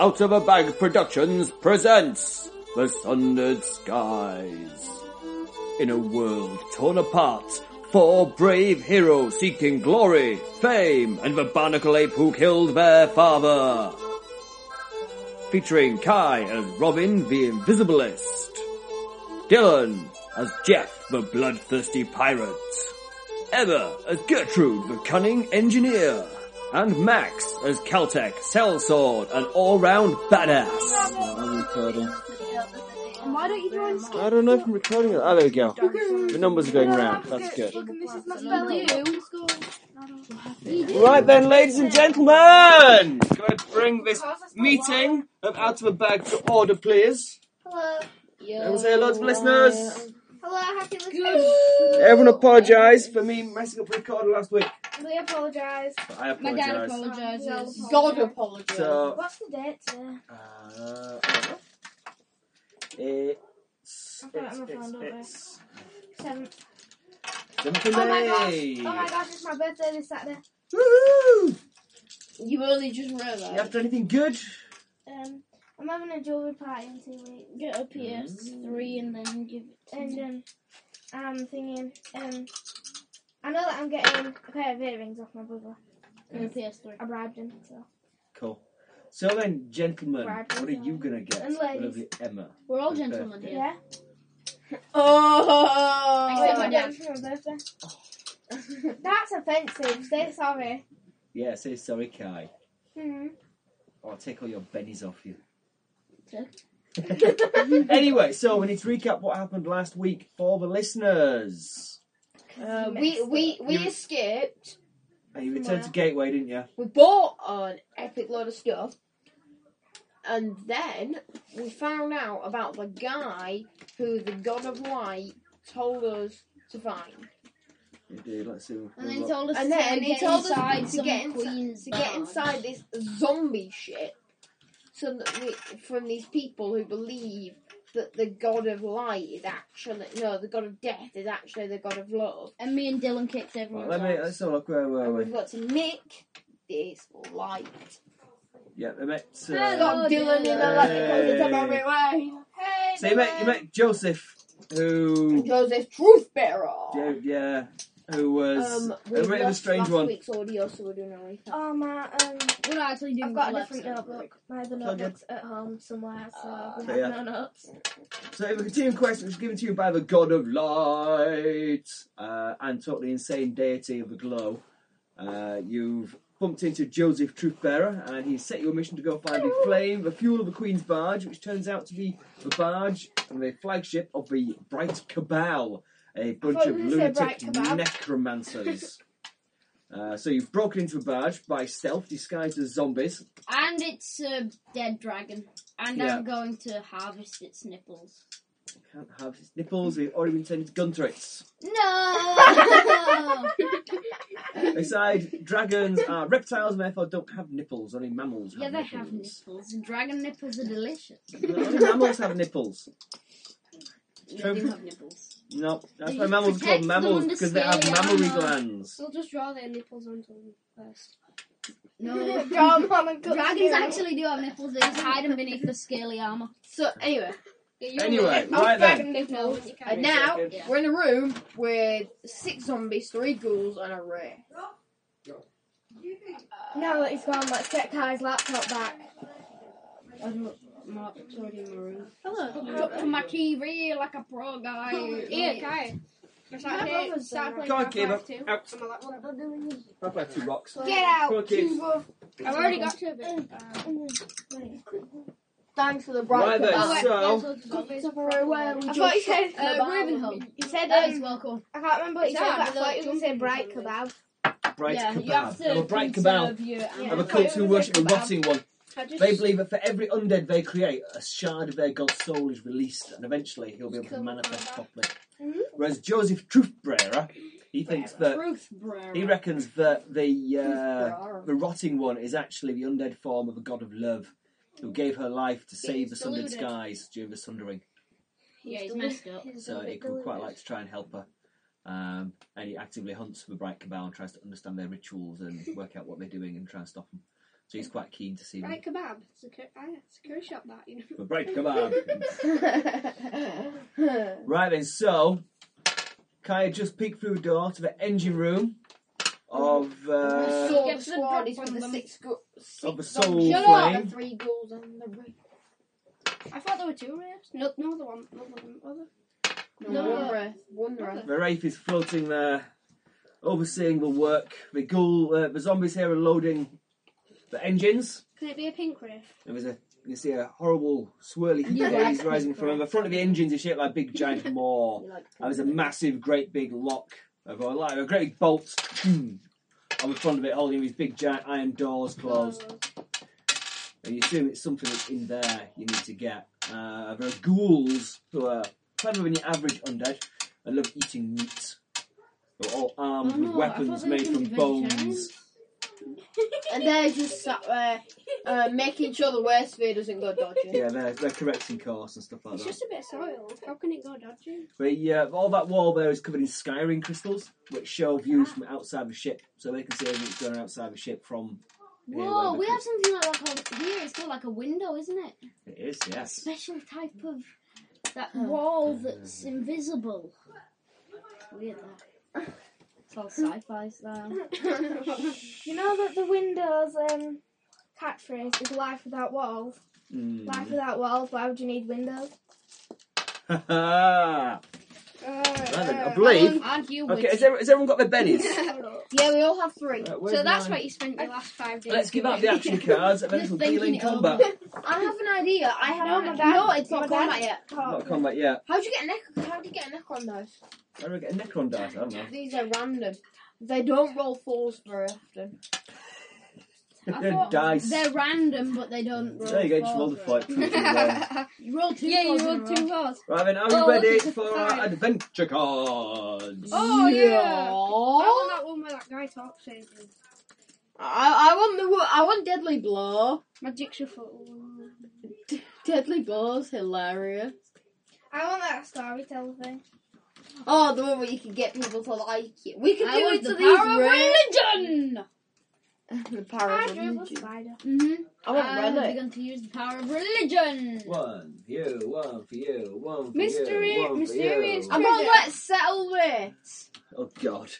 Out of a Bag Productions presents The Sundered Skies. In a world torn apart, four brave heroes seeking glory, fame, and the barnacle ape who killed their father. Featuring Kai as Robin the Invisibilist, Dylan as Jeff the Bloodthirsty Pirate, Emma as Gertrude the Cunning Engineer, and Max as Caltech, Sellsword, an all-round badass. I'm recording. Why don't you join Skip? I don't know if I'm recording it. Oh, there we go. The numbers are going round. That's good. Mrs. Mustelu. Right then, ladies and gentlemen, go ahead bring this meeting of Out of a Bag to order, please. Hello. Everyone say hello to the listeners. Hello, happy listeners. Everyone apologise for me messing up the recorder last week. We apologise. But I My dad apologise. apologises. God apologises. So, What's the date today? uh, I don't know. it's, I've it's, got it on my phone, it's, don't I? it's, Seventh. seventh of Oh my gosh. May. Oh my gosh, it's my birthday this Saturday. Woo! You've only just You up realised. to anything good? Um, I'm having a jewellery party in two weeks. Get a PS3 and then give it to And me. um, I'm thinking, um, I know that I'm getting a pair of earrings off my brother. And a PS3. I bribed him, so. Cool. So then, gentlemen, Right, what are you gonna get And for ladies. lovely Emma? We're all Okay. gentlemen here. Yeah. Oh! Wait, Except my I'm dad. getting it for my birthday. That's offensive. Say sorry. Yeah, say sorry, Kai. Hmm. Or I'll take all your bennies off you. Okay. anyway, so we need to recap what happened last week for the listeners. Uh, we we we You- escaped. Now, you returned to Gateway, didn't you? We bought an epic load of stuff, and then we found out about the guy who the God of Light told us to find. You did. Let's see. And then he told us And to then he get told inside us to some get, in, queen's to get bag. inside this zombie shit. So that we, from these people who believe that the God of Light is actually no, the God of Death is actually the God of Love. And me and Dylan kicked Right, everyone's let me. ass. Let's have a look. Where were And we? we've got to nick this light. Yeah, we met. Hello. Uh, got Dylan in the Hey. light closet from everywhere. Hey, so you met. You met Joseph, who. Joseph Truth Bearer. Yeah, yeah, who was Um, a we bit of a lost strange last one. week's audio, so we're doing a recap. Oh my. Um. We're actually doing I've got a left different now. notebook. My other Plug it. notebook's at home somewhere, so Ah. we So, have yeah. no notes. So if a continuing quest was given to you by the god of light uh, and totally insane deity of the glow, uh, you've bumped into Joseph Truthbearer and he's set you a mission to go find the flame, the fuel of the Queen's barge, which turns out to be the barge and the flagship of the Bright Cabal, a bunch thought of we Oh, lunatic said Bright Cabal. necromancers. Uh, so you've broken into the barge by stealth, disguised as zombies. And it's um, a dead dragon. And Yeah. I'm going to harvest its nipples. Can't have his nipples. We've already been turned into gun turrets. No! Aside, dragons are reptiles and therefore don't have nipples. Only mammals have yeah, they have nipples. nipples. And dragon nipples are delicious. Only mammals have nipples. They True. do have nipples. No, that's They why mammals are protect called them mammals under because they have scaly mammary armor. glands. We'll just draw their nipples onto them first. No. draw them on and cut Dragons them. actually do have nipples. They just hide them beneath the scaly armor. So anyway, Anyway, Oh, right then. dragon nipples. and now Yeah. we're in a room with six zombies, three ghouls, and a ray. Now that he's gone, let's get Kai's laptop back. Hello. Up to my TV like a pro guy. Here, Kai. My brother's Start playing Go on, Half-Life Kiva. 2. Out. I'm like, what am I doing? Half Life 2 rocks. Get out! Go on, kids. I've already Uh, got two of it. Thanks for the Right bright then, colour. so. I thought you said, Uh, Ravenholm. you said, That is um, welcome. I can't remember what you It's said, on, but I but thought you they're said jumping bright on kebab. Bright yeah, cabal. you have to Now, a bright cabal. conserve your Yeah. Have a ammo. cult who worship a Cabal. rotting one. I just- They believe that for every undead they create, a shard of their god's soul is released, and eventually he'll be able to manifest properly. Mm-hmm. Whereas Joseph Truthbearer, he thinks that Truth, bro. He reckons that the uh, Truthbearer. the rotting one is actually the undead form of a god of love, who gave her life to save the sundered deluded. skies during the sundering. Yeah, he's messed up. So he would quite like to try and help her. Um, and he actively hunts for the Bright Cabal and tries to understand their rituals and work out what they're doing and try and stop them. So he's quite keen to see me. Right, kebab. Secure, I secure shot that, you know. For break kebab. Right then, so Kaya just peeked through the door to the engine room of The uh, soul Get the squad drop is with on the them. six, go- six of the soul zombies. Shut up. flame. Three ghouls and the red. I thought there were two raves. No, no other one. No other one. Other. No, No. one wraith. One wraith. The Wraith is floating there, overseeing the work. The ghoul, uh, the zombies here are loading the engines. Can it be a pink rave? There was a you see a horrible swirly You haze like rising pink from them. The front of the engines is shaped like a big giant maw. You like And there's a massive, great big lock of a like a great big bolt on the front of it, holding these big giant iron doors closed. And you assume it's something that's in there you need to get. Uh, there are ghouls who are cleverer than your average undead and love eating meat. They're all armed Oh, with no, I thought um, weapons they were made gonna from be bones. vegetarians. And they're just sat there, uh, making sure the worst fear doesn't go dodgy. Yeah, they're, they're correcting course and stuff like It's that. just a bit of soil. How can it go dodgy? But yeah, all that wall there is covered in Skyrim crystals, which show views from outside the ship, so they can see everything that's going on outside the ship from here. Whoa, where we the- have something like that called here. It's called like a window, isn't it? It is, yes. Special type of that wall that's invisible. Weird that. It's all sci-fi style. Uh, You know that the Windows um, catchphrase is "Life without walls." Mm. Life without walls. Why would you need windows? Right then, I Uh, believe. And you Okay, would. has everyone, has everyone got their bennies? Yeah, we all have three. Right, where's So that's mine? what you spent your last five days Let's give out the doing. action cards and then Just we'll deal in thinking it combat. over. I have an idea. I have No, an my idea. dad- No, it's not my combat dad- yet. Not combat yet. How'd you get a neck? How'd you get a neck on those? Where do I get a Necron dice? I don't know. These are random. They don't roll fours very often. I thought dice. They're random, but they don't roll. There you go, just fours, roll the right? fight. oh, right You roll two. yeah, you fours in a rolled row. two rolls. then, are we Oh, ready look, it's a for our five. adventure cards? Oh, yeah. I I want want, that one where that guy talks over. you. I, I want the wo- I want deadly blow. Magic shuffle. Deadly blow's hilarious. I want that storyteller thing. Oh, the one where you can get people to like you. We can I do want it to the these power of religion. the power I of dribble religion. Um, spider. Mm-hmm. I want I'm eh? relic. going to use the power of religion. One for you, one for you, one for Mystery- you, one for mysterious- you. I'm gonna let's settle this. Oh God!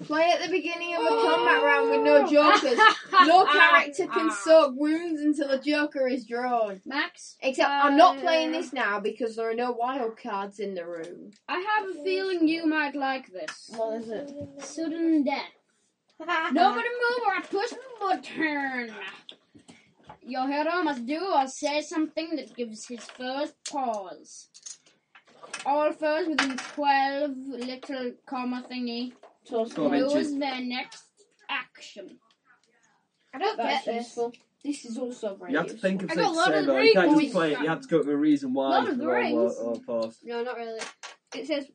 Play at the beginning of a combat round with no jokers. No Ah. character can soak wounds until a joker is drawn. Max, Except I'm not playing this now because there are no wild cards in the room. I have a feeling you might like this. What is it? sudden death. Nobody move or I push the button. Your hero must do or say something that gives his first pause. All first within 12 little comma thingy Twelve inches. lose their next action. I don't That's get this. useful. This is also very You have to useful. think of I things got to Lord say of the though. You can't just Rings. play it. You have to come up with a reason why. Lord of the for all Rings. or, or past. No, not really. It says,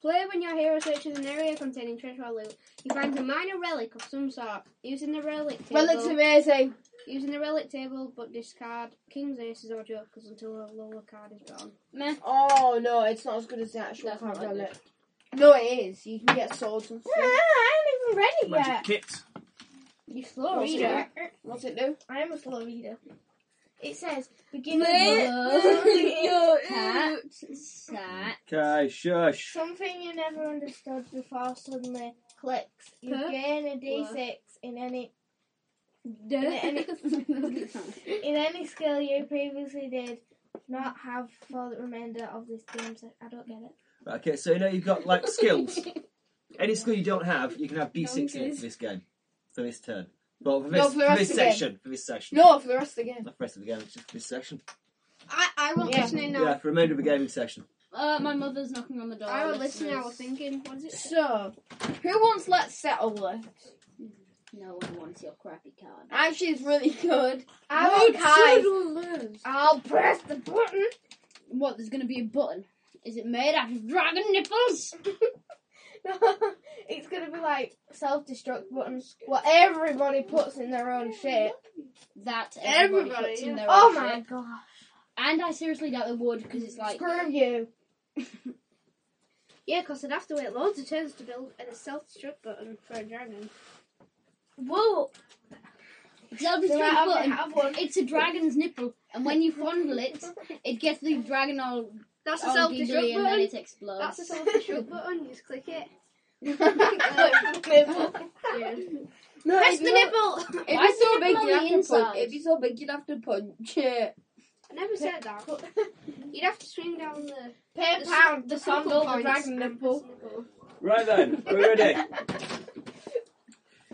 play when your hero searches an area containing treasure or loot. He finds a minor relic of some sort. Using the relic table. Relic's amazing. Using the relic table, but discard kings, aces, or jokers until a lower card is drawn. Meh. Oh no, it's not as good as the actual That's card not relic. like No, it is. You can get swords and Ah, stuff. I ain't even ready Magic yet. kit. You What's it floor. do? What's it do? I am a slow reader. It says begin with Cat, sat, Okay, shush. something you never understood before suddenly clicks. You Huh? gain a d6 in any in any skill you previously did not have for the remainder of this game. So I don't get it. Okay, so you know you've got like skills. Any skill you don't have, you can have D6 in it for this game, for this turn. But for this, No, for the for rest this of the game. section, for this section. No, for the rest of the game. Not for the rest of the game, it's just for this section. I, I won't Yeah. listen in now. Yeah, for the remainder of the gaming session. Uh, my mother's knocking on the door. I won't listen in. I listeners. was thinking, what is it? So, who wants Let's Settle this? No one wants your crappy card. Actually, it's really good. I Road won't hide. to lose. I'll press the button. What, there's gonna be a button? Is it made out of dragon nipples? it's gonna be like self-destruct button. What everybody puts in their own shit. That everybody, Everybody, puts yeah. in their Oh own my shit. god! And I seriously doubt they would, because it's like, Screw you. Yeah, because I'd have to wait loads of turns to build a self destruct button for a dragon. Whoa. Zelda's So drink right, I'm gonna button. have one. It's a dragon's nipple, and when you fondle it, it gets the dragon all, That's a all self giggly, and destruct then button. it explodes. That's a self destruct button. You just click it. No, Press if the you- nipple. If Why it's so is it big, on you'd have the to punch. inside? If it's so big, you'd have to punch uh, it. I never said that. You'd have to swing down the Per the, pound, the circle sandal, the points dragon and nipple. press the nipple. Right then, are we ready?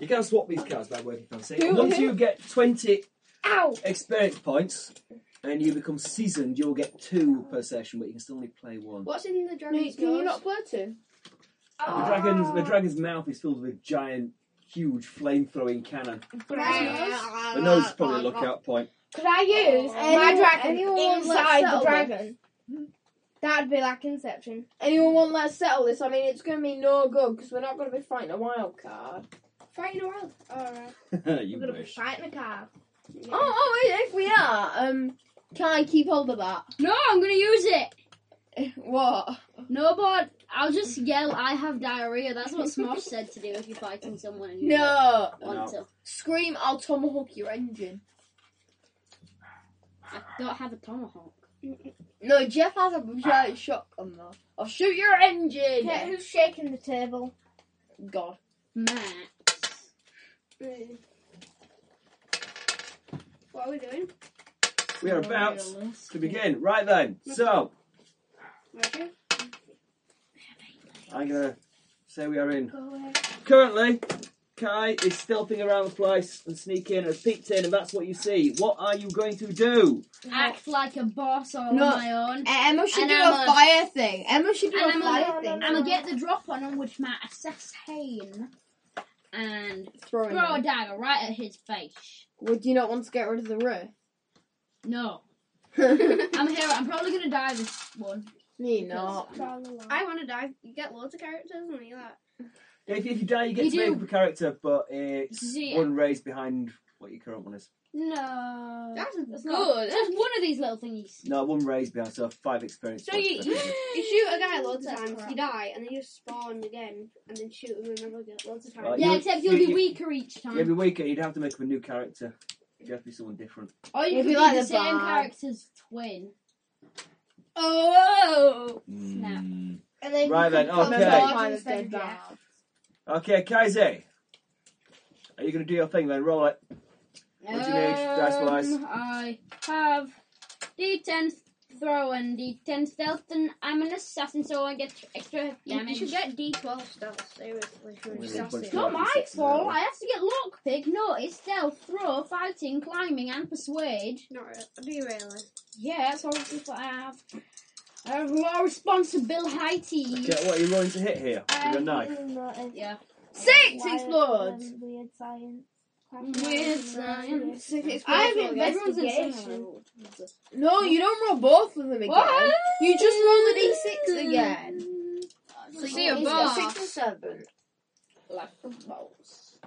You can swap these cards by the way if you fancy. Who- Once who- you get 20 Ow! experience points and you become seasoned, you'll get two per session, but you can still only play one. What's in the Can dragon's you nose? not play two? The dragon's, the dragon's mouth is filled with giant, huge flame-throwing cannon. The nose is probably a lookout point. Could I use my Anyone- dragon anyone let's inside the settle dragon? That'd be like Inception. Anyone want let's settle this? I mean, it's going to be no good because we're not going to be fighting a wild card. Fighting a wild. Alright. you We're gonna be wish. fighting a car. Oh, oh, if we are, um, can I keep hold of that? No, I'm gonna use it. What? No, but I'll just yell. I have diarrhea. That's what Smosh said to do if you're fighting someone and you No. don't want to. Scream, I'll tomahawk your engine. I don't have a tomahawk. No, Jeff has a giant shotgun though. I'll shoot your engine. Okay, who's shaking the table? God. Matt. What are we doing? We are about to begin. Right then, so Okay. I'm gonna say we are in. Go away. Currently, Kai is stealthing around the place and sneaking and peeked in, and that's what you see. What are you going to do? Act like a boss all No. on my own. Eh, Emma should And do I'm a a- fire thing. Emma should do And a I'm fire a- thing. I'm gonna get the drop on him with my assassin and Throw him throw a out. dagger right at his face. Would you not want to get rid of the No, roof? I'm a hero. I'm probably gonna die this one. Me not. I want to die. You get loads of characters and you like. If, if you die, you get You to make do. up a character, but it's Yeah. one raise behind what your current one is. No, That's, that's good. Not, that's one of these little thingies. No, one raise behind, so five experience. So points you, per you, person. you shoot a guy loads of That's times, crap. you die, and then you spawn again, and then shoot him another guy loads of times. Right, yeah, you- except you'll be you- weaker each time. Every week you'd have to make up a new character. You have to be someone different. or you You'll could be be like the the same bard. character's twin. Oh! Snap. Hmm. And then Right you then, can call okay. the That's dogs instead of Jeff. Okay, Kaiser. Are you going to do your thing then? Roll it. What do you need, dice-wise? Um, I have D10 throw and D10 stealth, and I'm an assassin, so I get extra You, you damage. should get D12 stuff, seriously. For Really assassin. punched It's not Right, my it's fault. not. I have to get lockpick. No, it's stealth, throw, fighting, climbing, and persuade. Not really. Do you really? Yeah, that's all the what I have. I have more responsibility. Okay, what are you rolling to hit here? With your Um, knife. Yeah. Six explodes! Weird science. Weird science. I've Everyone's invested. investigation. No, you don't roll both of them again. What? You just roll the d6 again. So Oh, see a he's bar. got Six and seven. Like the balls.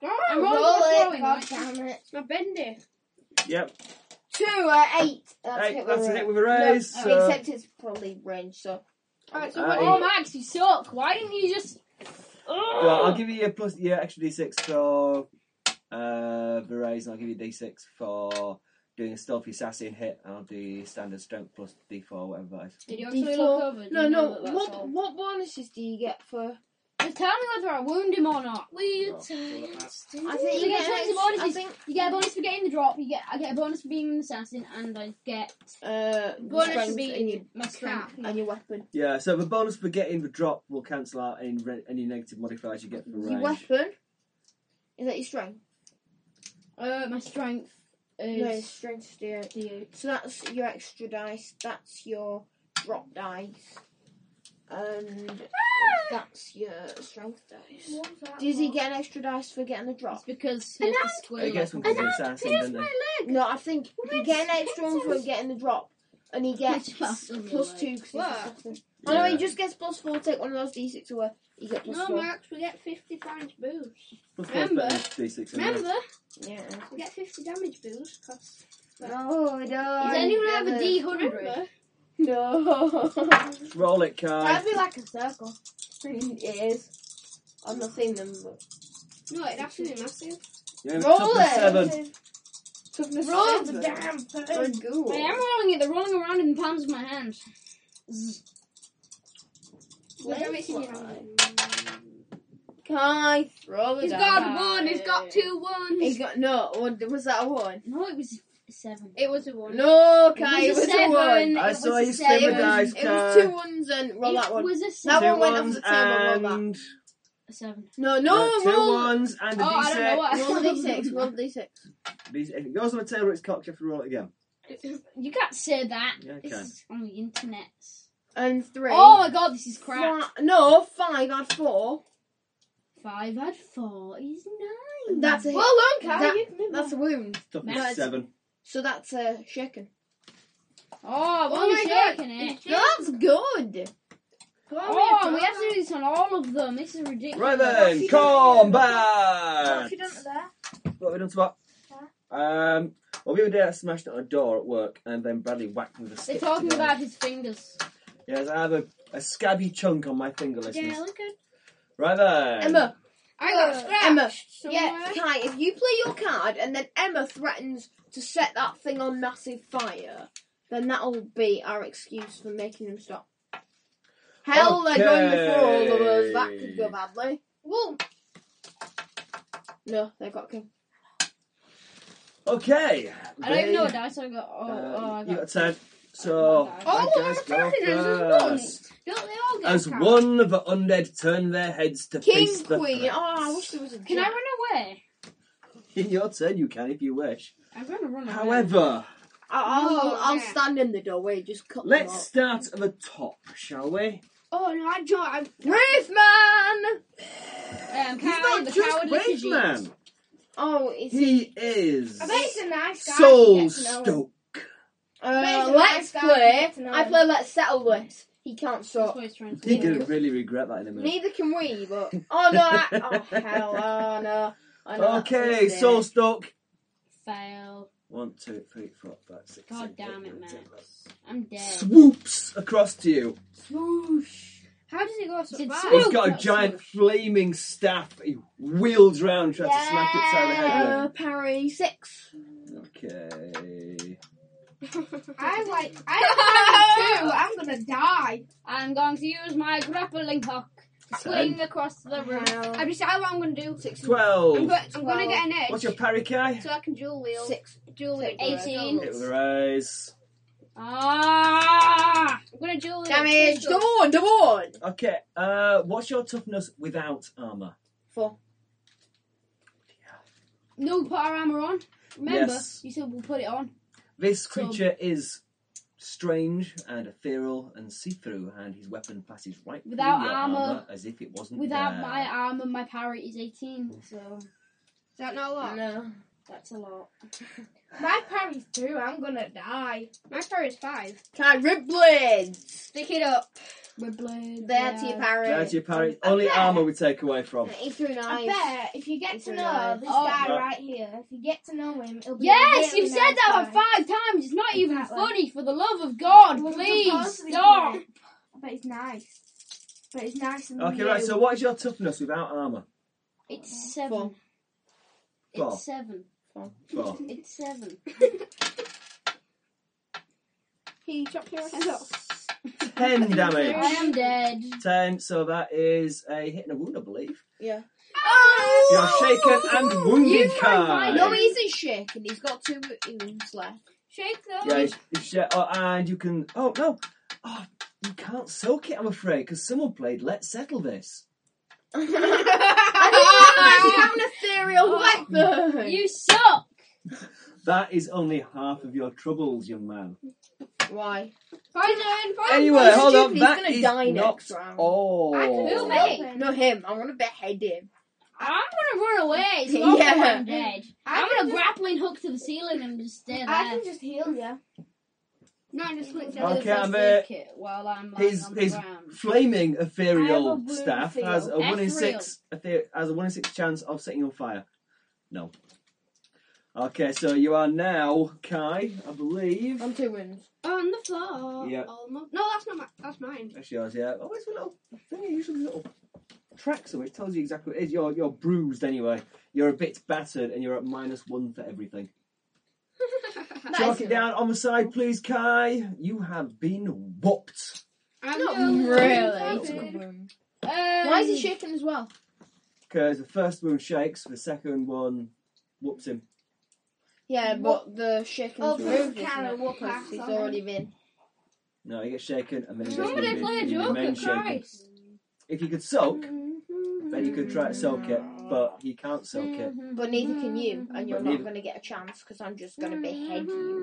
I rolled roll a it. throwing, God right? damn it. It's my bendy. Yep. Two, uh, eight. That's Hey, it. that's we're it in. with a raise. No, so- Except it's probably range, so. Alright, so ah! Uh, what? Oh, Max, you suck. Why didn't you just. Well, I'll give you a plus, yeah, extra d6 for uh, Verizon. I'll give you d6 for doing a stealthy assassin hit. And I'll do standard strength plus d4, whatever that is. Did you D4? actually look over? Do No, you know no. that that's What all? what bonuses do you get for? Just tell me whether I wound him or not. Weird Well, science. I think You you get. get tons of an bonuses. extra- You get a bonus for getting the drop. You get I get a bonus for being an assassin, and I get I think. Uh, bonus for strength and your being my strength. and your weapon. Yeah, so the bonus for getting the drop will cancel out any, re- any negative modifiers you get for Your range. weapon. Is that your strength? Uh, my strength No, it's is strength to it. D8. So that's your extra dice. That's your drop dice. And that's your strength dice. Does he get an extra dice for getting a It's drop? because And he's a I- I squirrel. guess one because And I- you're an assassin, doesn't they? No, I think he Where's get an extra one for pencils? getting the drop, and he gets Which plus one plus will I- two because he's What? assassin. Oh no, Yeah. he just gets plus four. Take one of those d6 away. You get plus No, four. Max, we get 50 damage boost. Plus four is better Remember- than d6 anyway. Remember, Yeah. we get 50 damage boost. Cause No, no. Does anyone have a D100? remember, No. Roll it, Kai. That'd be like a circle. it is. I've not seen them. But... no, it'd have to be massive. Yeah, Roll toughness it. Seven. Toughness Roll the seven. damn For a thing. ghoul. I am rolling it. They're rolling around in the palms of my hands. Zzz. Look how much in your hand. Kai, roll the He's dice. got one. He's got two ones. He's got no. What, was that a one? no, it was a seven. It was a one. No, Kai, it it was, was a a one. seven. I It saw was you a spin the seven. dice, it was Kai. two ones and roll it that one. was a That seven. Two one went off ones the table. Roll that. and A seven. No, no, uh, two roll. ones and a Oh, I don't know what. Roll the d6. Roll the d6. D6. If it goes on the table, it's cocked. You have to roll it again. You can't say that. Yeah, This okay. is on the internet. And three. Oh my god, this is crap. Fi- no, five and four. Five at four is nine. That's a hit. Well done, Kai. That- You've That's a wound. Toughness That's- seven. So that's a shaken. Oh, Oh we're my God. shaking it. That's good. Oh, we have to do this on all of them. This is ridiculous. Right then, combat. What have we done to what? Um, well, the other day I smashed at a door at work, and then Bradley whacked me with a They're stick. talking today. about his fingers. Yes, I have a, a scabby chunk on my finger, listeners. Yeah, look at Right then. Emma, I Uh, got scratched Emma, somewhere. yeah, Kai, if you play your card and then Emma threatens to set that thing on massive fire, then that'll be our excuse for making them stop. Hell, they're going before all the world. That could go Okay. badly. Well, No, they got king. Okay. I don't even know what They- dice I got. Oh, uh, oh I you got. got a ten. So, Oh, bad we're guys go attacking us as one. first. Don't they all get As cards? one of the undead turn their heads to King, face the queen. threat. Oh, I wish there was a Can I jack. run away? In your turn, you can if you wish. I'm gonna run away. However, I- I'll, Oh, I'll yeah. stand in the doorway. Just cut let's start at the top, shall we? Oh no, I jo- I them off. Wraith man. um, He's not the just cowardly Brave Man. Oh, is he? He is I bet he's a nice guy. if you Soul get to know him. Stoke. Uh, Basically, let's I started play. getting on. I play. Let's settle this. He can't That's sort. what he's trying to He's do. did. gonna really regret that in a minute. Neither can we. But oh no! I, oh hell! Oh no! I know that's what Okay, it is. Soul Stoke. Fail. One, two, three, four, five, six. seven, God eight, damn it, nine, ten, Max. eleven. I'm dead. Swoops across to you. Swoosh. how does it go so Did fast? Swoop- He's got a not giant flaming staff. He wheels round, tries to smack it side of the head. Uh, parry six. with. Okay. I like. I like too. I'm gonna die. I'm going to use my grappling hook to swing across the Uh-huh. room. I've decided what I'm gonna do. I'm, Twelve. go- I'm gonna get an edge What's your parry, Kai? so I can dual wield. Six. Dual wield. Six. Eighteen. Hit with the rise. Ah! I'm gonna dual wield. Damage. two Double swords. one. Double one. Okay. Uh, what's your toughness without armor? Four. No, put our armor on. Remember, Yes. you said we'll put it on. This creature is strange and ethereal and see-through, and his weapon passes right through Without your armor. as if it wasn't Without there. my armor, my parry is 18, so Is that not a lot? No. that's a lot. My parry's two. I'm gonna die. My star is five. Try rib blades. Stick it up. We're blade. There to your parry. That's your parry. I Only bet. armor we take away from. He threw I knives. bet if you get He's to a know nice- this Oh, guy yeah. right here, if you get to know him, it'll be Yes, a really you've said nice that guy. one five times. It's not even That one. funny. For the love of God, Well, he's please supposed to be stop. good. I bet he's nice. But he's nice and Okay, right. So, what is your toughness without armor? It's seven. Four. Four. It's seven. Four. It's seven. He chopped your head off. Ten damage. I am dead. Ten. So that is a hit and a wound, I believe. Yeah. You're shaken and wounded, You Kai. might No, he isn't shaking. He's got two wounds left. Shake them. Yeah, it's- it's- yeah, oh, and you can. Oh no, oh, you can't soak it. I'm afraid because someone played. Let's settle this. I didn't realise Oh. you have an ethereal weapon. You suck. That is only half of your troubles, young man. Why? Poison. Poison. Anyway, he's hold stupid, on. he's That gonna is die not next round. all. I can do Hey. Open. No, him. I want to behead him. I'm gonna run away. It's not Yeah. that I'm dead. I I'm can gonna just- grappling hook to the ceiling and just stay I there. can just heal you. No, I just clicked Okay, it. Just I'm, uh, lick it while I'm lying his- on the his- ground. Flaming I have a ethereal blue staff has a field. one in Ethereal. six ether- has a one in six chance of setting on fire. No. Okay, so you are now Kai, I believe. I'm two wounds. On the floor. Yeah. Almost. No, that's not my. That's mine. That's yours, yeah. Oh, it's a little thing. Usually, little tracks on it tells you exactly what it is. You're you're bruised anyway. You're a bit battered and you're at minus one for everything. That Chalk is it down on the side, please, Kai. You have been whopped. I'm Not going really. to- good. Why is he Um, shaking as well? Because the first one shakes, the second one whoops him. Yeah, but the shaking Oh, oh, because removed, isn't Karen it? walked Because past he's on already been. No, he gets shaken and then he gets Somebody wounded. play a He joke, remains shaken. Christ. If you could soak, Mm-hmm. then you could try to soak it, but he can't soak it. Mm-hmm. But neither can you, and you're But not neither- going to get a chance because I'm just going to behead you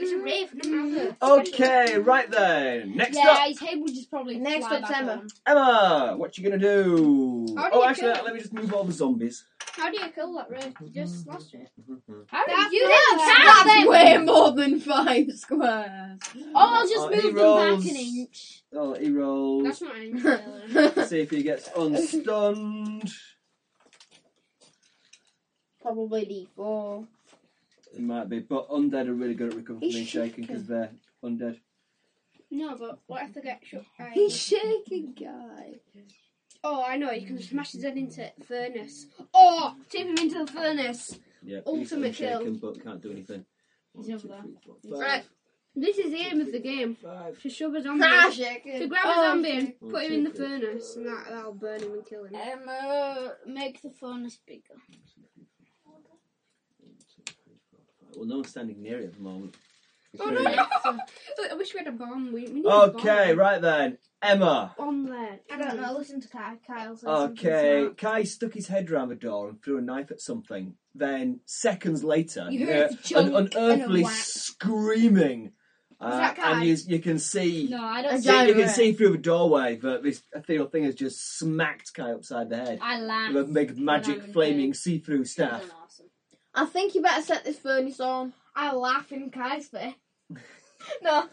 It's a rave, no matter. Okay, right then. Next yeah, up, his head would just probably Next fly up's back Emma. on. Emma. What you gonna do? How do oh, you actually, kill- let me just move all the zombies. How do you kill that rave? You Hmm. just slashed it. Mm-hmm. How did That's you not Oh, do bad. that? That's way more than five squares. Oh, I'll just Uh, he move them back rolls. an inch. Oh, he rolls. That's not an See if he gets unstunned. Probably D4. It might be, but undead are really good at recovering from He's being shaken because they're undead. No, but what if they get shot? by- shaking, guy. Oh, I know. You can smash his head into a furnace. Or tip him into the furnace. Yeah, Ultimate he's unshaken, but can't do anything. One, He's two, over three, four, Right. five, This is the aim of the game. five, To shove a zombie. Ah, to shaking. grab a Oh, zombie and One, put him Um, two, in the three. furnace, and that, that'll burn him and kill him. Emma, make the furnace bigger. one, two, three, four, five. Well, no one's standing near it at the moment. Oh, no, Oh, no. I wish we had a bomb. We, we need Okay, a bomb. right then. Emma. Bomb there. I don't know. Listen to Kyle. Kyle's Uh, listening to Okay, this Kai stuck his head round the door and threw a knife at something. Then, seconds later, You you heard hear the an chunk and a unearthly whack. screaming. Uh, that Kai? and you, you can see No, I A don't. see- you can Direct. see through the doorway that this ethereal thing has just smacked Kai upside the head I laugh. with a big magic I'm in flaming pain. see-through staff. Awesome. I think you better set this furnace on. I laugh in Kai's face. no,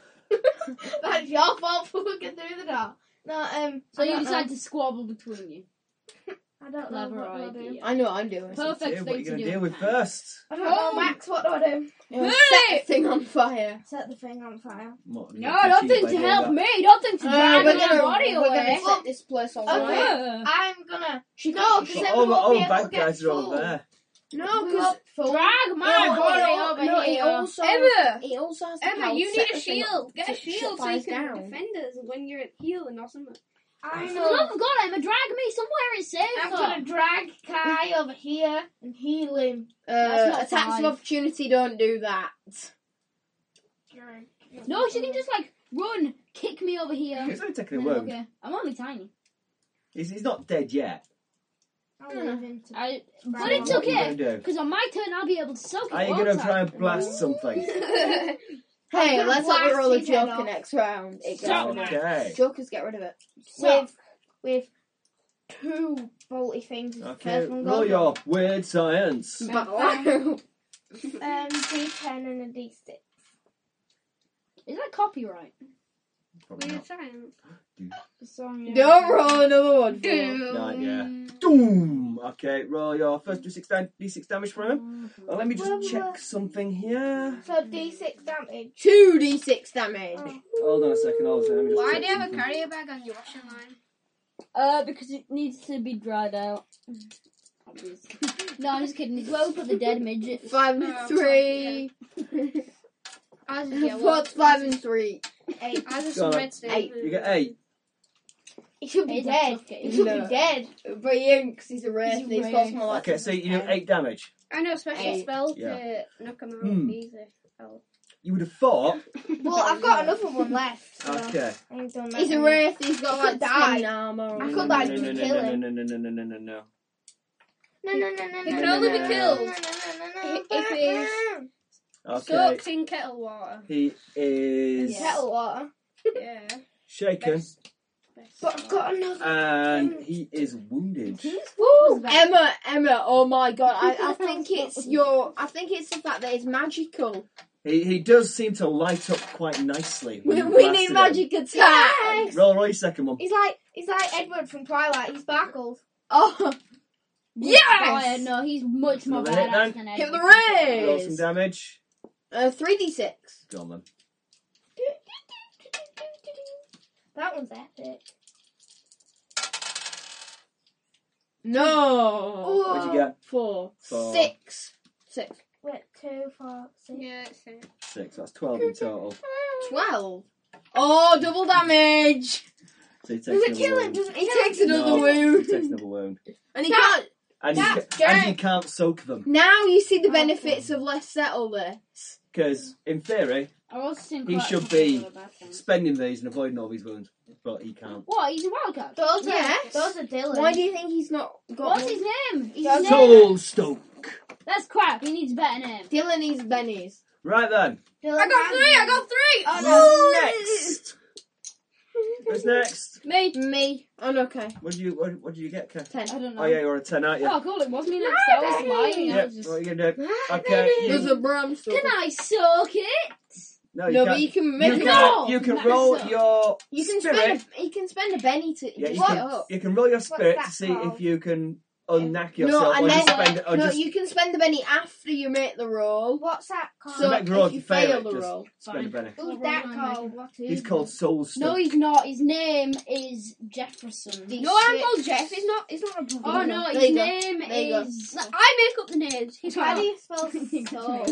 that's your fault for looking through the door. No, um. So I you don't decide know. to squabble between you. I don't know Clever what do I do. idea. I know what I'm doing. Perfect Dear, thing what are you to going to do. deal with Kai. first? I don't know, Max. What do I do? You know, Hey! Set the thing on fire. Set the thing on fire. What, No, don't cheat think by to doing help that? me. Don't think to Uh, drag we're my gonna, body we're gonna away. set this place on Okay. fire. Oh, I'm gonna. She No, got because But then all we the won't be old able to Oh, bad get guys are all full. there. No, We because won't full. Drag my No, body no, over no, here. it also Emma, it also has to Emma, help you need set a the thing shield. up Get to a shut shield so you fires can down. defend us when you're healing or something. I for the know. love of God, Emma, drag me somewhere it's safe. I'm gonna drag Kai over here and heal him. Uh, not attacks five. of opportunity don't do that. No, she can just like run, kick me over here. He's only taking a Then, wound. okay. I'm only tiny. He's, he's not dead yet. I'll leave him to. I, but Right, it's What are you okay going to do? because on my turn I'll be able to soak it. Are you won't going to I? try and blast something? Hey, I'm let's gonna have a roll a blast his head joker off. next round. It got Stop. rid of it. Okay. Jokers get rid of it. with with two bolty things. as the Okay, first one roll goes your weird science. But- Um, D10 and a D6. Is that copyright? Probably Weird not. science. don't roll another one. for it. Right, yeah. Doom! Okay, roll your first d6, dam- d6 damage from him. Uh, let me Well, just well. check something here. So D6 damage. Two d6 damage. Oh. Hold on a second, hold on a second. Let me just Why check do you have a something. carrier bag on your washing line? Uh, because it needs to be dried out. Obviously. no, I'm just kidding. It's well for the dead midget. Five and Oh, three. Ours is yellow. What's five and three? Eight. Ours is Go on, some red stuff. eight. You get eight. He should be He's a dead. tough kid. He should No. be dead. But he ain't, 'cause he's a wraith. He's a and He's wraith. got more like Okay, so you do eight damage. I know a special Eight. spell Yeah. to knock him out Hmm. easily. Oh. You would have thought. Well, I've got another one left. So Okay. I ain't done He's a nothing. wraith. He's got I like could die. skin armor. I on. could like no, just no, no, kill no, him. No, no, no, no, no, no, no. No, no, no, no. He no, can no, only no, be no, killed no, no, no, if no, he's- Okay. Soaked in kettle water. He is Yeah. Kettle water. Yeah. shaken Best- best But I've spell. got another. and he is wounded. Woo! Emma, Emma, oh my god! I, I think it's your. I think it's the fact that it's magical. He, he does seem to light up quite nicely. when We, you we blasted need him. magic attack. Yes! Roll, roll your second one. He's like he's like Edward from Twilight. He sparkles. Oh, Oh, yes! no, he's much more Another hit, then. badass than I. Hit the Roll some rays. damage. Uh, three d six. Go on then. That one's epic. No. What'd you get? four, Four. six, six, Wait, two, four, six. Yeah, it's it. Six. That's twelve in total. twelve. Oh, double damage. So he takes Does another it kill him? wound. Does it He takes No, another He wound. takes another wound. And he That- can't. And you, That's ca- and good. you can't soak them Now you see the benefits of let's settle this. because, in theory, I also think He quite should popular be- about them. spending these and avoiding all these wounds, but he can't. What? He's a wild card. Those are Yes. those are Dylan. Why do you think he's not got? What's his name? His That's- name? Soulstoke. That's crap. He needs a better name. Dylan needs bennies. Right then. Dylan Ramsey. three. Next. Who's next? Me. Me. Oh, no, okay. What do you what, what do you get, Kev? I don't know. Oh yeah, you're on a ten, aren't you? Oh, cool. It was me next. I was lying. I Yep, was just... what are you gonna do? Okay. Okay. you- There's a bramstone. Can I soak it? no, Oh, you No, but can't. you can You make can, No! you can Not roll so. your You can spirit. spend. A, you can spend a penny to Yeah, to you get can, up. you can roll your spirit that to see called? if you can unknack No, yourself and or just then- spend it or no, just you can spend the penny after you make the roll. What's that Oh. called? So make if the roll, if you you fail fail it, the just- roll, spend a penny. Who's Well, that we're not called? What is He's called Soulstone. No, he's not. His name is Jefferson. D- No, I'm Six. called Jeff. It's not. It's not a problem. Oh no, There his you go. name There you go. is. I make up the names. He's How do not. you spell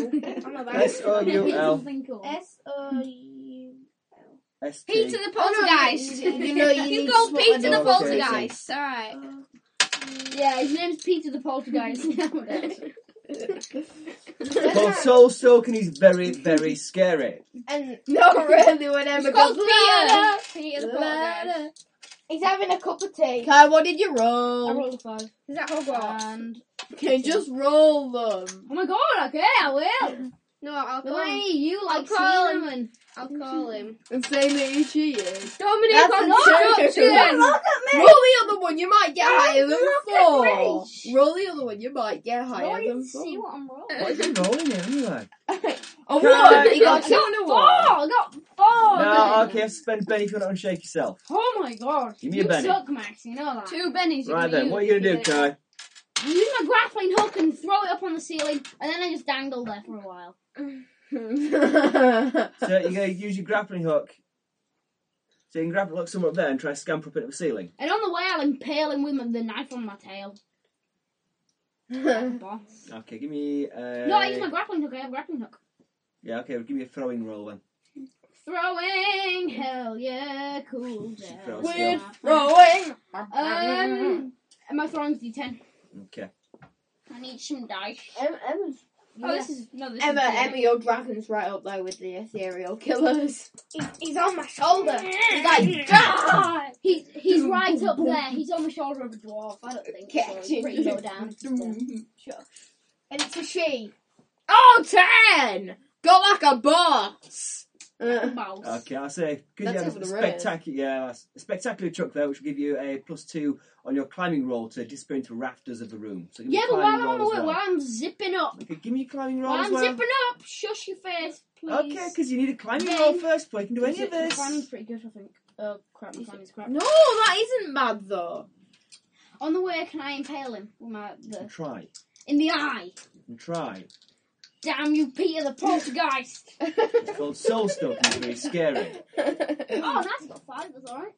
so? I'm a bad- S O U Oh, L Something cool. S O U. S T. Peter the Oh, no, you- Poltergeist. you- you know you need He's to called swap Peter the another person. Poltergeist. All right. Yeah, his name's Peter the Poltergeist. Called Soulstone and he's very, very scary. and not really when Emma It's goes. called "Blah, Peter. Peter the blah, blah, Poltergeist. blah." He's having a cup of tea. Kai, what did you I roll? rolled a five. Is that Hogwarts? And Okay, just roll them. oh my god, okay, I will. no, I'll call. him. Wait, you like call seeing them and I'll call him. And say that you cheated. Dominic, That's not I'm not true. up to him. Roll the other one, you might get higher than four. British. Roll the other one, you might get No, higher you than can see four. what I'm rolling. What is he rolling in anyway? A one! Kai. You got two and a Four! one. Oh, I got four! No, then. okay, spend a penny if you want to unshake yourself. Oh my god. Give me you a Benny. suck, Max, you know that. Two bennies. you're Right gonna then, use what are you gonna do, to get it. Kai? I use my grappling hook and throw it up on the ceiling, and then I just dangle there for a while. So you're gonna use your grappling hook. So you can grapple hook somewhere up there and try to scamper up into the ceiling. And on the way, I'll impale him with my, the knife on my tail. Boss. Okay, give me. Uh, No, I use my grappling hook. I have a grappling hook. yeah, okay, well, give me a throwing roll then. Throwing, hell yeah, cool. She down. throws We're still. throwing. Um, and my throwing's d10. Okay. I need some dice. Em- Emma's- Oh, this is no, this Emma, is Emma, your dragon's right up there with the ethereal killers. He's, he's on my shoulder. He's like, "Gah!" He's he's right up there. He's on the shoulder of a dwarf. I don't think so. He's Catching. pretty low down. And it's a she. Oh, ten! Go like a boss. Uh, Mouse. Okay, I'll say. Because you That's had over a the road. spectacular, yeah, that's- a spectacular truck there, which will give you a plus two on your climbing roll to disappear into rafters of the room. So give me Yeah, a but while climbing I'm on the roll way, as well. while I'm zipping up, Okay, give me your climbing roll while as I'm well. zipping up, shush your face, please. Okay, because you need a climbing roll Then- first before you can do any of My climbing's this. pretty good, I think. Oh crap, my climbing's crap. no, that isn't mad though. On the way, can I impale him with my And the try. in the eye? And try. Damn you, Peter the poltergeist! It's called soul stuff and it's very scary. oh, nice, got five. That's all right.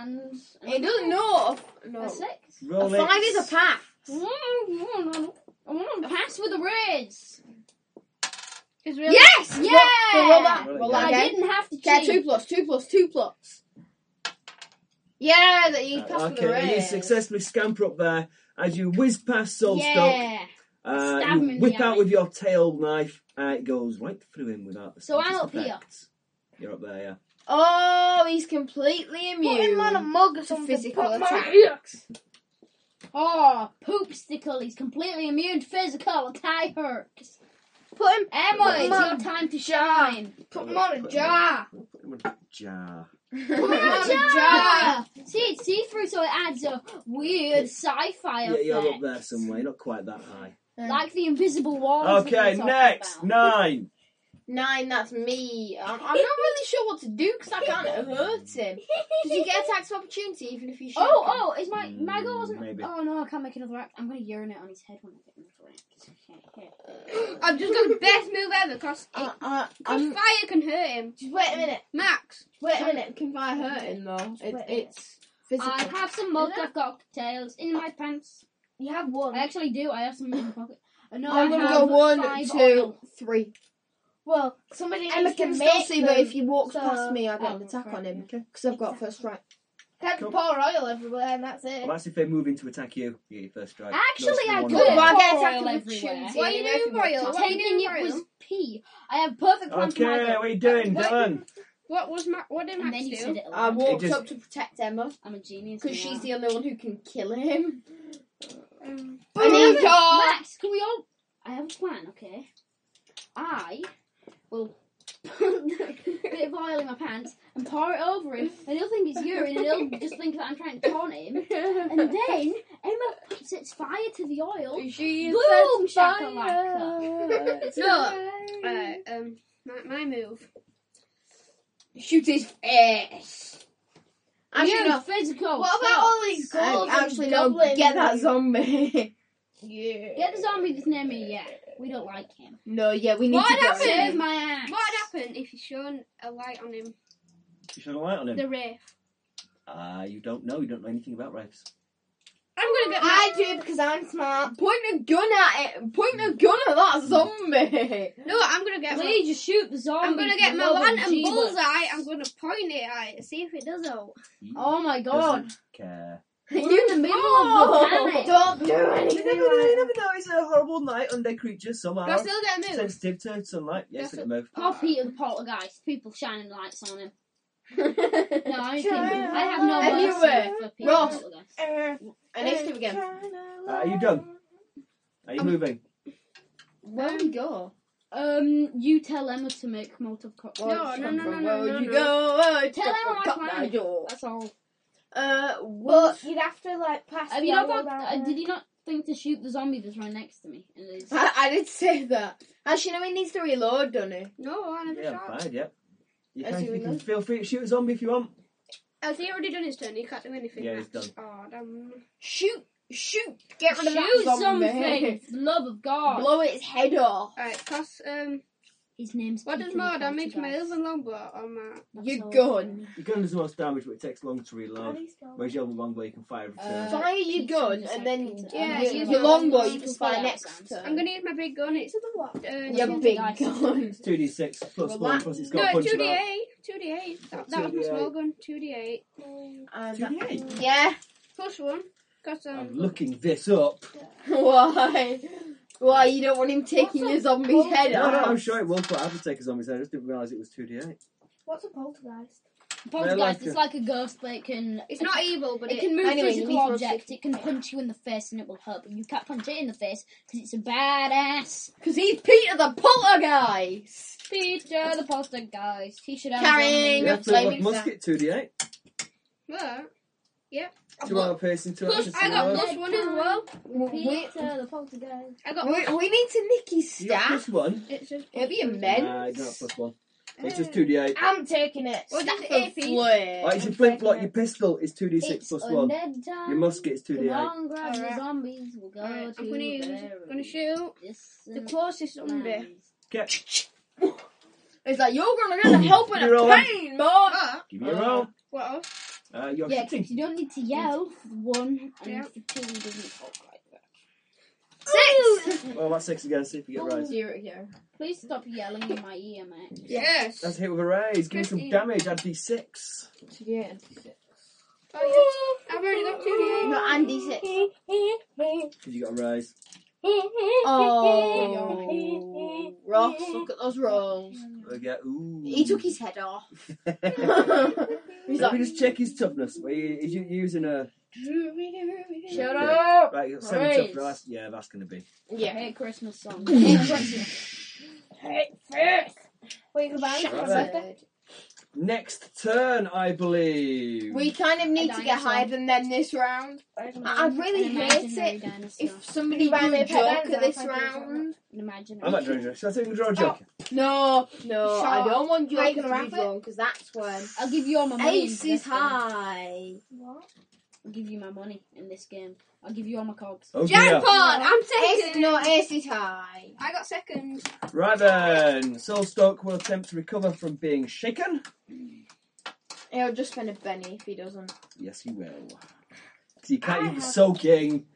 And It doesn't know. No. A six. A Roll it. five is a pack. Mm, mm, I want to pass with the raise. It's really Yes! Yeah! Roll, roll that. Roll it Roll down. that I again. didn't have to Yeah, cheat. two plus, two plus, two plus. Yeah, that Uh, you passed with the okay, you raise. successfully scamper up there as you whiz past Soulstoke. yeah. Uh, Stab him you in whip the out eye. with your tail knife, and it goes right through him without the So I'm slightest up here. effect. You're up there, yeah. Oh, he's completely immune. Put him on a mug or to something. physical Put my- attacks. Oh, poopstickle. He's completely immune to physical attack hurts. Put him. Emma, it's Mum. your time to shine. Put him on a jar. Put him in a jar. Come on, Put him on a jar. Jack. See, it's see-through, so it adds a weird sci-fi Yeah, effect. you're up there somewhere. You're not quite that high. Like the invisible walls. that Okay, we were talking next about. nine. Nine, that's me. Um, I'm, I'm not really sure what to do because I can't hurt him. Did you get attacks of opportunity even if you shoot? Oh, oh, is my my goal Mm, wasn't? maybe. Oh no, I can't make another act. I'm gonna urinate on his head when I get another act. I've just got the best move ever because Uh, I, I, I'm, fire can hurt him. Just wait a minute. Max, wait a minute. Can fire hurt him though? It, Wait a minute. it's physical. I have some mug. I've got cocktails in my pants. You have one. I actually do. I have some in my pocket. Uh, No, I'm I gonna have go one, five two, oil. three. Well, somebody needs Emma to can still make see, but if them. you walked so- past me, I get an oh, attack right, on him okay. because I've got first strike. Can't Cool. pour oil everywhere, and that's it. Well, that's if they move in to attack you. You get your first strike. Actually, Notice the I one could on the Good, but I right. get Pour attack oil of everywhere. opportunity. What are you anyway if doing, want Royal? to. What are you Taking doing, it Royal? was P. I have perfect plan for my Okay, goal. what are you doing, What- Dylan? What was my? What did And Max then he said do? it I aloud. walked just- up to protect Emma I'm a genius. because you she's know. the only one who can kill him. Oh Um, I need your Max, can we all? I have a plan, okay? I will bit of oil in my pants and pour it over him, and he'll think it's urine, and he'll just think that I'm trying to taunt him. And then Emma sets fire to the oil. she Boom, said fire. shakalaka. no. Uh, um, my, my move. Shoot his face. you Actually, no. physical. What about fuck. all these Uh, ghouls actually, and no. goblins? Get that and- zombie. Yeah. Get the zombie that's near me. Yeah, we don't like him. no, yeah, we need What to get happened? him. Save my ass. What would happen if you shone a light on him? You should have light on him. The wraith. Ah, you don't know. You don't know anything about wraiths. I'm gonna get. I Max. do because I'm smart. Point a gun at it. Point a gun at that zombie. No, I'm gonna get. My, Please just shoot the zombie. I'm gonna get for my the love of lantern Jesus. bullseye. I'm gonna point it at it. See if it does out. He Oh my god. doesn't care. We're in the middle of the planet. Don't do You anything. never know. You never know. It's a horrible night undead creature. Some Do I are still get a move? sensitive to sunlight. Yes, they can That's move. Poor Peter the poltergeist. People shining lights on him. No, I think Shine I have no a mercy light. for Peter Ross. the poltergeist. Uh, I need to again. Uh, are you done? Oh, Are you moving? Where we go? Um, you tell Emma to make Molotov cocktails. Where'd you no, come no, from? no, no, Where'd no, you no. go? Oh, Where'd you Tell come him from? I Got plan. that door. That's all. Uh, what? but you'd have to like pass. Have you not the oil thought, around uh, there. did you not think to shoot the zombie that's right next to me? And it is- I, I did say that. Actually, no, he needs to reload, doesn't he? No, I never Yeah, shot. fine. Yeah. You As can, you you can know. feel free to shoot a zombie if you want. Has Oh, he already done his turn? He can't do anything. Yeah, he's Max. done. Oh, damn. Shoot! Shoot! Get rid of Shoot that zombie. something! for the love of God! Blow its head off. Alright, cost. Um, His name's what does Peter the more damage, my poltergeist. elven longbow or my? That's Your all. gun. Your gun does the most damage, but it takes long to How do reload. you spell Whereas your longbow you can fire every turn. Uh, Fire your Peter, gun just and like then Peter. Yeah, your, use your my longbow long- you can just fire fire next arms. turn. I'm gonna use my big gun. It's it? the what? uh, Your Yeah. big Dice. gun. Two d six plus one Relax. plus it's got a No, punch two D about. eight, two D eight. That, that was my 2d8. small gun. Two D eight And- Two d eight. Uh, yeah. plus one. Cause um, I'm looking this up. Why? Why you don't want him taking your zombie's head No, off? no, I'm sure it will. But I have to take a zombie. So I just didn't realise it was two d eight. What's a poltergeist? They're Poltergeist, like it's a- like a ghost, but it can. it's not evil, but It it. can move Anyway, you physical need to roast objects. It can punch you in the face, and it will hurt. But you can't punch it in the face because it's a badass. Because he's Peter the Poltergeist. Peter the poltergeist. He should have. You Carrying Bring a up have to zombie. lock flaming musket two d eight. Well, Two armor piercing, two plus armor I got Hello. plus one as well. We, we, Peter the poltergeist. I got. we need to nick his You got plus staff. one. It's just. It'll be immense. Nah, you don't have plus one. It's just two d eight. I'm taking it. What does For it AP? flair. Like if you flint block your pistol, it's two d six It's plus one. undead time. Your musket is two d eight. Come on, grab Alright. the zombies. We'll go Alright, to I'm gonna use. the Gonna shoot the Mm. closest zombie. It's like you're gonna get a help and You're a all in. Mm. pain, man. But Give me a roll. what else? Uh, you're Yeah, shooting. 'cause you don't need to yell for one, and Yeah. for two, he doesn't talk like that. Six. Well, that's six again. See if you get raised. Zero here. Please stop yelling in my ear, mate. Yes. That's a hit with a raise. Give me some Fifteen. damage. Add d six. Yeah. Oh yes. I've already got two D eight. No, Andy six. Because you got a raise. Oh, Ross, look at those rolls. We get ooh. He took his head off. He's Let me like, just check his toughness. Well, he- Is you using a shut Yeah. up. right? you got Seven Raise. toughness. That's, yeah, that's gonna be. I Yeah. hate Christmas songs. What you can buy me for my Shut birthday? Next turn, I believe. We kind of need to get dinosaur. higher than them this round. I- I'd really An hate imaginary it dinosaur. if somebody Buy drew me a a pet joker this dinosaur, thank you. round. An imaginary. I'm not drawing a joke. Should I take and draw a joke? No, no, I Shut don't want Are you joker gonna to be wrap it? drawn because that's when I'll give you all my money. in ace this is game. high. What? I'll give you my money in this game. I'll give you all my cogs. Oh dear. Jackpot! I'm Ace, second. no, ace is high. I got second. Right then, Soulstalk will attempt to recover from being shaken. He'll just spend a penny if he doesn't. Yes, he will. So you can't I use the have- soaking.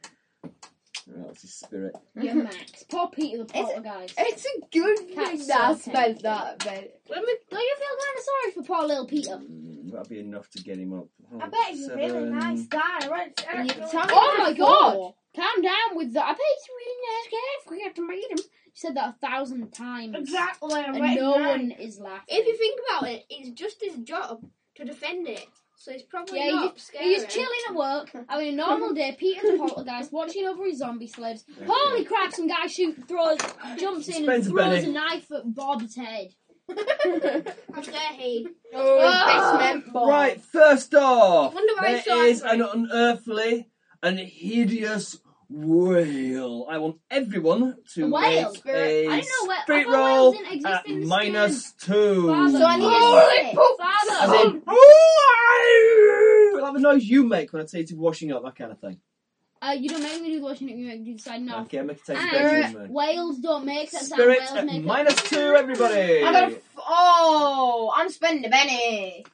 Well, that's his spirit. Yeah, Max. Poor Peter the Poltergeist. It's a good thing That's that I so tempting. spent that bit. Don't you feel kind of sorry for poor little Peter? Mm, that'll be enough to get him up. I bet he's a really Seven. nice guy. I wrote- I don't know- tell me Oh my that. god! Calm down with that. I bet he's a really nice guy if we have to meet him. You said that a thousand times. Exactly. I And wrote no that. one is laughing. If you think about it, it's just his job to defend it. So it's probably Yeah, not scary. He's chilling at work, having a normal day. Peter the poltergeist watching over his zombie slaves. Holy crap! Some guy shoot, throws, jumps in, and Spends a throws penny. a knife at Bob's head. How dare he? Oh, basement bomb. Right, first off, Wonder why there it's so is an angry. unearthly and hideous whale. I want everyone A to whale? make a I didn't know whale- I spirit thought whales roll didn't exist at in this minus two. Father. So I need Holy a poop. As Father. in, "Ooh, ah!" like the noise you make when I tell you to washing up, that kind of thing. Uh, you don't make me do the washing up. You make me do the signing off. Okay, make a taste of And bedroom, man. whales don't make that sound. Spirit Whales at make minus it. two, everybody. I got a f- oh, I'm spending a penny.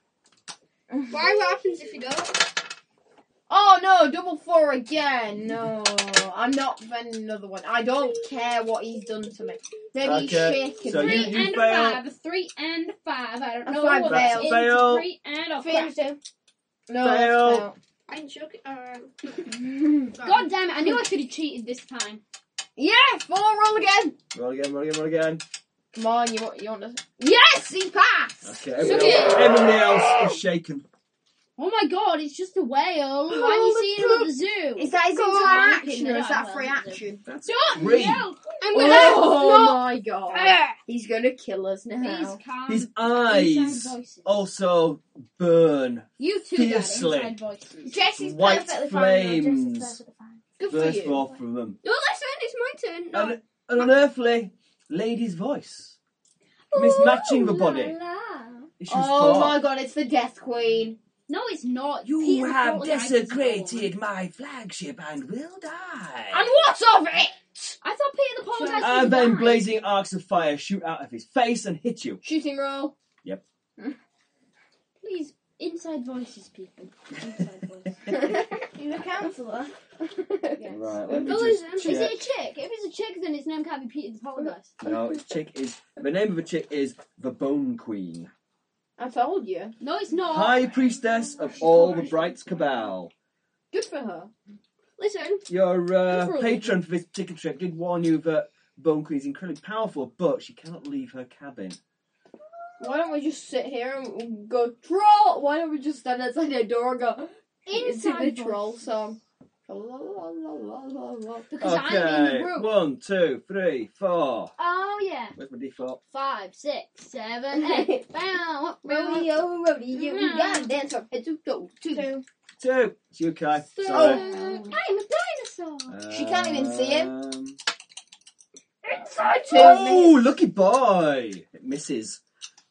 Why? What happens if you don't? Oh no, double four again. No, I'm not spending another one. I don't care what he's done to me. Maybe Okay, he's shaking so me. Three you- you and fail. five. A three and a five. I don't A know five what's fail. into Fail. three and a Fail. five. no, fail. that's I didn't shook it. Alright. fail. God damn it! I knew I could have cheated this time. yeah, four roll again. Roll again, roll again, roll again. Come on, you want you want to? Yes, he passed. Okay, Suck everybody else, everybody else is shaken. Oh my god, it's just a whale. Why do you see it at the zoo? Oh, Is that his Go entire on, action or no, is that I'm free not. action? Don't Three. yell. I'm gonna. Oh my god, Ah. he's gonna kill us Please now. calm. His inside eyes voices. Oh, also burn. You two got fiercely. inside voices. Jesse's White perfectly flames. fine. now. Jesse's perfectly fine. Good for Burst you. forth from them. No, listen, it's my turn. No. An, an unearthly lady's voice. Mismatching the body. Issues Oh forth. my god, it's the Death Queen. No, it's not. You Peter have Poltergeist is born. desecrated my flagship and will And die. what's of it? I thought Peter the Poltergeist was And then alive. blazing arcs of fire shoot out of his face and hit you. Shooting roll. Please, inside voices, people. Inside voices. You're a counsellor. Yes. Right, let me Oh, just is Is check. it a chick? If it's a chick, then its name can't be Peter the Poltergeist. No, its chick is the name of the chick is the Bone Queen. I told you. No, it's not. High priestess of all the Brights Cabal. Good for her. Listen, Your Good uh, for patron for this particular trip did warn you that Bone Queen is incredibly powerful, but she cannot leave her cabin. Why don't we just sit here and go troll? Why don't we just stand outside their door and go Inside into voices. the troll song? Five. Uh, Because I'm in the room. one, two, three, four. Oh yeah. Where's my default? Five, six, seven, eight. Bow, bow. Rodeo, rodeo, we Mm. gotta dance our heads to toe too. Two. It's you, Kai. Sorry. Oh. I'm a dinosaur. She can't even see him. Um, Inside two Oh, lucky boy! It misses.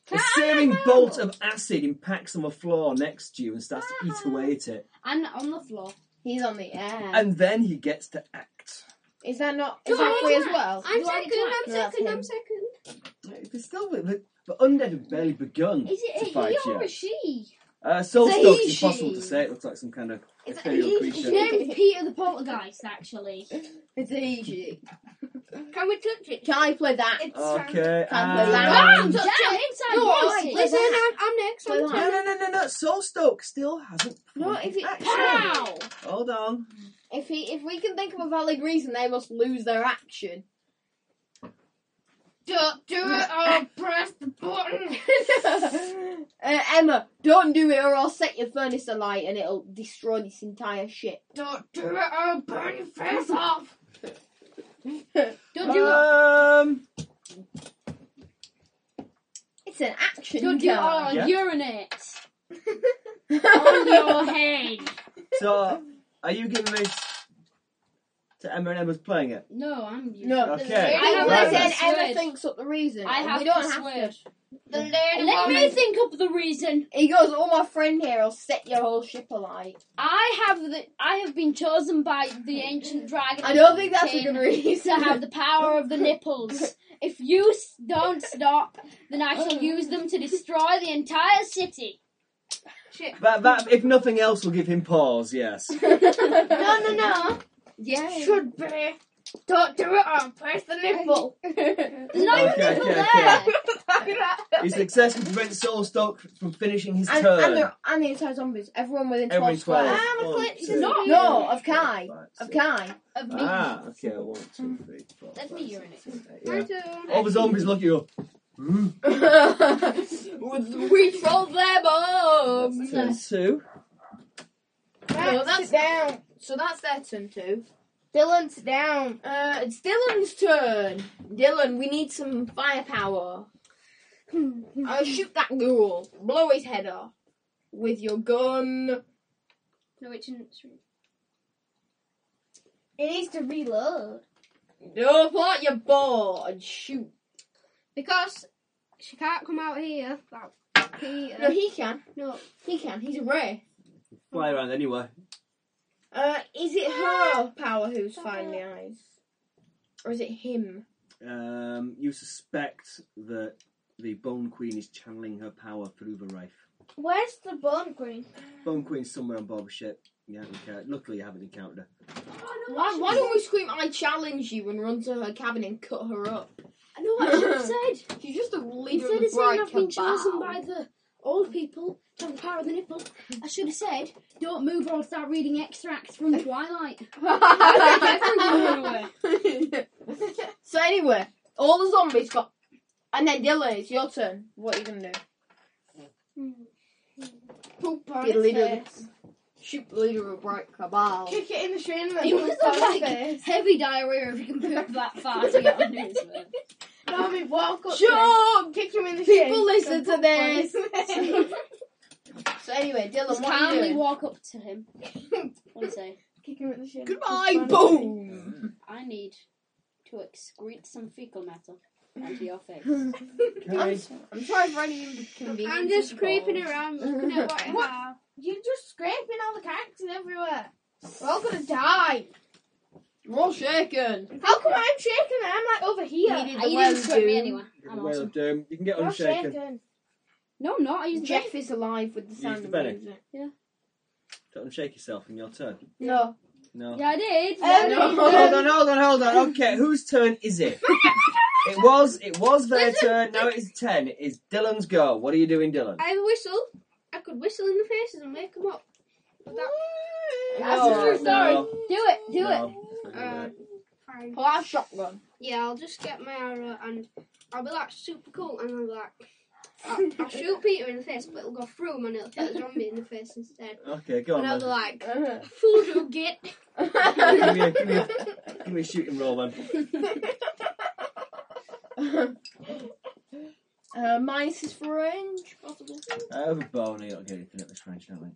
A Can I searing have my bolt own? of acid impacts on the floor next to you and starts to eat away at it. I'm not on the floor. He's on the air. And then he gets to act. is that not Do is that I free as attack? well? I'm Do I second, I'm attack? No, second, I'm that's second. It's still the, the undead have barely begun Is to it a fight he you. or a she? Uh, Soul It's a Stoke's he, impossible she. to say. It looks like some kind of It's a ethereal he, His creature. she. name's Peter the Poltergeist, actually. It's easy. Can we touch it? Can I play that? It's Okay. Can't and- um, play that. Calm down, touch inside No, I voices. like Listen, I'm, I'm next. Play I'm that. No, no, no, no, no. Soulstoke still hasn't. No, performed if it- action. Pow! Hold on. If he, if we can think of a valid reason, they must lose their action. Don't do it. Oh, press the button. uh, Emma, don't do it, or I'll set your furnace alight and it'll destroy this entire ship. Don't do it. Oh, burn your face off. Don't do it. Um, It's an action Don't do it. card. Yeah. Oh, urinate on your head. so, are you giving this to Emma and Emma's playing it? No, I'm no, Okay. the I lady have right to then switch. Emma thinks up the reason. I have we don't to have switch. to. The Let me think up the reason. He goes, "Oh, my friend here, I'll set your whole ship alight." I have the I have been chosen by the ancient dragon. I don't think that's a King good reason. to have the power of the nipples. If you s- don't stop, then I shall use them to destroy the entire city. That, that, if nothing else, will give him pause. Yes. no, No, no, no. Yeah. Should be. Don't do it on Where's the nipple? There's not even Okay, people okay, there. okay. His success can prevent Soulstock from finishing his and, turn. and, they're, and the entire zombies. Everyone within 12 Every squares. 12. Ah, I'm a glitch. No, no, of Kai. Of Kai. Of me. Ah, okay, one, two, three, four. Let five, me six, urinate. seven, eight, My yeah. turn. All the zombies look at you. Hmm. we trolled them up. That's turn two. No, Right, that's sit down. So that's their turn too. Dylan, sit down. Uh, it's Dylan's turn. Dylan, we need some firepower. Uh, shoot that ghoul. Blow his head off with your gun. No, it didn't. Sorry. It needs to reload. Dope out your bow and shoot. Because she can't come out here. Well, here. No, he can. no. He can. He's a ray. Fly around anyway. Uh, is it her power who's finding the eyes, or is it him? Um, you suspect that the Bone Queen is channeling her power through the Wraith. Where's the bone green? Bone Queen's somewhere on Bob's ship. You haven't encountered. Luckily, you haven't encountered her. Why, why don't we scream, I challenge you, and run to her cabin and cut her up? I know what I should have said. She's just a leader Instead of of the saying bride I've been chosen cabal. by the old people to have the power of the nipple, I should have said, don't move or I'll start reading extracts from Twilight. so anyway, all the zombies got, and then Dylan, it's your turn. What are you gonna do? Hmm. Poop on Get a his leader of face. Shoot the leader of Bright Cabal. Kick it in the shin and then You put it look on his like- face. Heavy diarrhea if you can poop that far to get on news. No, I mean, walk up to Sure, him, kick him in the shin. people listen to this. this. So anyway, Dylan, Just what are you calmly doing? walk up to him. What do you say? kick him in the shin. Goodbye, boom. I need to excrete some fecal matter onto your face. I'm, I'm sorry for any inconvenience. I'm just creeping around looking at what I What? have. You're just scraping all the characters everywhere. We're all gonna die. We're all shaken. How come I'm shaking and I'm like over here? Needed Are the you well didn't scream me doing. anyway. I'm Well awesome. done. You can get You're unshaken. shaking. No, I'm not. I used Jeff is alive with the Use sound the of belly. music. Don't unshake yourself in your turn. No. No. Yeah, I did. Um, Yeah, I no. did. Hold on, hold on, hold on. Okay, whose turn is it? It was it was their turn. Now it's ten. It's Dylan's go. What are you doing, Dylan? I have a whistle. I could whistle in the faces and wake them up. But that That's a true story. Oh, no, Do it. Do no, it. that's not Uh, gonna do it. fine. Pull out a shotgun. Yeah, I'll just get my arrow and I'll be like super cool and I'll be like. I'll, I'll shoot Peter in the face, but it'll go through him and it'll hit the zombie in the face instead. Okay, go on. and I'll Then. be like, fool you get. Yeah, give, me a, give, me a, give me a shooting roll, then. Uh, minus is for range, possibly. I have a bone. You don't get anything at this range, don't we?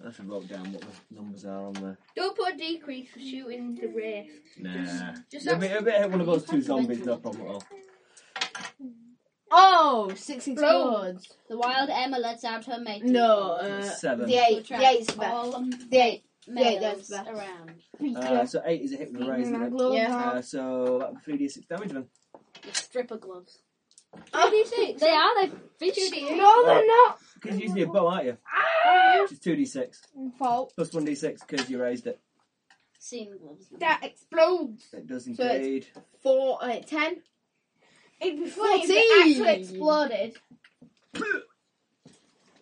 I have to write down what the numbers are on there. Don't put a decrease for shooting the wraith. Nah. Just It'll be, it'll be one of those two zombies, no problem at all. Oh, six explodes. The wild Emma lets out her mate. No, uh, Seven. the eight. The eight's better. All The eight. Yeah, that's males best. around. Uh, so eight is a hit with a raise, isn't it? Yeah. Uh, so that'd be 3d6 damage then. The stripper gloves. Oh, They are. They fidget. No, they're not. Because you're using your bow, aren't you? Oh, Which is 2d6. Fault. Plus 1d6 because you raised it. Seeing gloves. That explodes. It does So it's- indeed. four, uh, ten. It'd be funny if it Fourteen. actually exploded.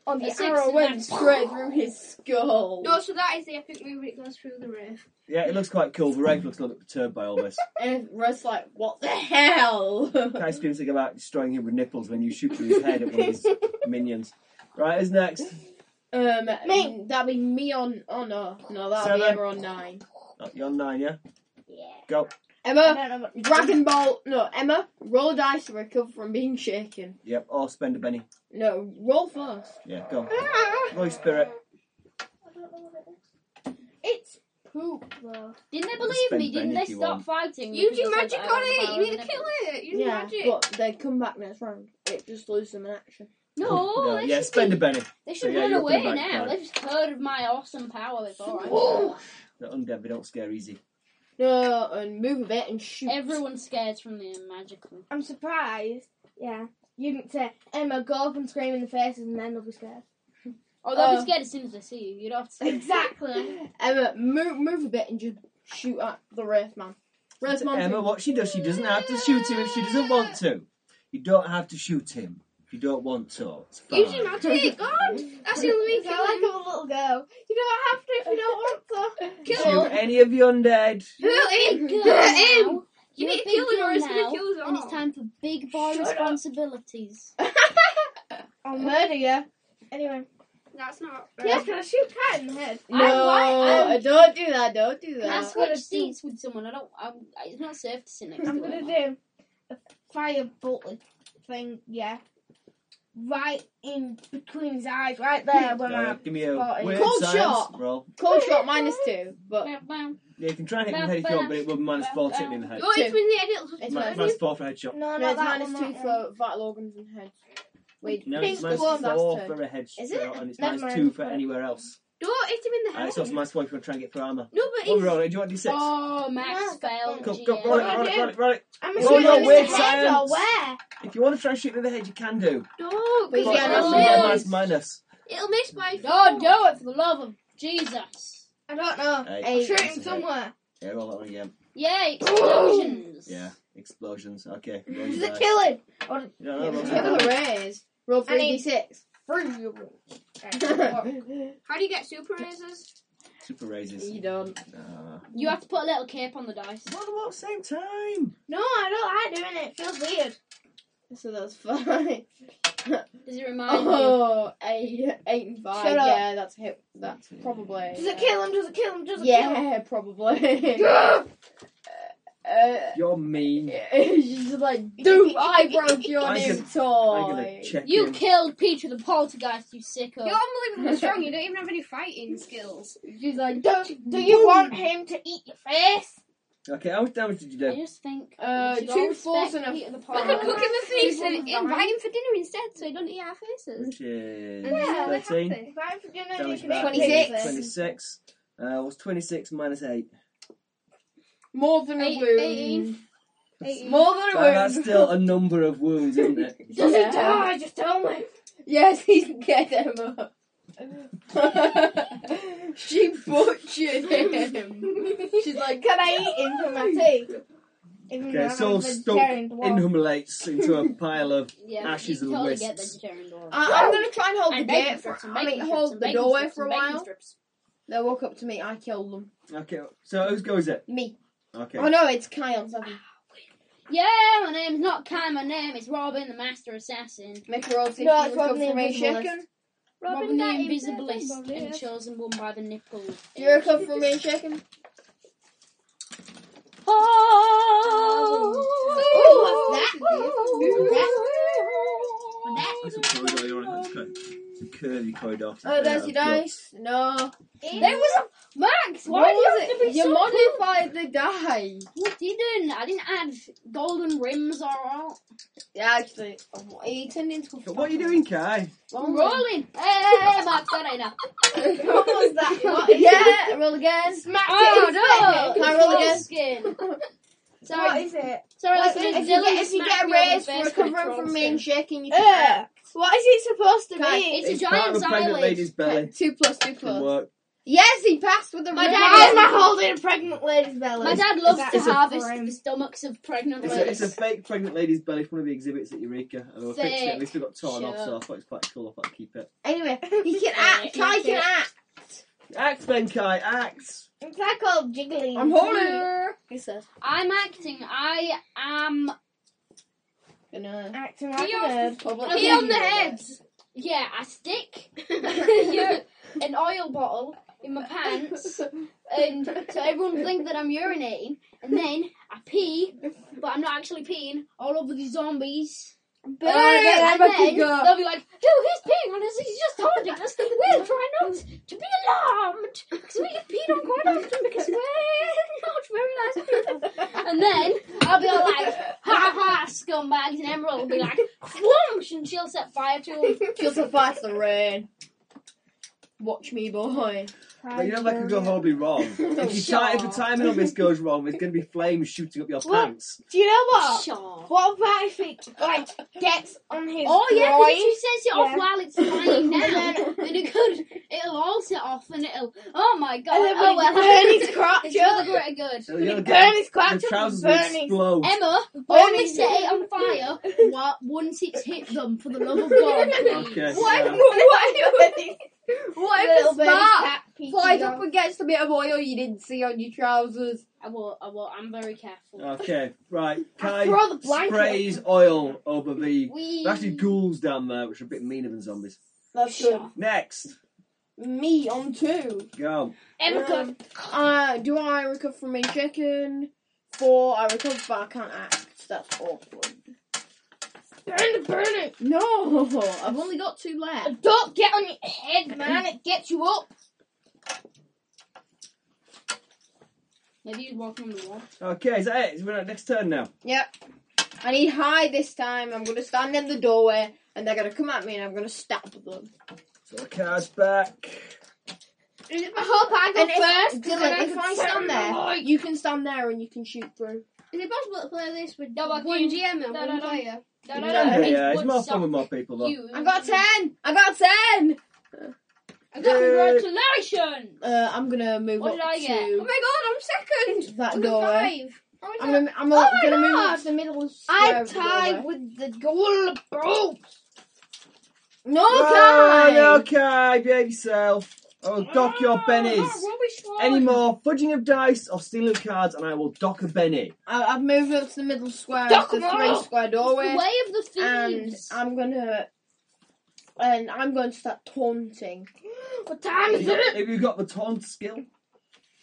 On the the arrow arrow went straight through his skull. No, so that is the epic move. It goes through the wraith. yeah, it looks quite cool. The Wraith looks a little bit perturbed by all this. And Russ like, what the hell? Kai screams something about destroying him with nipples when you shoot through his head at one of his minions. Right, who's next? um, Me. that'd be me on. Oh no, no, that'd be Seven. Emma on nine. Oh, you're on nine, yeah? I Emma, don't know what- Dragon Ball. No, Emma, roll dice to recover from being shaken. Yep, or spend a penny. No, roll first. Yeah, go. Ah, Roy Spirit. It's poop, though. Didn't they Spend believe me? Didn't money they if you stop want. fighting? me Use because your I magic said on I it. had You the need to kill power it. Use your Yeah, magic. but they come back next round. It just loses them an action. of the nipple? No, they yeah, should spend be- a penny. They So, should yeah, run you're away pretty much now. fine. They've just heard of my awesome power before. I Whoa. The undead, they don't scare easy. No, and move a bit and shoot. Everyone's scared from the magical. I'm surprised. Yeah. You didn't say, Emma, go up and scream in the faces and then they'll be scared. Oh, they'll Uh, be scared as soon as they see you. You don't have to. Exactly. Emma, move, move a bit and just shoot at the Wraith Man. Wraith Man. Emma, what she does, she doesn't have to shoot him if she doesn't want to. You don't have to shoot him if you don't want to. It's fine. Use your magic, God. That's the only way you I like kill him. a little girl. You don't have to if you don't want to. Shoot any of the undead. Hurt him. Girl Hurt him. now. You You're need a to big kill him or girl he's going now, to kill us all. And it's time for big boy Shut up. responsibilities. I'll murder you. Oh, Anyway. That's not uh, Yeah, right. can I shoot Cat in the head? No, uh, like- I'm- don't do that. Don't do Can I that. switch seats with someone? I don't. I'm, it's not safe to sit next to I'm them. gonna do a fire bolt thing, yeah. Right in between his eyes, right there when Uh, I give me a spotted. weird Cold science shot. roll. Cold shot minus two, but Bam, bam. Yeah, you can try and hit him in the head if you want, but it will be minus four to hit me in the head. Oh, it's been the edit. It's Mi- minus- minus four for headshot. No, no, no, it's that minus one, two that one. for vital organs and head. Wait, No, it's pink minus four one. That's for two. a headshot, Is it? and it's Never minus mind. two for anywhere else. Don't hit him in the Uh, head. it's also minus four if you want to try and get through armor. No, but What he's... roll it? Do you want d6? Oh, Max No, failed. Go, GM. go, roll it, Yeah. roll it, roll it, roll it. I'm Oh, assuming no, it's weird the head or science. where? If you want to try and shoot him in the head, you can do. No, But But you because yeah, can't it'll that's actually get minus minus. miss. minus. It'll miss by Don't four. do it for the love of Jesus. I don't know. Hey, Eight. Shoot that's a him hit. somewhere. Yeah, roll that one again. Yeah, explosions. Yeah, explosions. Okay. roll Does your it die. kill him? No, no, roll Check your on the die. rays. Roll I need- three d six. How do you get super razors? Super raises. You don't. Uh, You have to put a little cape on the dice. what, what, same time? No, I don't like doing it. It feels weird. So that's five. Does it remind you? Oh, eight, eight and five. Shut up. yeah, that's hit. That's probably. Does it kill him? Does it kill him? Does it kill him? Yeah, probably. uh, You're mean. she's just like, dude, I broke your I'm new gonna- I'm toy. gonna check You him. killed Peter the poltergeist, you sicko. You're unbelievably strong. You don't even have any fighting skills. She's like, Don't, do you want him to eat your face? Okay, how much damage did you I do? just think Uh, we should two all fours respect and a Peter the We could cook poltergeist. him a feast People and die. invite him for dinner instead so he doesn't eat our faces. Which is Yeah, they're 13. happy. If I'm for dinner, you Damage can back. eat Twenty-six. faces. 26. Uh, what's 26 minus 8? more than a Eight- wound. eight- eight- More than a Uh, wound. that's still a number of wounds, isn't it? Does Yeah. he die? Just tell me. Yes, he's dead, Emma. she butchered him. She's like, Can I eat him for my tea? Even though Okay, Soul I'm a Stunk vegetarian dwarf. inhumulates into a pile of. Yeah, Ashes you and totally get wisps. vegetarian door. I- I'm gonna try and hold the And bacon gate for. strips, and I mean, bacon strips, hold and the bacon doorway strips, for a and bacon while. strips. They walk up to me. I kill them. Okay, so whose goes it? Me. Okay. Oh no, it's Kion. Seven. Yeah, my name's not Kai, my name is Robin, the Master Assassin. Make a roll. see if No, you it's recover Robin the from your Invisible shaken. Robin, Robin the that Invisibilist, invisible and is. chosen one by the nipple. Do you recover from being shaken? Oh, what's that? That's a corridor you're on. Okay. It's a curvy corridor. Oh, there's your dice. No. There was a Max. Why do you was have to it? be You so modified the die. You didn't. I didn't add golden rims or all. Yeah, actually, oh, he turned into a. What are you doing, Kai? Oh. I'm rolling. Hey, Max, that ain't up. what was that? What? Yeah, roll again. Smacked Oh it. no! Can I roll Troll again? Skin. What Sorry, is it? sorry. Well, Listen, if, it's you Dylan get, if you smacked get a me over the raise face for with a recovering troll from being skin. shaken, you Uh, can what is it supposed to Can- be? It's a part giant of a pregnant xylem. lady's belly. act. Two plus, two Can plus. work. Yes, he passed with the My red dad one. Why is am I holding a pregnant lady's belly? My dad loves Is to that a harvest crime? the stomachs of pregnant It's a, it's ladies. a fake pregnant lady's belly from one of the exhibits at Eureka. And we fixing it. and We still got torn off, Sick. so I thought it was quite cool. I thought I'd keep it. Anyway, he can act. I can act. Act, Ben Kai, act! It's like called jiggling. I'm holding. He says. I'm acting. I am. Gonna. Acting like a You're- nerd. Public Pee on the head. Yeah, I stick you- an oil bottle in my pants, and so everyone think that I'm urinating, and then I pee, but I'm not actually peeing all over the zombies. Oh, then and Emma can then go. they'll be like, "Who is peeing on us? He's just holding us. We'll try not to be alarmed because we get peed on quite often because we're not very nice people." And then I'll be all like, "Ha ha, scumbags!" And Emerald will be like, "Whoosh!" and she'll set fire to them. She'll survive the rain. Watch me, boy. But you know that could go horribly wrong. If you try, if the timing on this goes wrong, it's going to be flames shooting up your What? pants. Do you know what? Sure. What about if it like gets on his Oh yeah, because if groin? she sets it off Yeah. while it's flying now, then it could, it'll all set off and it'll. Oh my god! and then oh when well, it burn his crotch it's not up, very good. So you'll burn get his the crotch up, trousers and will burn his explode. Emma, only Burning. set it on fire wa- once it's hit them, for the love of God. please. Okay. What, yeah. what, if- what if a little bit of spark cat pee flies on. up and gets a bit of oil you didn't see on your trousers? I will. I will. I'm very careful. Okay, right. Kai throw the blanket. sprays oil over the. we. They're actually ghouls down there, which are a bit meaner than zombies. That's good. Next, Me on two. go. Emma, go. Um, uh, do I recover from being shaken? Four, I recover but I can't act. That's awkward. burn it, burn it. No, I've only got two left. Don't get on your head, Mm-hmm. man. It gets you up. Maybe he's walking on the wall. Okay, is that it? We're at next turn now. I need high this time. I'm gonna stand in the doorway and they're gonna come at me and I'm gonna stab them. So the card's back. I hope I go And if, first. 'cause then Dylan, if can I set stand my there, light. you can stand there and you can shoot through. is it possible to play this with No, I one can- GM and no, one no, no. player? Da, da, da, Yeah, it yeah, it's would more fun suck with more people though. you. I got ten! I got ten! I got congratulations. Uh, I'm gonna move What up did I to get? Oh my god, I'm second. that Look at doorway. five. How much I'm is gonna, I'm Oh my gonna move God. up to the middle of I the tied doorway. with the gold rope. No, Right, Kai! okay, behave yourself. I will dock Ah, your bennies. Any more fudging of dice or stealing of cards, and I will dock a benny. I, I've moved up to the middle square, Duck the 'em three all. square The doorway, way of the and thieves. I'm gonna and I'm going to start taunting. What time Mm-hmm. Have is you got- it? have you got the taunt skill?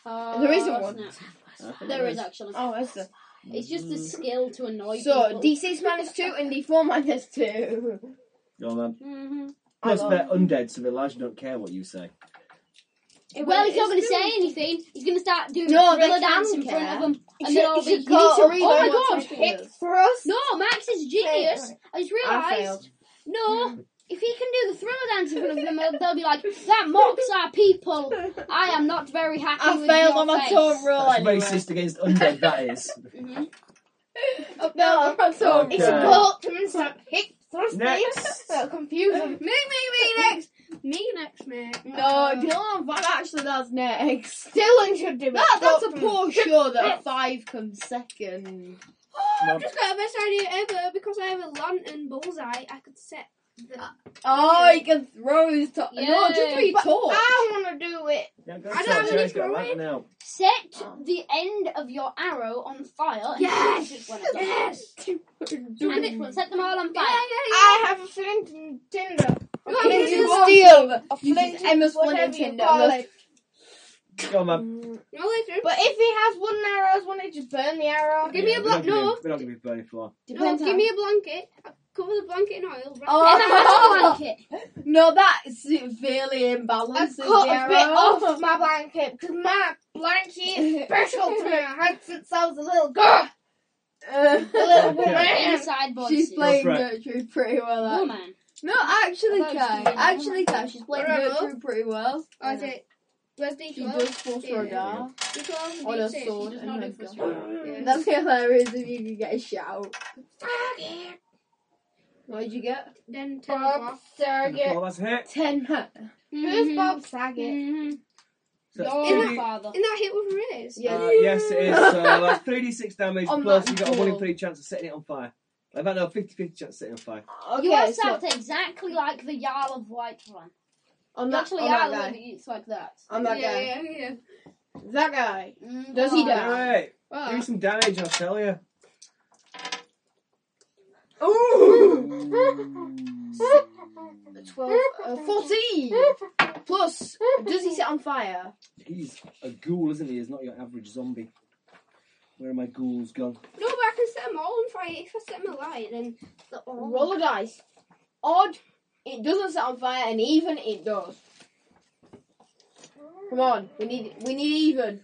Ah, Uh, There isn't one. snap. I think There is actually. Oh, is there? It's just a skill to annoy So people. D6 minus two and D4 minus two. Mm-hmm. Go on, then. hmm Plus, I they're undead, so they largely don't care what you say. well, he's not going to say anything. He's going to start doing No, a they thriller dance can in front of care. them, You and should- then I'll you be. should You need go some, read oh my what's god! happening. hit- for us. No, Max is genius. I just I realised. failed. Hmm. No, if he can do the thriller dance in front of them, they'll, they'll be like, "That mocks our people." I am not very happy I with failed your on my face. Mm-hmm. taunt roll That's anyway. racist against undead, that is. hmm I failed on my taunt Okay. It's a roll. gold and some hip thrust Next. So confusing. Me, me, me next. Me next, mate. Oh, No, Dylan, but actually that's next. Dylan should do it. That, that's a Gold- poor sure that a five comes second. I've just got the best idea ever because I have a lantern bullseye. I could set the. Oh, you can throw his top. No, just Yay. throw your torch. I want to do it. Yeah, go I don't tell have any Jerry's got a drawing. light now. Set Oh. the end of your arrow on fire. And Yes! shoot it when it's on. Yes! And it will set them all on fire. I have a flint and tinder. You Okay, You want you to can want- steal. A You flint just Emma and Flint whatever and you tinder. call it. Go on, man. No, listen. But if he has wooden arrows, won't he just burn the arrow? Give me a Yeah, we're not block- gonna- no. We're not going to be burning floor. No, Depends give how- me a blanket. Cover the blanket in oil. wrap Oh. it- Emma has a blanket. No, that severely imbalances I've the cut a bit arrow. off my blanket because my blanket is special to me. I had since I was a little girl. A little Okay. woman. Inside voices. She's playing Right. Gertrude pretty well. actually. Woman. No, actually, I thought it was Kai. gonna be a Actually, woman. Kai. She's playing Alright, well. Gertrude pretty well. Oh, is it? Where's the She 12? does full throw Yeah. down. The 12 and On a the six. sword does and not her do full gun. Yeah. That'd be hilarious if you could get a shout. Target. What did you get? Then 10 Uh, Bob off. Saget. Well, that's hit. Ten. ma- Mm-hmm. Who's Bob Saget? Mhm. So that's mm-hmm. Your three- father. Isn't that hit with Riz? Yeah. Uh, yes, it is. So that's 3d6 damage, On plus that you've got a 1 in ball. 3 chance of setting it on fire. I've had a 50 50 chance of setting it on fire. Okay, you are so sound exactly like the Jarl of Whiterun. on You that, actually on are that the one guy. that eats like that. On that yeah, guy. yeah, yeah. That guy. Mm, Does he God. die? Alright, do Well, some damage, I'll tell you. Twelve. Uh, Fourteen. Plus, does he set on fire? He's a ghoul, isn't he? He's not your average zombie. Where are my ghouls gone? no, but I can set them all on fire. If I set them alight, then the Roll a dice. Odd, it doesn't set on fire, and even, it does. Come on, we need we need even.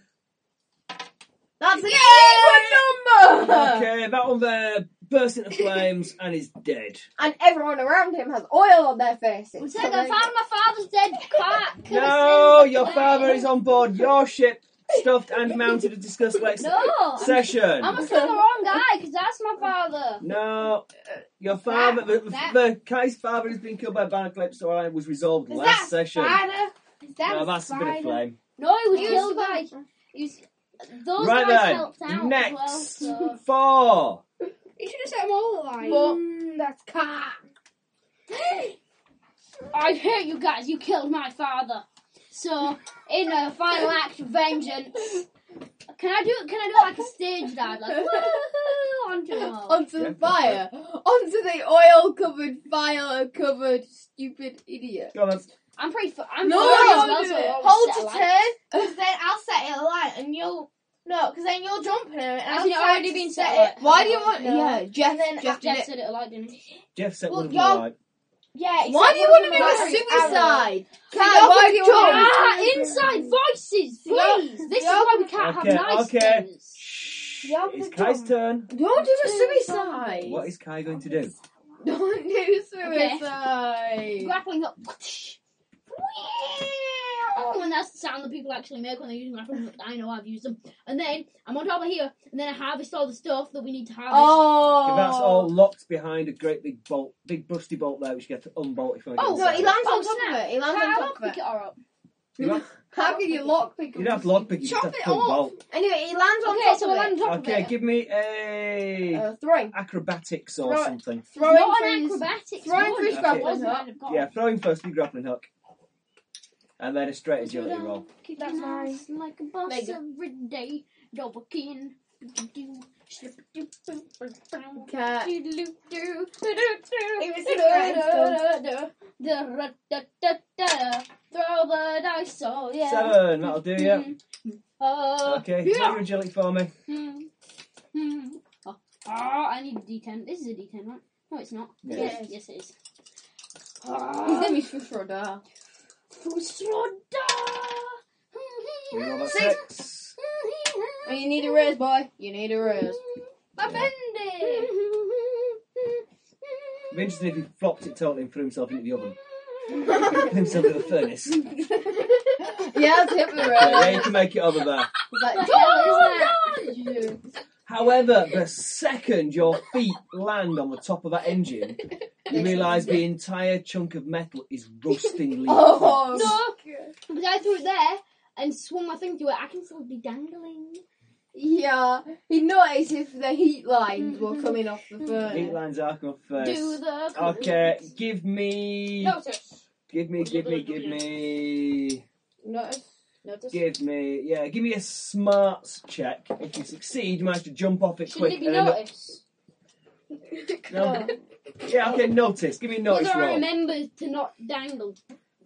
That's an even number. Uh. Okay, that one there bursts into flames and is dead. And everyone around him has oil on their faces. We said I found my father's dead cat. Can No, I sing the your play? father is on board your ship, stuffed and mounted to discuss next No, session. I must have the wrong guy because that's my father. No, uh, your father, the, that- the Kai's father has been killed by Barclay, so I was resolved Is last that session. Spider. Is that no, that's a bit of Spider? flame. No, he was You killed was by. He was, those right guys then, helped out next as well. So. four. You should have set them all alive. But Mm, that's cat. I hate you guys. You killed my father. So, in a final act of vengeance, can I do? Can I do like a stage dive, like woohoo onto him all? Onto Yeah, the that's right. fire. Onto the oil covered, fire covered, stupid idiot. Go on, that's- I'm pretty. fu- I'm No, furry don't as do well, it. so I'll Hold set a your light. turn, because then I'll set it alight and you'll. No, because then you'll jump in it. And Has I'll it try already to been set set it. alight? Why do you want? No. Yeah, Jeff. And then Jeff Jeff did it. said it like didn't he? Jeff set Well, one of y'all- them right. Yeah. it's Why like do you one want of to them do a arrows. suicide? So Kai, y'all why can do you jump. want? Ah, inside voices, Yeah. please. This is Yeah. why we can't Okay, have nice okay. things. Shh. Y'all It's can Kai's jump. turn. Don't do a suicide. What is Kai going to do? Don't do suicide. Grappling up. Oh, and that's the sound that people actually make when they're using grappling hooks. I know I've used them. And then I'm on top of here, and then I harvest all the stuff that we need to harvest. Oh. That's all locked behind a great big bolt, big busty bolt there, which you have to unbolt if I get No, Oh, inside. he lands on Oh, top of snap. it. He How lands on I'll top of pick it. it all up. You don't- How can you lock pick? you don't have to lockpick, you just Chop have to it pull off. bolt. Anyway, he lands on Okay, top so of we'll it. land on top Okay, of it. give me a Uh, throwing, acrobatics or Right. something. throwing, Not an freeze. acrobatics. Throwing one. freeze Okay. grappling Wasn't hook. I'd have got. Yeah, throwing first, you grappling hook, and then a straight agility roll. That's mine. Like a boss There you go. every day. Double kin. Do-do-do. Slip-a-do-boo-boo-bow. Cat. Do-do-do. It was threatened. Da-da-da-da-da. Throw the dice, oh yeah. Seven, that'll do you. Mhm. Oh, Okay, yeah. make your agility for me. Hmm. Hmm. Oh, ah, I need a D10. This is a D10, right? No, it's not. Is Yeah. it? Yes, it is. He's Ah, gonna be Shushrada. You roll a Six. six. Oh, you need a raise, boy. You need a raise. My bendy. It'd be interesting if he flopped it totally and threw himself into the oven. Threw himself into the furnace. yeah, that's hit with Yeah, a yeah, raise. you can make it over there. He's like, What the "Don't hell is that? you." However, the second your feet land on the top of that engine, you realise the entire chunk of metal is rustingly hot. Oh. No, because I threw it there and swung my thing to it. I can still be dangling. Yeah, he noticed if the heat lines were coming off the Eight furnace. lines are coming off Do first. the Okay, give me, No, sir. give me, give me, give me, Notice, notice. give me. Yeah, give me a smarts check. If you succeed, you manage to jump off it Shouldn't quick. it be and end up- noticed? No. Yeah, okay, notice. Give me a Because notice I roll. remember to not dangle.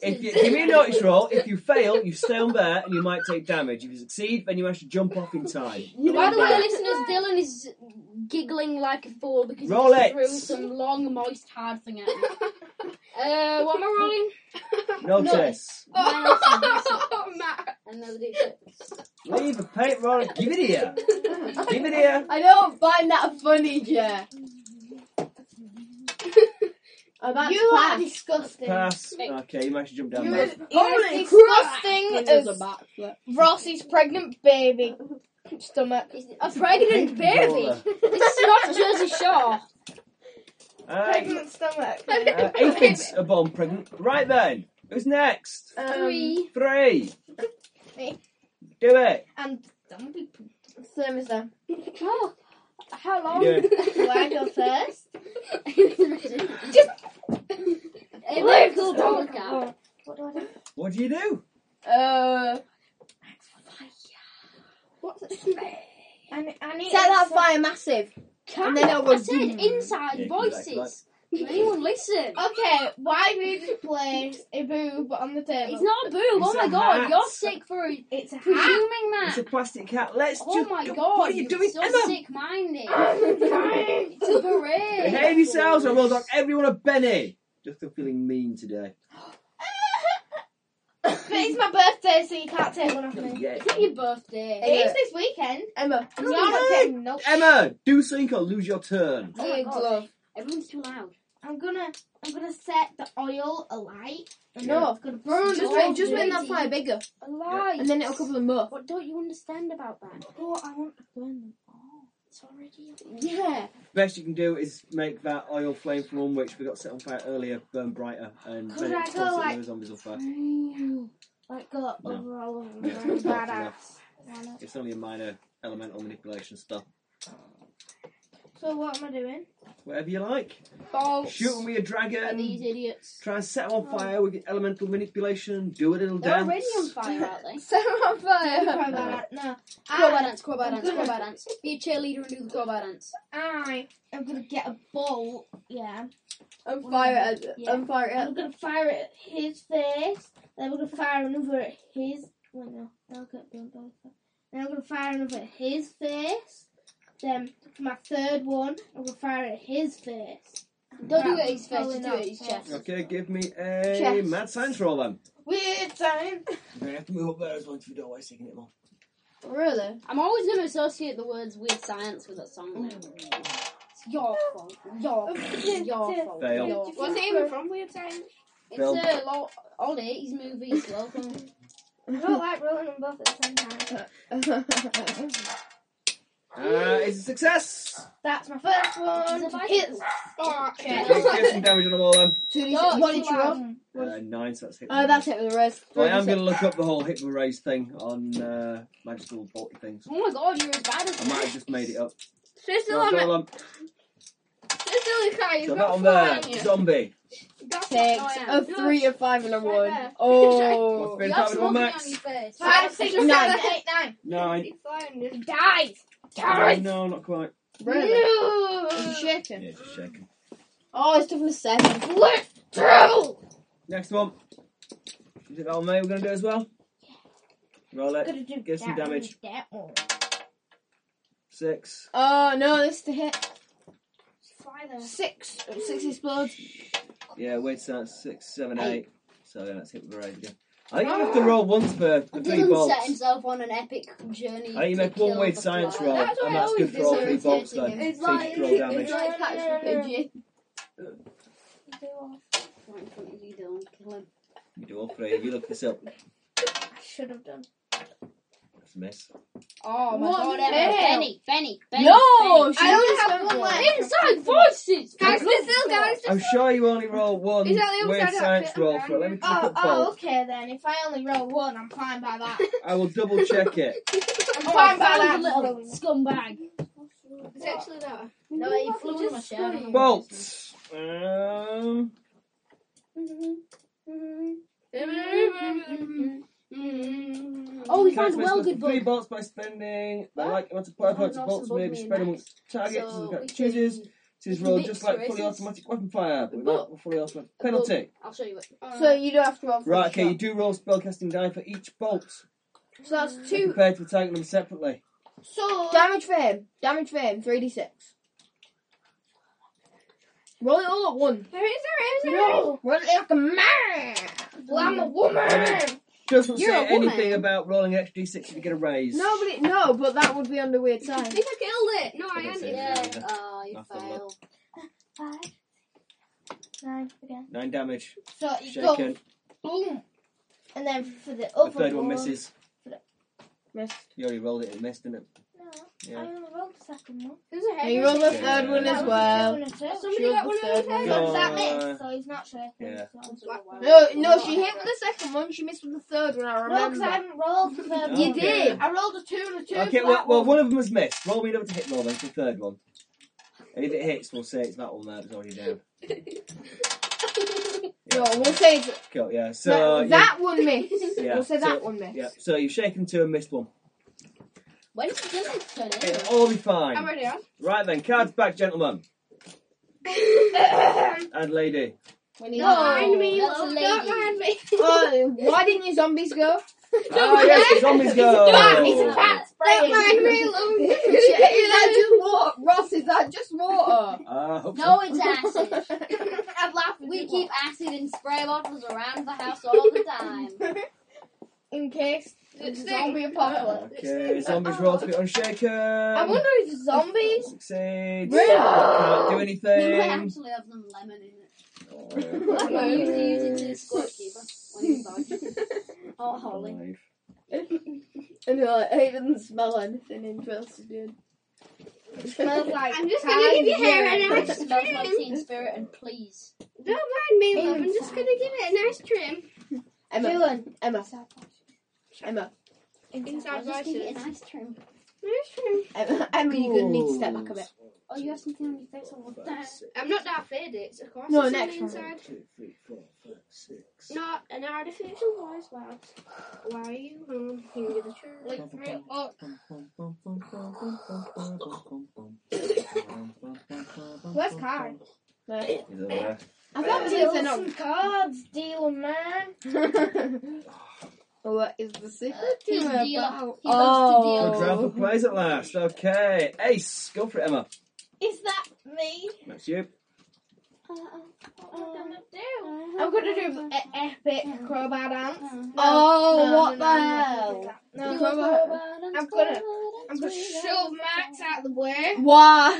If you, give me a notice roll. If you fail, you stay on there and you might take damage. If you succeed, then you manage to jump off in time. By the way, listeners, Dylan is giggling like a fool because Roll he it. just threw some long, moist, hard thing at me. uh, what am I rolling? Notice. Minus a D6. Matt. Another D6. Leave a paint roller. Give it here. Give it here. I don't find that funny, Jeff. oh, that's You are pass. disgusting. Pass. Okay, you managed to jump down You there. are Holy disgusting There's as backflip. Rossi's pregnant baby stomach. A pregnant baby. This is not Jersey Shore. Aye. Pregnant stomach. Uh, infants are born pregnant. Right then. Who's next? Um, Three. Three. Me. Do it. And don't be Same as them. Oh, how long? Yeah. Do I go first? A lyrical podcast. What do I do? What do you do? Uh, I, ne- I need set that to- fire massive. Can't. And then I'll go I said inside Yeah, exactly. voices. Will anyone listen? Oh, Okay, why have you just placed a boob on the table? It's not a boob. oh It's my a god, hat. you're sick for It's a hat. presuming It's that. a plastic hat. Let's Oh just. my go- god, What are you doing, so Emma? sick-minded. Sorry. It's a beret. Behave yourselves, or we'll knock everyone a Benny. Just for feeling mean today. but it's my birthday, so you can't take one off me. Yeah. It's not your birthday. Hey, It is this weekend. Emma, You're not Hey, getting no. Emma, do something or lose your turn. Oh my Hey, God. glove. Everyone's too loud. I'm gonna I'm gonna set the oil alight. Yeah. No, I've gonna burn Just the make, oil just make that really. fire bigger, alight. and then it'll cover them up. What don't you understand about that? Oh, I want to burn them. It's already. Yeah. Best you can do is make that oil flame from one which we got set on fire earlier burn brighter and Could then I it go, starts like- the zombies on fire. Like go No. over all of them. Yeah, it's not badass. It's only a minor elemental manipulation stuff. So what am I doing? Whatever you like. Bolts. Shoot 'em with a Are dragon. these Um, idiots? Try and set 'em on fire with your elemental manipulation. Do a little dance. fire, aren't they? Set them on fire. Cobra, no. Quabba I, dance, quabba dance, quabba dance. Be a cheerleader and do the quabba dance. I am gonna get a bolt. Yeah. And fire it. at- Yeah. And fire it. I'm at- gonna fire it at his face. Then we're gonna fire another at his. Wait, no, they'll get burnt by the fire. Then I'm gonna fire another at his face. Then my third one, I'm gonna fire at his face. Don't do That it at his face, one's just do it probably at his not chest. fair. Okay, give me a Chess. mad science roll then. Weird time. You're gonna have to move up there as well if you don't want taking it off. Really? I'm always going to associate the words weird science with that song. Though. It's your fault. Your fault. Your fault. Fail. Your fault. What's it even from? Weird science. It's Film. a lo- old 80s movie. It's local. I don't like rolling them both at the same time. Uh, it's a success. That's my first one. It's a Hit spark. Okay, Give some damage on them all then. Two D No, six. What two did you roll? thousand. Uh, nine, so that's hit. Oh, that's it with the rest. Well, I am going to look up the whole hit with raise thing on uh, magical bolty things. Oh my god, you're as bad as I might have just made it up. There's still No, on go it. on. There's still a guy. You've So that got on fly there, on you. zombie. That's Six, not- oh, yeah. a three, a five, and a one. there. Oh. What's been You have happening with smoking on your Max? face. Five, six, seven, Nine. eight, nine. Nine. It's fly on you. Dies. Oh, no, not quite. Really? No. He's shaking. Yeah, just shaking. Oh, it's definitely seven. Split through. Next one. Is it that one, mate? We're going to do as well? Roll it. Gonna do Get some that one, damage. That one. Six. Oh no, this is to hit. Fly there. Six. Six explodes. Yeah, wait, so that's six, seven, eight. So yeah, that's hit with raise again. I think you have to roll once for the three Dylan set bolts. himself on an epic journey. I think you to make one kill weighed the science fly. roll, That's what and I that's good always for all do, three it's bolts irritating then. him. So you just roll damage. It's like catch the pigeon. Do all- Right in front of you, Dylan. Kill him. You do all three. If you look this up, I should have done. that's a miss. Oh my What god, the Emma. hell? Benny, Benny, Benny. No, Benny. she only have one one left. left. Inside voices! Guys, there's still guys. I'm sure you only roll one Is that the other weird side of science it? roll for it. Let me click Oh, up oh, bolt. okay then. If I only roll one, I'm fine by that. I will double check it. I'm Oh, fine by found that. a little scumbag. It's actually that. No, he flew in my shadow. Oh, Bolts. Um, Oh, we can't found a miss well up to good Three book. bolts by spending. The What? like multiplier Oh, points no, of it's bolts above may me be and spread amongst targets. So and we the can- chooses. This we is can rolled mix just like fully races. automatic weapon fire, but But- without a fully automatic but- penalty. I'll show you it. So you don't have to roll. for Right, the okay, you do roll spellcasting die for each bolt. shot. So that's They're two Compared to taking them separately. So damage for him. Damage for him. Three D six. Roll it all at once. There is, there is, there is. no, run like a man. Well, I'm a woman. Doesn't You're say a woman. anything about rolling an extra d6 if you get a raise. No, but it, no, but that would be under weird I side. think I killed it. No, I Doesn't hadn't. say Yeah. anything either. Oh, you Nothing, look. failed. Five, nine again. Nine damage. So it Shaken. goes boom, and then for the The other third one one misses. Missed. You already rolled it and missed, didn't it? No, I Yeah. only rolled the second one. There's a And head. you rolled the Yeah. third one That as was well. Oh. the second one, I said. Somebody got one of those heads. Yeah. Does that Uh, miss? So he's not shaking. yeah. So- No, no, she hit with the second one. She missed with the third one. I No, remember. because I haven't rolled the third No. one. you Oh, Okay. did. I rolled a two and a two. Okay, for well, that well, one. one of them was missed. Roll me another hit roll then for the third one. And if it hits, we'll say it's that one there that's already down. Yeah, No, we'll say it's, cool, yeah. So, uh, no, you- that one missed. Yeah, We'll say so- that one missed. yeah, so you've shaken two and missed one. When did Dylan turn in? It'll all be I'm fine. ready. huh? Right then, cards back, gentlemen and lady. When he Don't mind me, That's a love. lady. Don't mind me. Oh, why didn't your zombies go? Oh, yes, the zombies go. Oh. Don't mind me, me, Is that just water? Ross, is that just water? Uh, hope No, so. it's acid. I'd laugh. if We it keep acid in spray bottles around the house all the time. In case It's the zombie apocalypse. Okay, zombies roll to be unshaken. was. I wonder if zombies. Succeed. Really? Can't do We might anything. actually have some lemon in Uh, I usually use it to the squad keeper when he's large. or Holly. five. And you're like, hey, it doesn't smell anything interesting. dude." smells like. I'm just gonna give you hair a It nice smells like trim. teen spirit and please. Don't mind me, love. I'm just gonna give it a nice trim. Emma. Dylan. Emma. Emma. Inside Just give it voices. a nice trim. Nice trim. Emma. Emma, you're going to need to step back a bit. Oh, you have something on your face. I love that. I'm not that faded. It's of course. No, it's on next the one. inside. Two, three, four, five, six. Not an artificial voice, lad. Why are you um, home? Give me the truth. Like three o'clock. Where's Karen? Right. He's over there. I can't believe they're not. some cards, deal man. what is the secret to Oh. He's her deal. bow? He loves to deal. Good round for plays at last. Okay. Ace. Go for it, Emma. Is that me? Um, That's you. What am I gonna do? I'm gonna do E- epic crowbar dance. Oh, No, what no, the no, hell? no, No, Crowbar- I'm gonna, I'm gonna shove Max out the way. Why?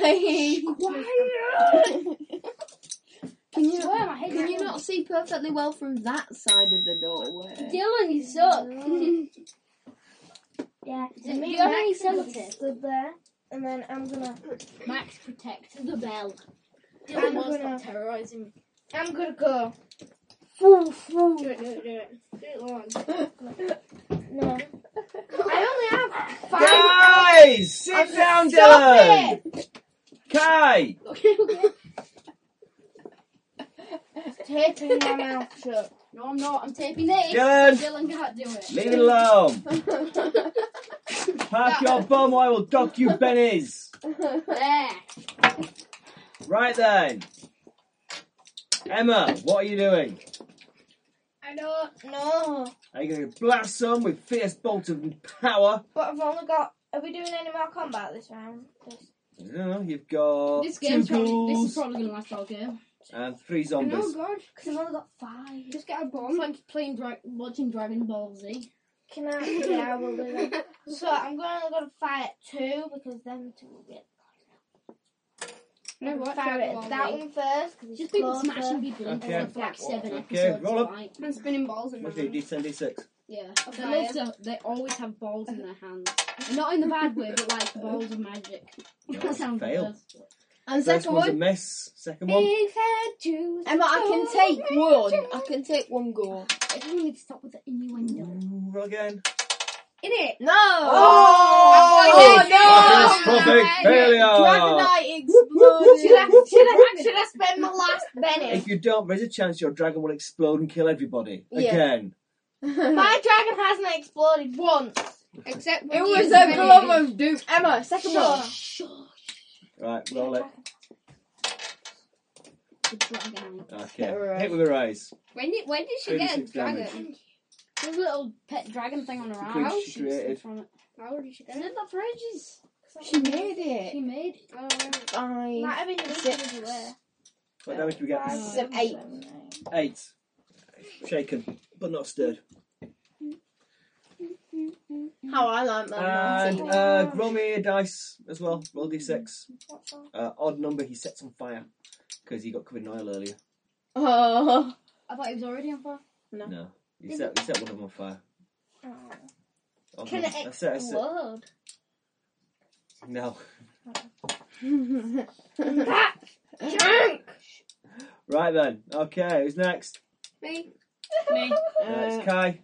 Can you Swear my head can is you on. not see perfectly well from that side of the doorway? Dylan, you suck. Yeah, Do you me have and any Max are gonna sellotape? stood there, and then I'm gonna, Max protect the bell. I'm Dylan wants gonna, to terrorise him. I'm gonna go. Do it, do it, do it. Do it long. No, I only have five. Guys, sit I'm- down, Stop Dylan. Kai. it! Taping my mouth shut. No, I'm not. I'm taping this. Dylan. Dylan can't do it. Leave it alone. Park your bum or I will dock you bennies. There. Right then. Emma, what are you doing? I don't know, Are you going to blast some with fierce bolt of power? but I've only got. Are we doing any more combat this round? This- No, you've got This two game's probably, this ghouls is probably going to last all game. and three Oh zombies. god. Cause I've only got five. Just get a It's bomb. like playing, dra- watching eh? Dragon Ball Z. Can I? Yeah, I will do that. So I'm gonna go to fire at two because them two will get. No, what? Fire Dragon at Ball that Z. one first because Just it's people closer. smashing people into Okay. stuff for like seven Okay, episodes. roll up. Right? And spinning balls in my What do you hand. do? D10, D6. Yeah. They, Okay. love to, they always have balls in their hands. And not in the bad way, but like balls of magic. that sounds fail. worse. And First second one's a one, miss. Second one. Eh. Emma, I can take one. I can take one go. Everyone needs to stop with the innuendo. Ooh, roll again. In it. No. Oh, Oh, That's no! perfect Oh. failure. Dragonite Should I, exploded. should, I, should I spend my last Benny? If you don't, there's a chance your dragon will explode and kill everybody Yeah. again. My dragon hasn't exploded once. Except It when you was spin a it. blow of doom. Emma, second one. Right, roll it. The dragon. Okay, Hit with a hit with a raise. When did, when did she get a 36 dragon? damage. The little pet dragon thing on her Good arm. she created. from it. How did she She get did it? that for ages. She made it. She made it. Oh, Five, Might have been the six, six. What damage do we get? Five, seven, six, eight. seven, eight. Eight. Shaken, but not stirred. How I like my And mountain. uh, roll me a dice as well. Roll d6. Mm-hmm. Uh, odd number, he sets on fire because he got covered in oil earlier. Oh. I thought it was already on fire. No. No, he set, he set one of them on fire. Odd Can number. Oh, it I set- I set- explode? No. That junk! Right then. Okay, who's next? me. Me. Uh, it's Uh, Kai.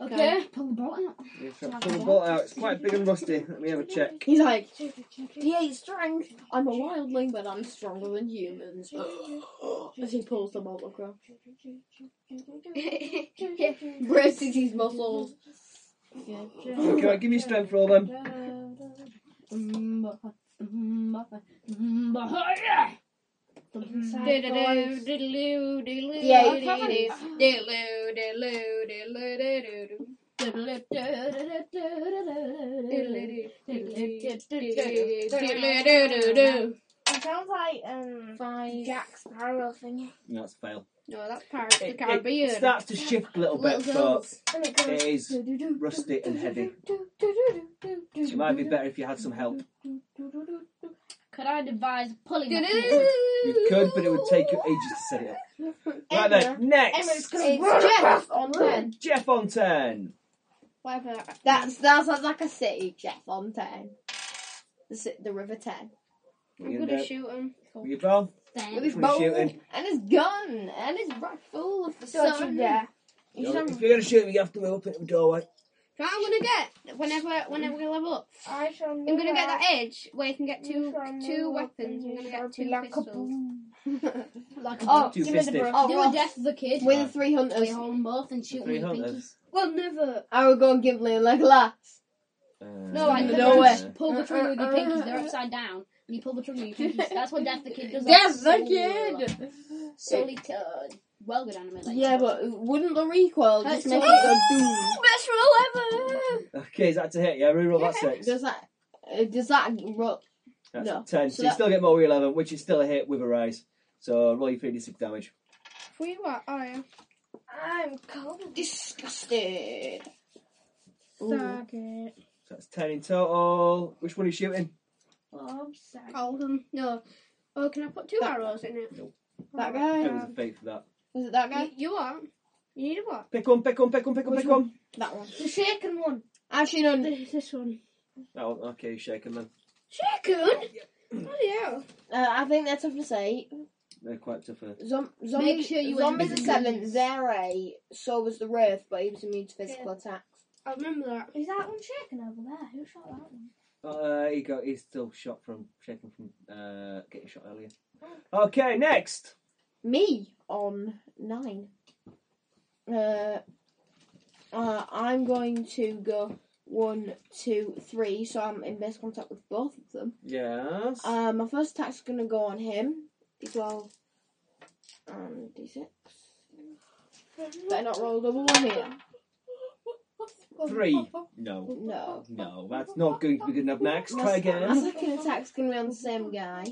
Okay. Okay. Pull the ball out. You have to Pull the bolt out. It's quite big and rusty. Let me have a check. He's like, D8 strength. I'm a wildling, but I'm stronger than humans. As he pulls the bolt across. Braces his muscles. Okay, give me strength roll then. It sounds like um Five. Jack Sparrow thingy. No, that's a fail. No, that's Pirates of the It, it Caribbean. starts to shift a little bit, but And it goes. it is rusty and heavy. It might be better if you had some help. Could I devise a pulling mechanism? You You could, but it would take you ages to say it. Right then, Emma's next, gonna it's Jeff on ten. Jeff on ten. Whatever. That's that sounds like a city, Jeff on ten. The ci- the river ten. You I'm gonna know- shoot him. You bow. With Then his Who's bow shooting? and his gun and his rifle of the Don't sun. you dare. You sound- If you're gonna shoot me, you have to move up into the doorway. So I'm gonna get whenever whenever we level up. I shall I'm I'm gonna get that edge where you can get two two weapons. I'm gonna get two pistols. like a Oh, Two give me the fisted. bro. do Oh, a death of the kid. We're the three We hunters. hold them both and shoot Three them with hunters. pinkies. Well, never. I will go and give Liam like last. Uh, No, like the No way. birds pull the trigger with your pinkies, they're upside down. And you pull the trigger with your pinkies. That's what Death the Kid does. Yes, like, the kid. Solely to well good anime. Like, Yeah, but wouldn't the recoil That's just make so- it go doom? Best roll ever. Okay, is that to hit? Yeah, reroll that six. Does that? uh, Does that? ro- That's no. ten. So, So you that- still get more with eleven, which is still a hit with a rise. So roll your three d six damage. Three what? Oh yeah. cold. Disgusted. Sag. So that's ten in total. Which one are you shooting? Oh, I'm sorry. Colden. No. Oh, can I put two arrows in it? There That guy. was a fate for that. Was it that guy? You, you what? You need a what? Pick one, pick one, pick one, pick one, Which pick one. That one. The shaken one. Actually, no. This, this one. That one. Oh, Okay, shaking them. Shaken? Bloody hell. Uh, I think they're tough to say. They're quite tough. eh? Zom- zombies, sure you zombies are aim for seven. zombies. They're eight. So was the wraith, but he was immune to physical attacks. I remember that. Is that one shaken over there? Who shot that one? Uh, he got. He's still shot from shaking from uh, getting shot earlier. Okay, next. Me on nine. Uh, uh, I'm going to go one, two, three. So I'm in base contact with both of them. Yes. Uh, my first attack's gonna go on him. D12 and D6. um, Better not roll double one here. Three. No, No. no, that's not good. We're gonna have next. Try My s- My again. second attack's gonna be on the same guy.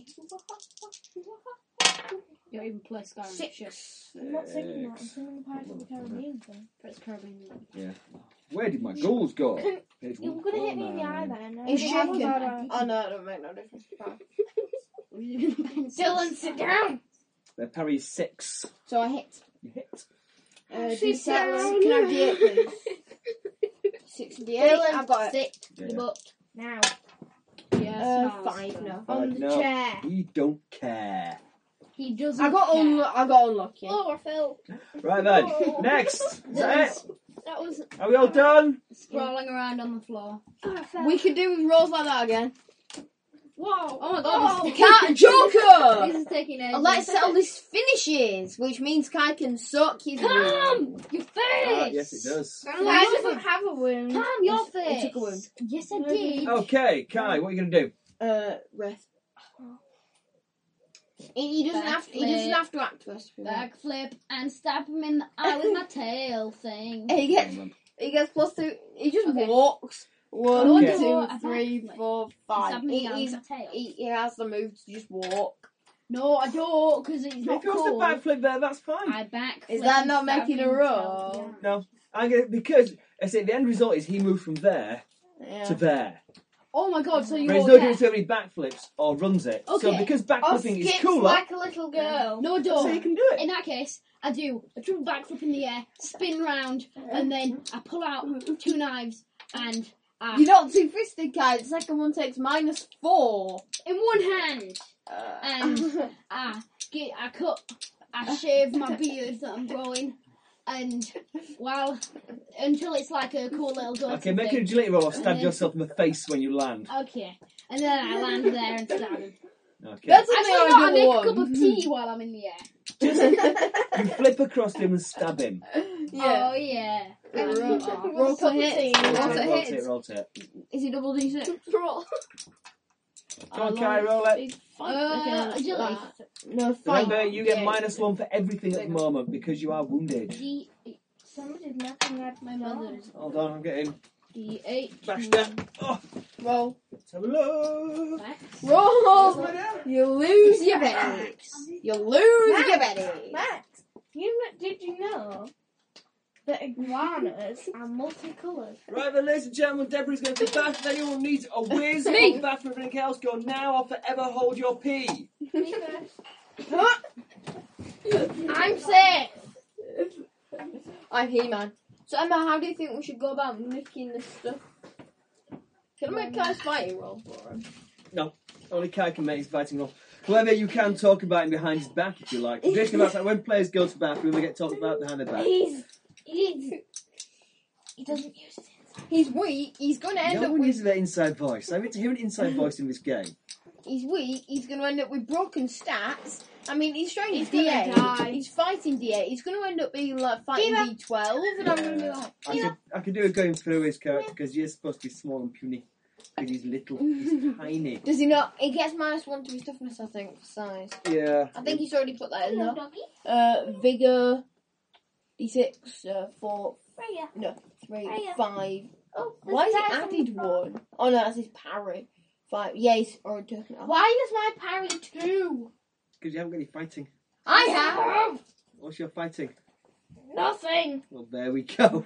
You don't even play Skyrim. Shit. I'm not singing that. I'm Six. singing the Pirates of the Caribbean thing. It's Caribbean. Where did my goals go? Can- Page Oh, You were gonna hit me in the eye then. then. He's I shaken. was alright. Oh no, it don't make no difference. Dylan, sit down. Their parry is six. So I hit. You hit. Uh, Sit D7. down. Can I have D8 please? Six and D8. Dylan, I've got it. sit Yeah. But, now. Yeah, uh, smiles. five now. Five, On the no. chair. We don't care. He doesn't. I got care. unlu- I got unlucky. Oh, I fell. Right then. Next. Is that it? That was. Are we all done? Rolling around on the floor. Oh, I fell. We could do with rolls like that again. Whoa. Oh my god, this is Cat Joker! This is taking ages. Let's settle this finishes, which means Kai can suck his Come! Your face! Ah, yes, it does. Sound Kai like- doesn't have a wound. Come, your It- it face! took a wound. Yes, I did. Okay, Kai, what are you gonna do? Uh, rest. He, he doesn't have. He doesn't have to act first. Oh. Backflip and stab him in the eye with my tail thing. He gets. He gets plus two. He just Okay. walks. I One, wonder two, what- three, like, four, Stab five. him in the He, eye with he's, my tail. he, he has the move to just walk. No, I don't, because it's not If you cool. want to backflip there, that's fine. I backflip. Is that and not stab making a him roll? in the eye. No, I'm gonna because I say the end result is he moved from there Yeah. to there. Oh my god, so But he's you're not doing so many backflips or runs it. So Okay. because Oh, Or backflipping is skips cooler, like a little girl. No, I so you don't. can do it. In that case, I do a triple backflip in the air, spin round, and then I pull out two knives and I You're not two fisted, Kai. The second one takes minus four. in one hand Uh, and I get I cut I shave my beard that I'm growing and well until it's like a cool little goatee Okay, make an thing. agility roll or stab Mhm. yourself in the face when you land. Okay. And then I land there and stab him. Okay. That's Actually, something no, I make a I cup of tea while I'm in the air. You flip across him and stab him. yeah. Oh yeah. Roll- Oh, oh. roll to hit. Rotate, Roll to hit. rotate, rotate. Is he double D six? Come on, Kai, roll it. Uh, agility. No, fight. Remember, you get Yeah. minus one for everything at the moment because you are wounded. D E, eight. Somebody did nothing like My mother's Hold on, I'm getting D eight. bashed up. Oh, Roll. let's have a look. Roll. You lose your betty. You lose your betty. Max, you kn- did you know The iguanas are multicoloured. Right then, ladies and gentlemen, Deborah's going to the bath. If anyone needs a whiz or Me. a bath or anything else, go now or forever hold your pee. I'm safe. I'm He-Man. So Emma, how do you think we should go about nicking this stuff? Can I make Kai's fighting roll for him? Only Kai can make his fighting roll. However, you can talk about him behind his back if you like. Traditionally, that's like when players go to the bathroom, they get talked about behind their back. He's he's he doesn't use it. He's weak. He's gonna end No up one with. uses their inside voice. I need to hear an inside voice in this game. He's weak. He's gonna end up with broken stats. I mean, he's trying He's gonna die. D8. He's fighting D8. He's gonna end up being like fighting Give D12, and I'm gonna be Yeah. like, I could, I could do it going through his character because you're supposed to be small and puny. Because he's little, he's tiny. does he not? He gets minus one to his toughness, I think, for size. Yeah. I think he's already put that in Hello, there. doggy. Uh, vigor, D6, uh, four, Freya. three, Hiya. five. Oh, this Why is is it actually added from- one? Oh no, that's his parry. Five. Yeah, he's already taken it off. Why is my parry two? Because you haven't got any fighting. I have. What's your fighting? Nothing. Well, there we go.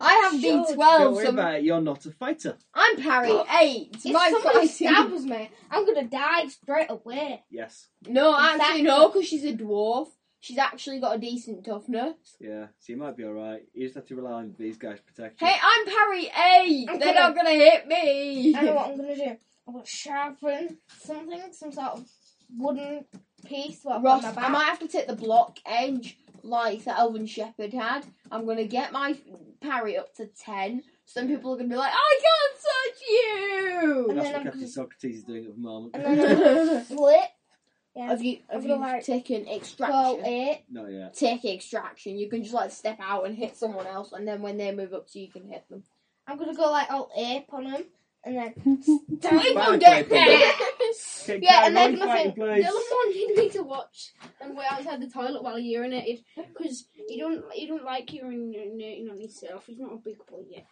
I have Sure, Don't D12. worry So about it, you're not a fighter. I'm parry eight. If my someone fighting. stabs me, I'm gonna die straight away. Yes. No, Exactly. actually no, because she's a dwarf. She's actually got a decent toughness. Yeah, so you might be alright. You just have to rely on these guys' protection. Hey, I'm parry eight. I'm They're gonna- not gonna hit me. I know what I'm gonna do. I'm gonna sharpen something, some sort of wooden piece. What, Ross, on my I back. might have to take the block edge like that Elven Shepherd had. I'm gonna get my parry up to ten. Some people are gonna be like, That's I can't And then what I'm Captain gonna- Socrates is doing at the moment. And touch then you. Slit. Yeah. Have you have I'm you gonna, like, taken Well, extraction? it. Not yet. eh, Take extraction. You can just like step out and hit someone else, and then when they move up to you, you can hit them. I'm gonna go like all ape on him, and then stab Fire dead. clay, please. Okay, Yeah, and Kai, roll then your nothing- fighting, Dylan please. wanted me to watch and wait outside the toilet while he urinated because he don't he don't like urinating on himself. He's not a big boy yet.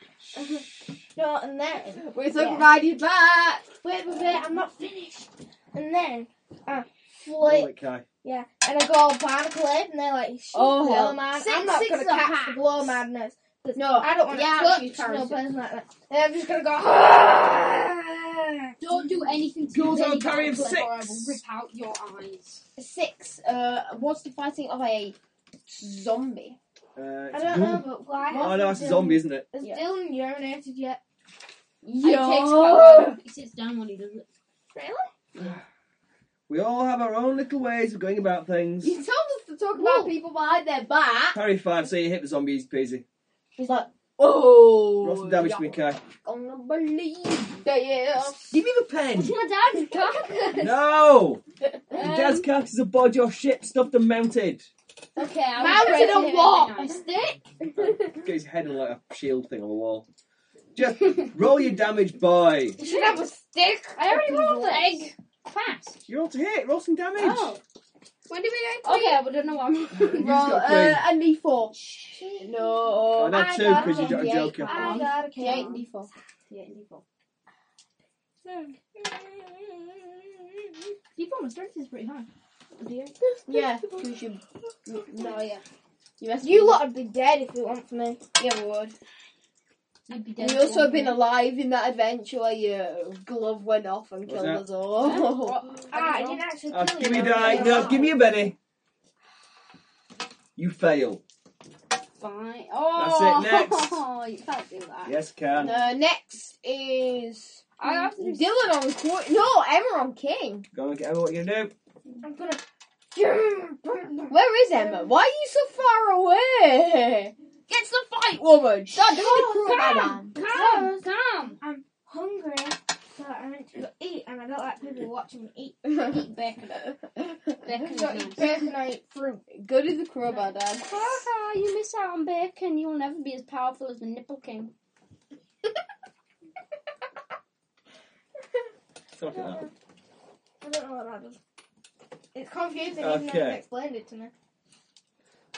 No, and then We're so Yeah. glad you're back. wait, wait, wait, I'm not finished. And then uh, I Roll flip, it, Kai. yeah, and I go all barnacled, and they're like, "Shoot, Oh, blow hell. man, Six I'm not gonna sixes are catch the packed. blow madness. 'cause No, I don't want to yeah, she's touch no parasitic. person like that. And I'm just gonna "Ah!" go Don't do anything to Goes me, on a parry of Clifford, or I will six. rip out your eyes. Six. Uh, what's the fighting of a zombie? Uh, I it's don't good. know, but why? Oh no, it's a hasn't zombie, Dylan- isn't it? Has Yeah. Dylan urinated yet? It takes quite a Yo. while. He sits down when he does it. Really? We all have our own little ways of going about things. You told us to talk about people behind their back. Parry five, so you hit the zombies, peasy. He's like, oh. Roll some damage for me, you're Kai. gonna believe it. Give me the pen! My dad's dog. No! Your Um, dad's cat is aboard your ship, stuffed and mounted. Okay, I'm Mounted trying to on hit what? everything. Get his head on like a shield thing on the wall. Just roll your damage, boy. You should have a stick. I already rolled the egg. Fast. You're all to hit. Roll some damage. When did we go? Okay, but I don't know what I'm. You Roll just got three. uh, a d4. I No. know I two got because you got a D8. joker. I got a D8 count. and d4. D8 and d4. People, my strength is pretty high. Yeah, because you. No, yeah. You messed You up. lot would be dead if it weren't for me. Yeah, we would. I'd be dead. We also soon. have been alive in that adventure where your glove went off and What's killed us all. Ah, I didn't actually Ah, kill give you. me a I was die. like, No, wow. give me a penny. You fail. Fine. it, next. Oh, you can't do that. Yes, can. Uh, next is I have to do Dylan on Qu- no Emma on King. Go and get Emma what you're going to do. I'm gonna. Where is Emma? Why are you so far away? Get to the fight, woman. Start doing the Oh, program. Come, come. I'm hungry, so I went to go eat, and I don't like people watching me eat. Eat bacon. Bacon I is don't eat nice. bacon, I eat fruit. Go to the crowbar, Dad. Ha you miss out on bacon. You'll never be as powerful as the Nipple King. Stop it now. I don't know what that is. It's confusing, even though Okay. you've explained it to me.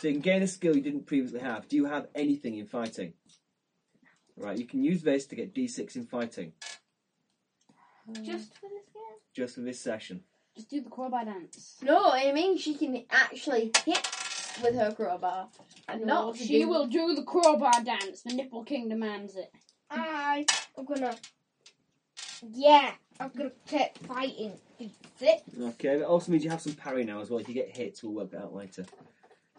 So you can gain a skill you didn't previously have. Do you have anything in fighting? Right, you can use this to get D6 in fighting, Just for this game. just for this session. Just do the crowbar dance. No, I mean she can actually hit with her crowbar. And No, what to she do- will do the crowbar dance. The nipple king demands it. I am gonna. Yeah, I'm gonna keep fighting. That's it. Okay, that also means you have some parry now as well. If you get hit, we'll work it out later.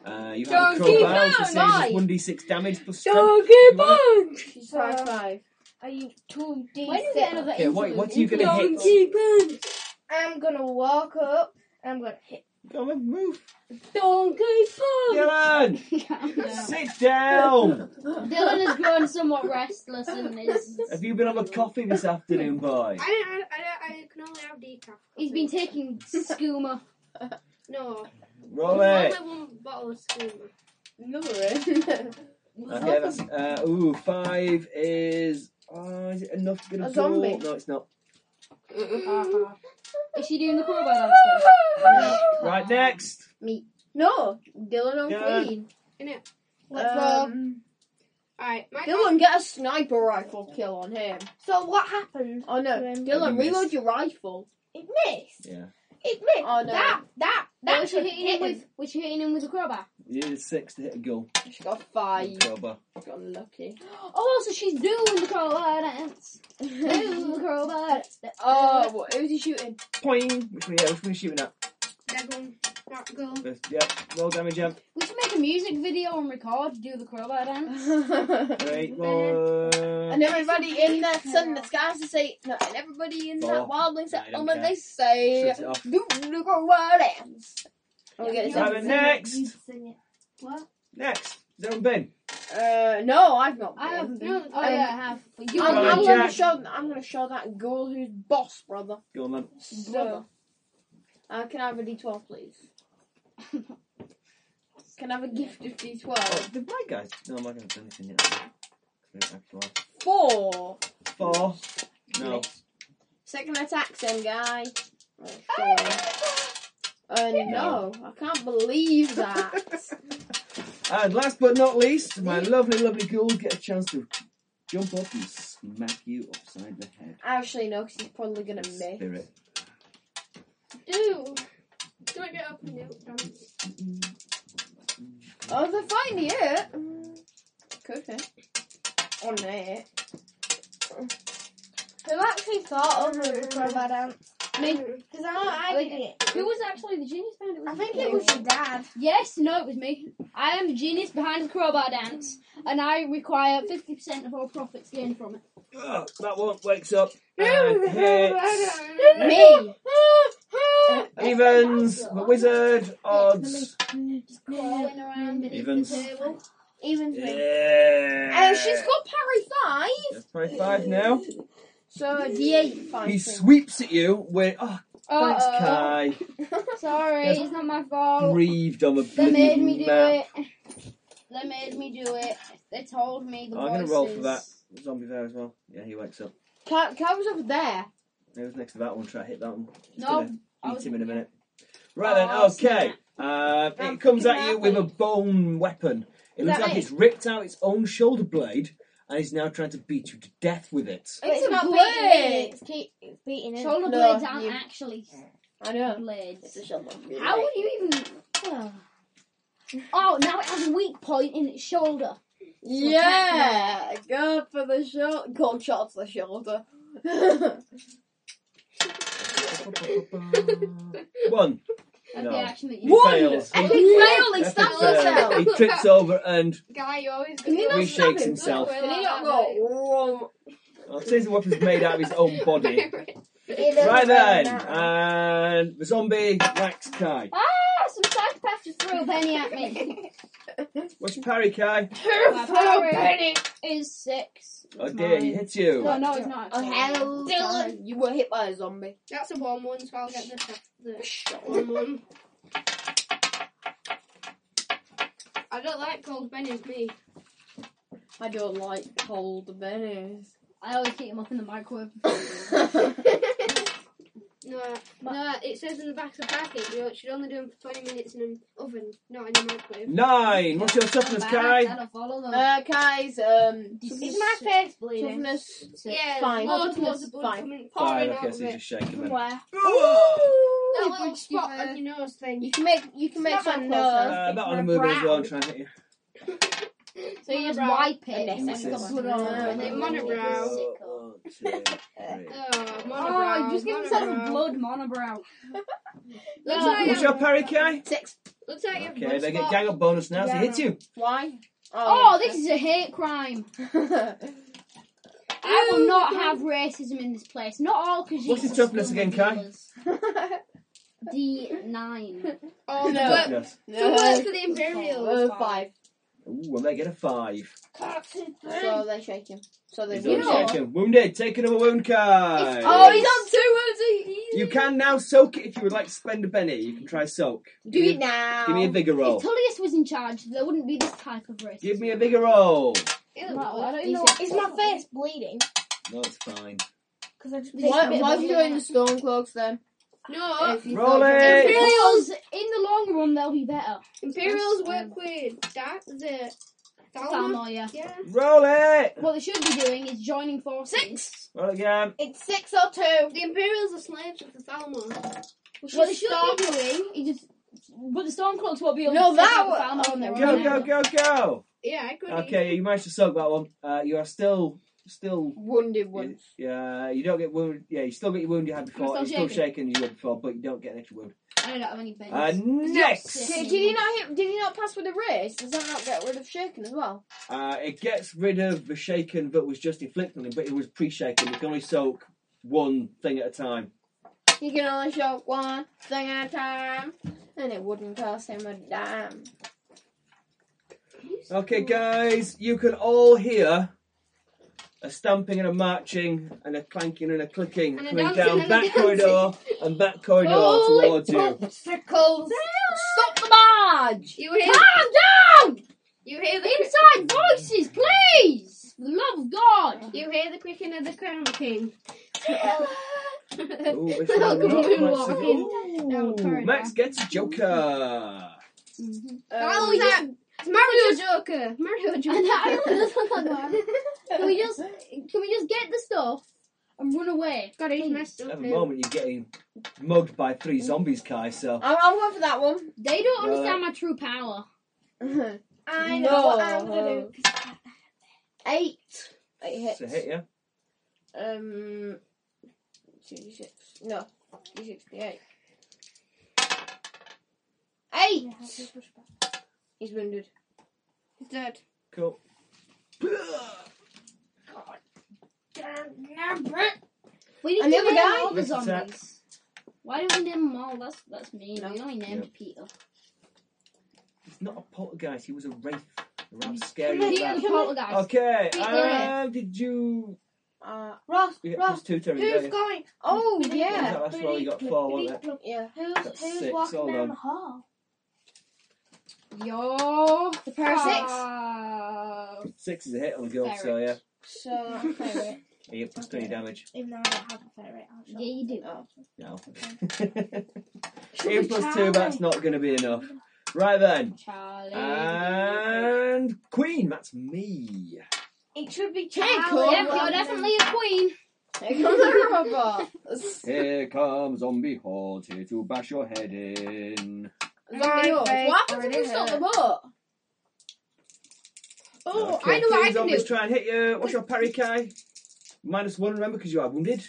Uh, you Don't have keep crowbar, which going, is right. 1d6 damage plus strength. keep You want it? on! She's So- five five. I use two D. When is it another Okay, what, interlude? what are you going to hit? keep on! I'm gonna walk up. and I'm gonna hit. Come on, move. Don't keep on! Dylan! Sit down! Dylan has grown somewhat restless and is. Have you been on a coffee this afternoon, boy? I don't, I, don't, I can only have decaf. He's been taking skooma. No. Roll There's it! only one bottle of school. No, it. Okay, that's. Uh, ooh, five is. Oh, is it enough to get a, A zombie. door? No, it's not. Uh-huh. Is she doing the crowbar dance? Then? Yeah. Right, next! no, Dylan on Yeah. clean. Let's Um, Alright, my Dylan, get a sniper rifle kill on him. go. So what happened? Oh no, Um, Dylan, You missed. reload your rifle. It missed. Yeah. It missed. Oh, no. That that that was she should hitting hit him with? Was she hitting him with a crowbar? You need a six to hit a goal. She got five. Crowbar. Unlucky. Oh, so she's doing the crowbar dance. Doing the crowbar dance. oh, what? Who's he shooting? Poing! Which one, yeah, which one are you shooting at? Devon, that girl. This- Yeah, roll damage, yeah. We should make a music video and record do the crowbar dance. and Right, roll. everybody in that sun, the skies to say, no, and everybody in that Oh, wildling I don't settlement, care. they say, Shut it off. do the crowbar dance. Oh, we get it. Simon, next! You sing it. Next! Zero bin. Uh, no, I've not. I have. been. No, oh yeah, I have. You I'm, Right, I'm you- gonna Jack. show. I'm gonna show that girl who's boss, brother. Go on, then. So, Brother. uh, can I have a D12, please? can I have a gift of Oh, D12? did my guys? No, my guys haven't done anything yet. Move back to life. Four. Four. No. Miss. Second attack, same guy. Right, four. Uh, no, I can't believe that. And last but not least, my lovely, lovely ghouls get a chance to jump up and smack you upside the head. Actually, no, because he's probably gonna miss. Spirit. Do. Do I get up and do it? Don't. Oh, they're fighting it. Could be. On it. Who actually thought of the crowbar dance? Me. Because I, I did it. Who was actually the genius behind it? I think it was your dad. Yes, no, it was me. I am the genius behind the crowbar dance, and I require 50% of all profits gained from it. Ugh, that one wakes up and hits. Me. Evens, the wizard, odds. Just crawling around it. Evens. Even me. Yeah. And she's got parry five. That's probably five now. So a D8 five. Uh, He thing. sweeps at you with. Oh, thanks, Uh-oh. Kai. Sorry, Yes. it's not my fault. Grieved on the They bloody made me do map. it. They made me do it. They told me the I'm gonna voices. roll for that. Zombie there as well. Yeah, he wakes up. Cat, cat was over there. He was next to that one. Try to hit that one. Just No, gonna I Beat was- him in a minute. Right then, Oh, okay. Uh, I'm it comes fucking at you with a bone weapon. It Is looks that like me? it's ripped out its own shoulder blade and is now trying to beat you to death with it. But it's a not beating me. blade. It's keep it's beating it. Shoulder No, blades aren't you- actually I know. blades. shovel. How would you even? Oh. now it has a weak point in its shoulder. Yeah, go for the shoulder. Cold shot to the shoulder. One. That's No. the action that you. He One! fails. Epic He- fail, he epic stabs fail. himself. He trips over and Guy, you always Can you do not it. stab reshakes him? himself. Can he not go? wrong? Well, it says the weapon's made out of his own body. It doesn't Right matter then, now. and the zombie whacks Kai. Ah, some psychopath just threw a penny at me. What's your parry, Kai? My Oh, parry is six. Oh dear, he hits you. No, no, it's not. Oh, hell, Dylan. Dylan. You were hit by a zombie. That's a warm one, so I'll get the, the warm one. I don't like cold bennies, me. I don't like cold bennies. I always heat them up in the microwave. Dylan, No, no, it says in the back of the packet you should only do them for 20 minutes in an oven, not in a microwave. Nine. What's your toughness, Kai? That'll follow them. Uh, guys, um, Is my face bleeding? toughness Yeah, Fine. more Toughness towards the blood fine. coming Five. pouring out Okay, of so you it. just shaking From them. where? That Oh, little Bridge spot Giver. on your nose You thing. can make you can make It's not some that nose. close, though. Uh, that one We're a mover as well. brown. I'm trying to hit you. so you just Monobrow. wipe it Unless and it's it's got blood blood on on it. it. Monobrow. One, two, three. Oh, monobrow. Oh, just give monobrow. yourself blood monobrow. Looks No. like, What's you your have, parry, Kai? Six. looks like you have Okay, blood they get spot. gang up bonus now. So hit you. Why? Oh, this is a hate crime. I will not have racism in this place. Not all because What's his toughness again, Kai? D nine. Oh, No. no. Work, Toughness. to work for the Imperials. Uh, five. Ooh, and they get a five. So they shake him. So they He's You already know- shaken. Wounded. Take another wound, Kai. Oh, he's on two wounds. You can now soak it if you would like to spend a penny. You can try soak. Do give me, it now. give me a vigor If roll. Tullius was in charge, there wouldn't be this type of racism. Give me a vigor roll. Well, I don't Is, know. is my face bleeding? No, it's fine. Because I just Why, why are you doing the storm cloaks then? No, uh, If you Roll thought- it. Imperials in the long run they'll be better. Imperials work with that, the Thalma. Thalmoya. Yeah. Roll it. What they should be doing is joining forces. Six. Roll again. It's six or two. The Imperials are slaves of the Thalma. We What they should should stop. be doing is just. But the Stormcloaks won't be able No, to that take out one- the Thalmor on their Go, own. go, go, go. Yeah, I could. Okay, you managed to soak that one. Uh, you are still, still. Wounded ones. Yeah, you don't get wounded. Yeah, you still get your wound you had before. You're I'm still still shaken as you were before, but you don't get an extra wound. I don't have any bench. Uh, next, Did, did he not hit? Did he not pass with a race? Does that not get rid of shaken as well? uh, it gets rid of the shaken that was just inflicted on him, but it was pre-shaken. You can only soak one thing at a time. He can only show one thing at a time, and it wouldn't cost him a dime. Okay, guys, you can all hear a stamping and a marching and a clanking and a clicking And a coming dancing down and a that dancing. corridor and that corridor Holy towards you. popsicles! Stop the march! You hear? Ah! Calm down! You hear the Inside voices, please! For the love of God! You hear the cricking of the crown king. Oh, Ooh, this Look, one not we're quite walking so- down the corridor. Ooh, Max gets a joker. Mm-hmm. Oh, Um, yeah. It's Mario Joker. Mario Joker. And I only does look like one. Can we just can we just get the stuff and run away? God, he's messed up. At the here. moment, you're getting mugged by three zombies, Kai. So I'm, I'm going for that one. They don't Right. understand my true power. I know what I'm gonna do. Eight. Eight hits. it's a hit, yeah. Um, two d six. No, d six d eight. Eight. He's wounded. He's dead. Cool. We need And the to other name guy? all the Mr. zombies. Zack. Why don't we name them all? That's that's me. No. We only named Peter. He's not a poltergeist. He was a wraith. A rather Peter scary the rat. poltergeist. Okay. Peter. Um, did you? Uh, Ross, You get Ross, plus two, Terry. who's don't you? going? Oh yeah, That's why we got four, wasn't it? yeah. Who's, That's who's six, walking hold down on. the hall? Yo, The pair of six. six. Six is a hit on the girl, so yeah. So Not Oh, a ferret, You get plus twenty damage. Even though I don't have a ferret, I'll show Yeah, you do. Oh. No. Should Eight we plus try? two, that's not going to be enough. Right then. Charlie. And Queen, that's me. It should be Yep, you're definitely a queen. Take on the robot. Here comes zombie horde here to bash your head in. Zombie horse. face What happens if we already stop the hurt. boat? Oh, okay, I know three what I can zombies do. try and hit you. What's your parry, Kai? Minus one, remember, because you are wounded.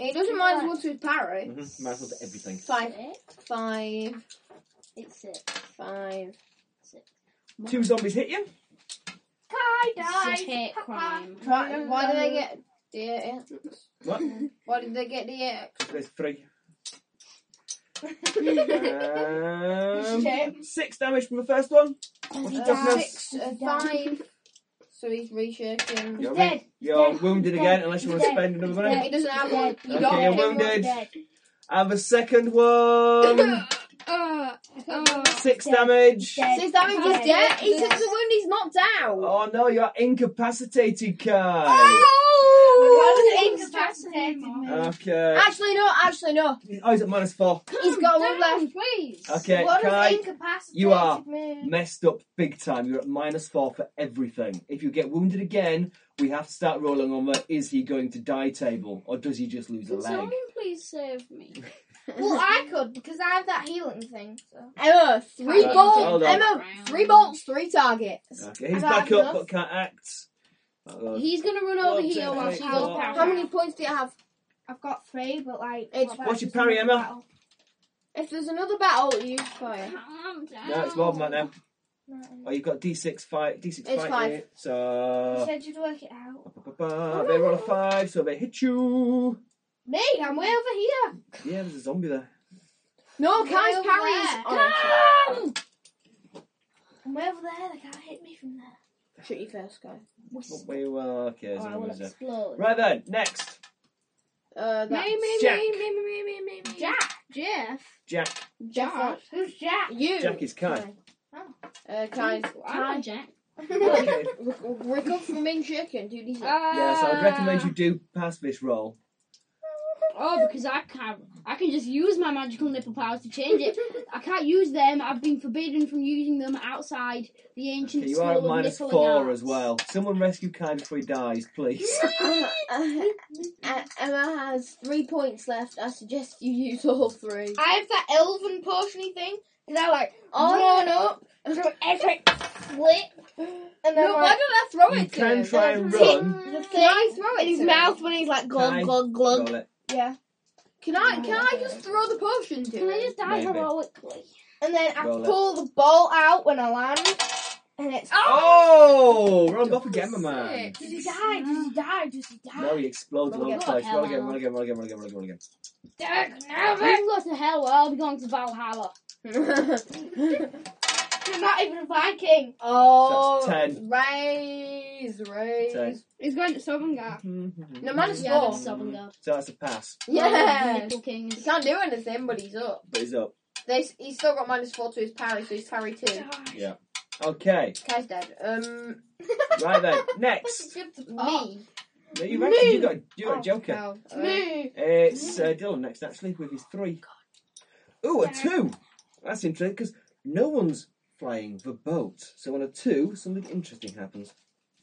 It doesn't mind what's with parry. hmm Mm-hmm. Minus one to everything. Five. Five. It's it. Five. Two zombies hit you. Kai It's a hate crime. Why, why did they get D8? What? Why did they get D8? There's three. um, six damage from the first one. What's your Uh, toughness? six, uh, five. So he's reshaking. You're, dead. you're Dead. wounded Dead. again, unless you want to Dead. spend another Dead. money. He doesn't have one. You Okay, don't you're get wounded. one. And the second one, Uh, uh, six Dead. damage. Dead. Since that means he's Dead. dead, he took the wound, he's knocked out. Oh no, you're incapacitated, Kai. Uh, Okay. Actually, no, actually, no. Oh, he's at minus four. He's got one left. Please. Okay, what does Kai, incapacitated you are mean? messed up big time. You're at minus four for everything. If you get wounded again, we have to start rolling on the is he going to die table or does he just lose a Can leg? someone please save me? Well, I could because I have that healing thing. So. Emma, Right, three Uh, hold on. bolts. Emma, three bolts, three targets. Okay, he's I got back up enough. but can't act. Oh, He's gonna run Well, over here then while I she got- goes power. How many points do you have? I've got three, but like. It's- what about what's your just another parry, Emma? battle? If there's another battle, use fire. Calm down. No, it's more than that now. No. Oh, you've got D6 fight, D6 It's fight five. here. You So said you'd work it out. ba-ba-ba, they roll a five, so they hit you. Me, I'm way over here. Yeah, there's a zombie there. No, Way Kai's over parry is there. on. I'm way over there. They can't hit me from there. Shoot you first, Kai. Oh, we well, okay, there's Or I another will zombie there. explode. Right then, next, Uh, Me, that's me, me, Jack. me, me, me, me, me, me. Jack. Jeff. Jack. Jack. Who's Jack? You. Jack is Kai. Oh. Uh, Kai. I Kai. like Jack. Okay. Recover from being shaken. Do these. Uh, Yes, I would recommend you do pass this roll. Oh, because I can't. I can just use my magical nipple powers to change it. I can't use them. I've been forbidden from using them outside the ancient Okay, you school are at of minus nippling four arts. as well. Someone rescue Kai before he dies, please. Uh, uh, Emma has three points left. I suggest you use all three. I have that elven potiony thing. Because I like Oh, run up, do every flip, and then No, why like, did I throw you it to can him? try and That's run. the Can I thing throw it in his to him? mouth when he's like glug Kai, glug glug. Roll it. Yeah. Can I can I just throw the potion to Can I him? just die Maybe. heroically? And then I Roll it. pull the ball out when I land, and it's Oh, roll off again, my man. Does he die? Mm. Does he die? Does he die? No, he explodes Roll all again. twice. Roll again, roll again, roll again, roll again, roll again, roll again. Dag We nabbit. can go to hell. Or I'll be going to Valhalla. You're not even a Viking. oh, That's ten. raise, raise. Ten. He's going to Sovngar. No, minus Yeah, four. that's Southern Girl. So that's a pass, Yeah, Oh, Nipple he kings. can't do anything, but he's up. but he's up. They, he's still got minus four to his parry, so he's parry two. Okay, Kai's dead. Um, right then, next. me. No, you actually you got you got a joker. Oh, uh, Me. It's uh, Dylan next, actually, with his three. Oh, Ooh, a two. That's interesting because no one's flying the boat. So on a two, something interesting happens.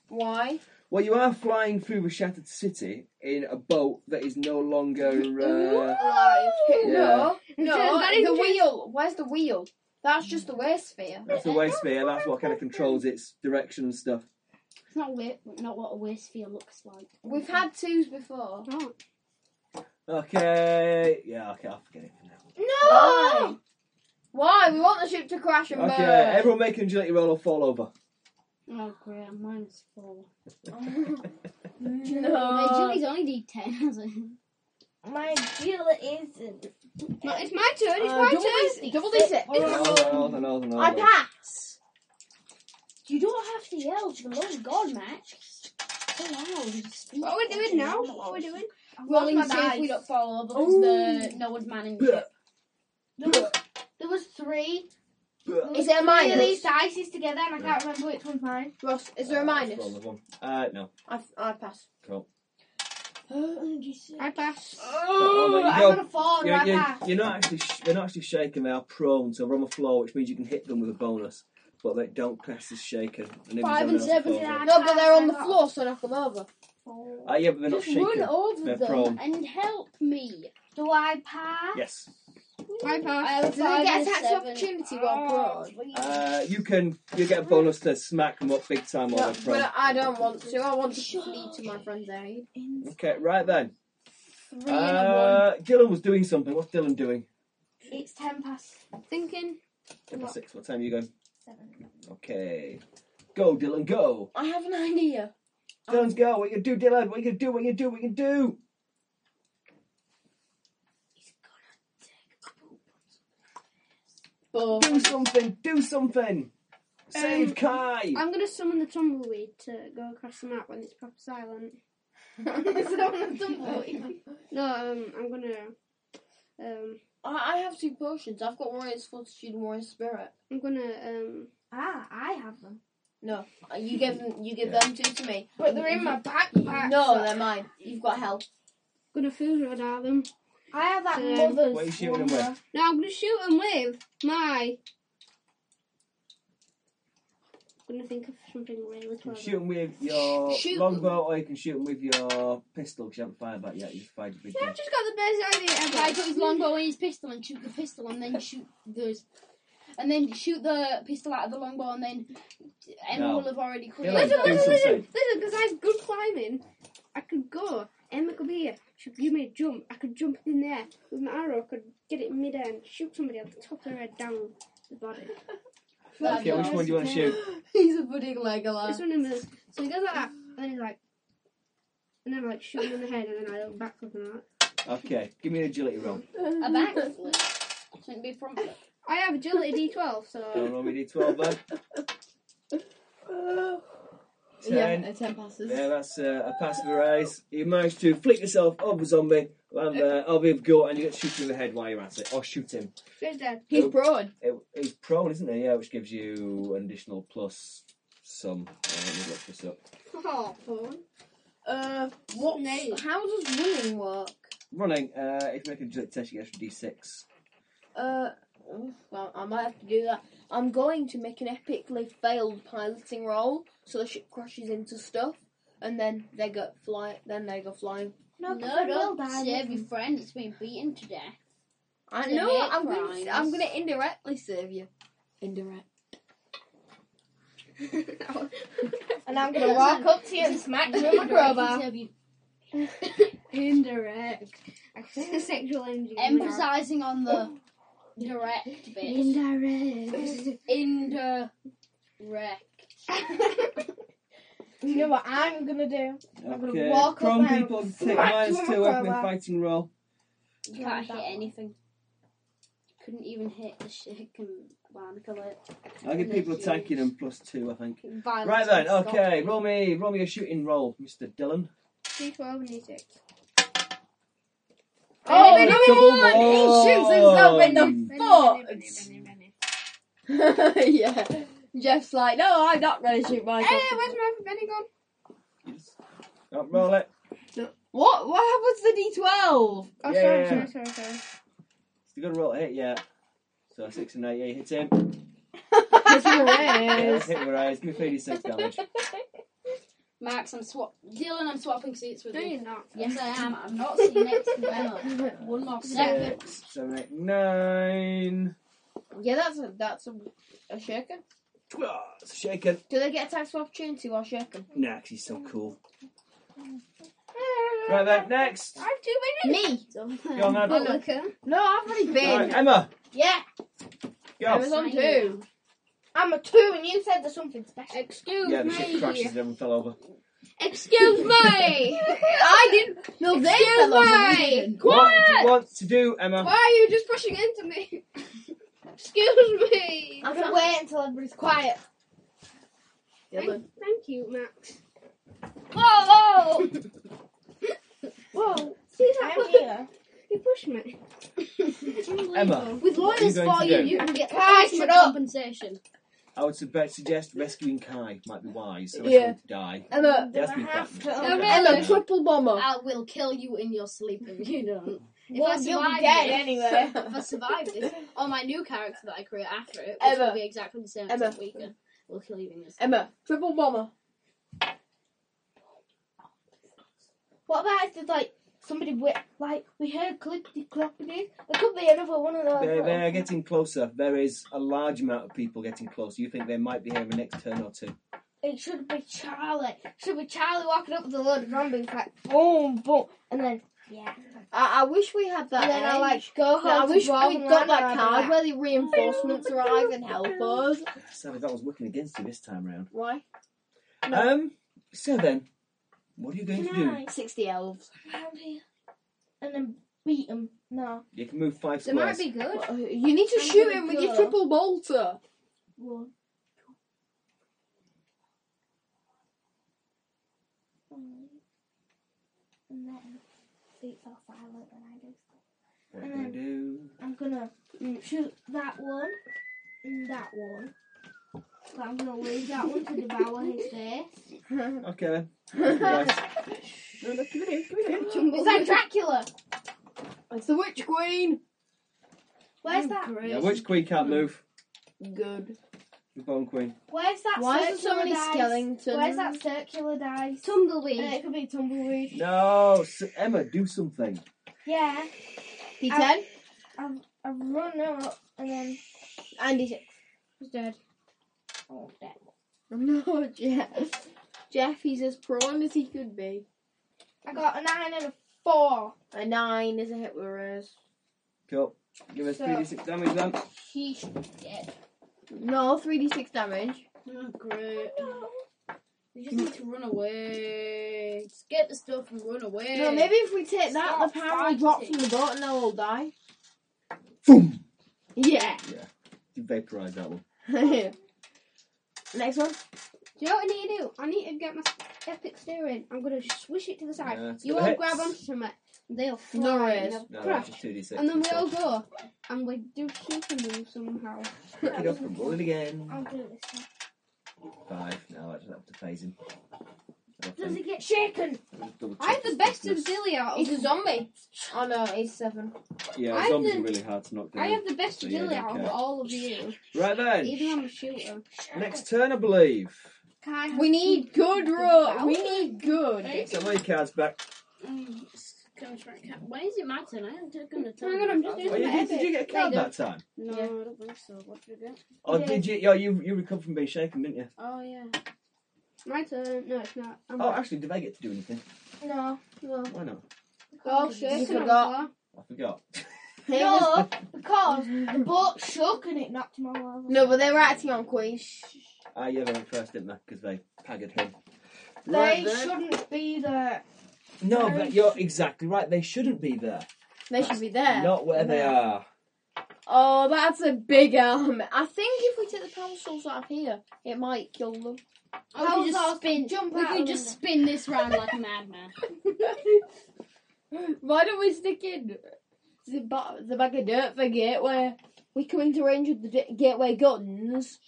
why? Well, you are flying through the shattered city in a boat that is no longer. Uh, Alive. No, no. Is that the interest- wheel. Where's the wheel? That's just the way sphere. that's the waste sphere. That's what kind of controls its direction and stuff. It's not wi- not what a waste sphere looks like. We've had twos before. Okay. Yeah. Okay. I'll forget it for now. No! Why? We want the ship to crash and burn. Okay. Everyone make an agility roll or fall over. Oh great, I'm minus four. My No. agility's only d10. isn't it? My agility isn't. No, it's my turn. It's Uh, my double turn. D- double D six. Hold on, hold on, hold on, hold I on. pass. You don't have to yell to the Lord God, Max. So loud. What are we doing now? What are we doing? Rolling lost to my see if dice. we don't fall over because Ooh. the no one's manning the Blech. ship. There was, there was three. there was Is there a three minus? of these dices together, and I can't remember which one's mine. Ross, is there a Uh, let's minus? roll another one. Uh, no. I, I pass. Cool. I pass. Oh, there you I'm go. gonna fall and You're, I you're, pass. you're not actually sh- they're not actually shaken. They are prone, so they're on the floor, which means you can hit them with a bonus, but they don't class as shaken. And if Five and there's anyone else seven above and them- No, but they're on the floor, so knock them over. Ah, yeah, but they're Just not shaken. run over They're them prone. and help me. Do I pass? Yes. I pass. have Does it get and attacked seven. opportunity while prone? Uh, you can you get a bonus to smack them up big time while No, they're prone. but I don't want to. I want to flee to my friend's aid. Okay, right then. Three and a one. Uh, Dylan was doing something. What's Dylan doing? It's ten past Thinking. Ten past six. What time are you going? seven. Okay. Go, Dylan, go. I have an idea. Dylan's go. What you gonna do, Dylan? What you gonna do? What you gonna do? What you gonna do? Boom. Do something. Do Um, something. Save Kai. I'm going to summon the tumbleweed to go across the map when it's proper silent. No, um, I'm going to. Um, I, I have two potions. I've got warrior's fortitude and warrior's spirit. I'm going to. Um, Ah, I have them. No, Uh, you give them. You give Yeah. them two to me. But they're in my backpack. No, they're mine. You've got help. Gonna food radar them. I have that Um, mother's. What are you shooting them wonder. with? Now I'm gonna shoot them with my. I'm gonna think of something really You can clever. shoot them with your Shoot 'em. longbow, or you can shoot them with your pistol. Because you haven't fired that yet. You just fired your big gun. I've just got the best idea ever. I got his longbow and his pistol and shoot the pistol and then shoot those. And then shoot the pistol out of the longbow and then Emma No. will have already Kill cleared. him. Listen, Do listen, listen, something. listen, because I have good climbing. I could go. Emma could be here. She could give me a jump. I could jump in there with my arrow. I could get it in mid air and shoot somebody on the top of their head down the body. Okay, which one do you want to shoot? He's a budding Legolas. Uh, This one in the So he does like that, and then he's like. And then I like shoot him in the head, and then I look back looking like Okay, give me an agility roll. A backflip. Shouldn't be from. that. I have agility 12, Don't so. roll me d12 then. Ten. Yeah, uh, ten passes. Yeah, that's uh, a pass of a raise. You manage to flick yourself over the zombie, and uh, over his gut, and you get shot in the head while you're at it. Or shoot him. He's dead. He's broad. It, he's prone, isn't he? Yeah, which gives you an additional plus some. Uh, let me look this up. Oh, fun. Uh, what? Snake. How does running work? Running, uh, if you make a agility test, you get extra d6. Uh, oh, well, I might have to do that. I'm going to make an epically failed piloting roll, so the ship crashes into stuff, and then they go fly. Then they go flying. No, No, no, don't no. save your friend that's been beaten to death. I They know. hate I'm going. crimes. I'm going to indirectly save you. Indirect. And I'm gonna walk up to you and smack you with my crowbar. Save you. Indirect. Sexual engineering. Emphasizing on the direct bit. Indirect. Indirect. You know what I'm gonna do? I'm gonna Okay, walk up prone there. people take Right, minus come on, two weapon Crowbar. fighting roll. You can't hit anything. Couldn't even hit the chicken barnacle. I give No, people huge. attacking them plus two, I think. Violence Right then, and stuff. okay, roll me, roll me a shooting roll, Mr. Dillon. D12 and D6. Oh, Double another one. one. Foot. yeah. Jeff's like, no, I'm not ready to shoot my Hey, gun." where's my penny gone? Oh, roll it. What? What happens to D twelve? Oh, Yeah, sorry, yeah, yeah. sorry, sorry, sorry. You got to roll a hit, yeah. So six and eight, yeah, you hit him. Yeah, Yes. hit with eyes, give me 36 damage. Max, I'm swap. Dylan, I'm swapping seats with No, you. you're not. Yes, I am. I'm not sitting next to Emma. One more second. Six, seven, eight, nine. Yeah, that's a that's a, a shaker. Ah, It's shaken. Do they get attacks of opportunity while shaking? Nah, 'cause he's so cool. Right then, next. I have two Me? Go on, then. Oh, no. minutes. No, I've already Right, been. Emma, Yeah, I was go. on two. I'm a two, and you said there's something special. Excuse Yeah, the ship me. crashes and everyone fell over. Excuse me. I didn't. No, they fell over. we me. didn't. What do you want to do, Emma? Why are you just pushing into me? Excuse me. I'm gonna wait until everybody's quiet. Dylan. Thank, thank you, Max. Whoa, whoa, whoa! See that? I'm here. You pushed me. Emma, With What are you lawyers going for to you, do? you can get Guys, maximum shut up. compensation. I would sub- suggest rescuing Kai might be wise. So Yeah. yeah. to die. Emma. Do I That's been have to? bad. Okay. Emma, Yeah. triple bomber. I will kill you in your sleep if you don't. If I Well, you'll be survive dead this, anyway. if I survive this, or my new character that I create after it, which Emma. will be exactly the same Emma. as weaker, will kill you in your sleep. Emma, triple bomber. What about if there's like somebody with like we heard clippity cloppity? There could be another one of those. They're, little- they're getting closer. There is a large amount of people getting close. You think they might be here in the next turn or two. It should be Charlie. Should be Charlie walking up with a load of zombies like boom, boom, and then yeah, I, I wish we had that. and then I edge. like go home. Oh, I to wish we Bob and got Lana that and card I'd be where the reinforcements arrive and help us. Sadly, that was working against you this time round. Why? Um. So then, what are you going like, to do? Can Sixty elves. I come out here and then beat him? No. You can move five They might squares. be good. Well, You need to I'm shoot gonna him with your go. triple bolter. One. two, three, And then beat so silent when I do stuff. What are you going to do? mm, I'm gonna shoot that one and that one. But I'm gonna leave that one to devour his face. Okay then. Nice. No, no, give it in, give it in. Is that Dracula? It's the Witch Queen. Where's that? Yeah, which queen can't move? Good. The Bone Queen. Where's that? Why is there so circular many dice? skeletons? Where's that circular dice? Tumbleweed. And it could be tumbleweed. No, S- Emma, do something. Yeah, P10 I've run up and then and D6. he's dead. Oh, dead. No, Jeff. Jeff, he's as prone as he could be. I got a nine and a four. A nine is a hit with us. Cool. Give us So- 3d6 damage then. He's dead. No, 3d6 damage. Oh, great. You just need to run away. Just get the stuff and run away. No, maybe if we take that, Stop the power will drop from the boat and they'll all die. Boom! Yeah. You vaporise that one. Next one. Do you know what I need to do? I need to get my epic steering. I'm gonna swish it to the side. Yeah, it's you got all hits. grab onto something. They'll fly No and worries. they'll No, crash. just 2d6. And then we all go and we do super move somehow. Pick it up and roll it again. Um, I'll do it this Five. No, I just have to phase him. I don't time. Does think. it get shaken? Just double I have check the his best toughness. auxilia out He's of a zombie. Oh no, he's seven. I Yeah, have zombies the- are really hard to knock down. I have the best So, yeah, auxilia don't out of care. all of you. Right then. Even I'm a shooter. Next turn, I believe. We need good rope. We need good. Get my cards back. Um, just gonna try- can't- Why is it my turn? I haven't taken a turn. Hang on, I'm just doing- Oh, you did, did you get a card that time? No, Yeah. I don't think so. What did I get? Or Yeah. did you? Yeah, you you recovered from being shaken, didn't you? Oh, yeah. My turn. No, it's not. I'm Oh, actually, did I get to do anything? No, no. Why not? Oh shaking shit, on the forgot. floor. I forgot. No, because the boat shook and it knocked him all over. No, but they were acting on Queen. Ah, yeah, they went first, didn't they? Because they paggered him. They Right then. shouldn't be there. No, but you're exactly right. They shouldn't be there. They should be there. Not where they are. Oh, that's a big helmet. I think if we take the power source out of here, it might kill them. Oh, How's we could ours just spin. jump we out could of just spin this round like a madman. Why don't we stick in the, ba- the bag of dirt for gateway? We come into range of the di- gateway guns,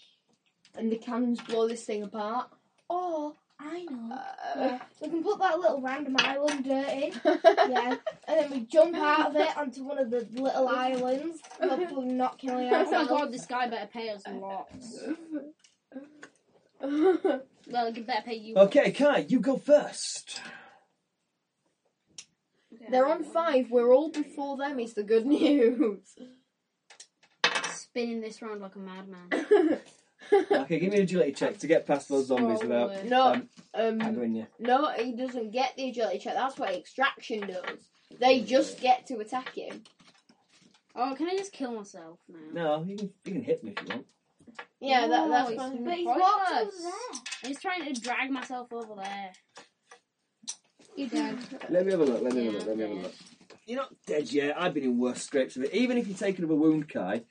and the cannons blow this thing apart. Oh, I know. Uh, Yeah. We can put that little random island dirt in. Uh, Yeah. And then we jump out of it onto one of the little islands. Hopefully not killing Oh my ourselves. god, this guy better pay us lots. Well, he better pay you. Okay, Kai, you go first. They're on five. We're all before them. Is the good news. Spinning this round like a madman. Okay, give me an agility check to get past those zombies without Probably. no, um, um, haggling you. no, he doesn't get the agility check. That's what extraction does. They just get to attack him. Oh, can I just kill myself No, now? you can, you can hit me if you want. Yeah, that, No, that's it's fine. not. But he's Pointless. walked over there. I'm just trying to drag myself over there. You're dead. Let me have a look. Let me have a Yeah, look. Let me have a yeah. look. You're not dead yet. I've been in worse scrapes of it. Even if you're taken of a wound, Kai,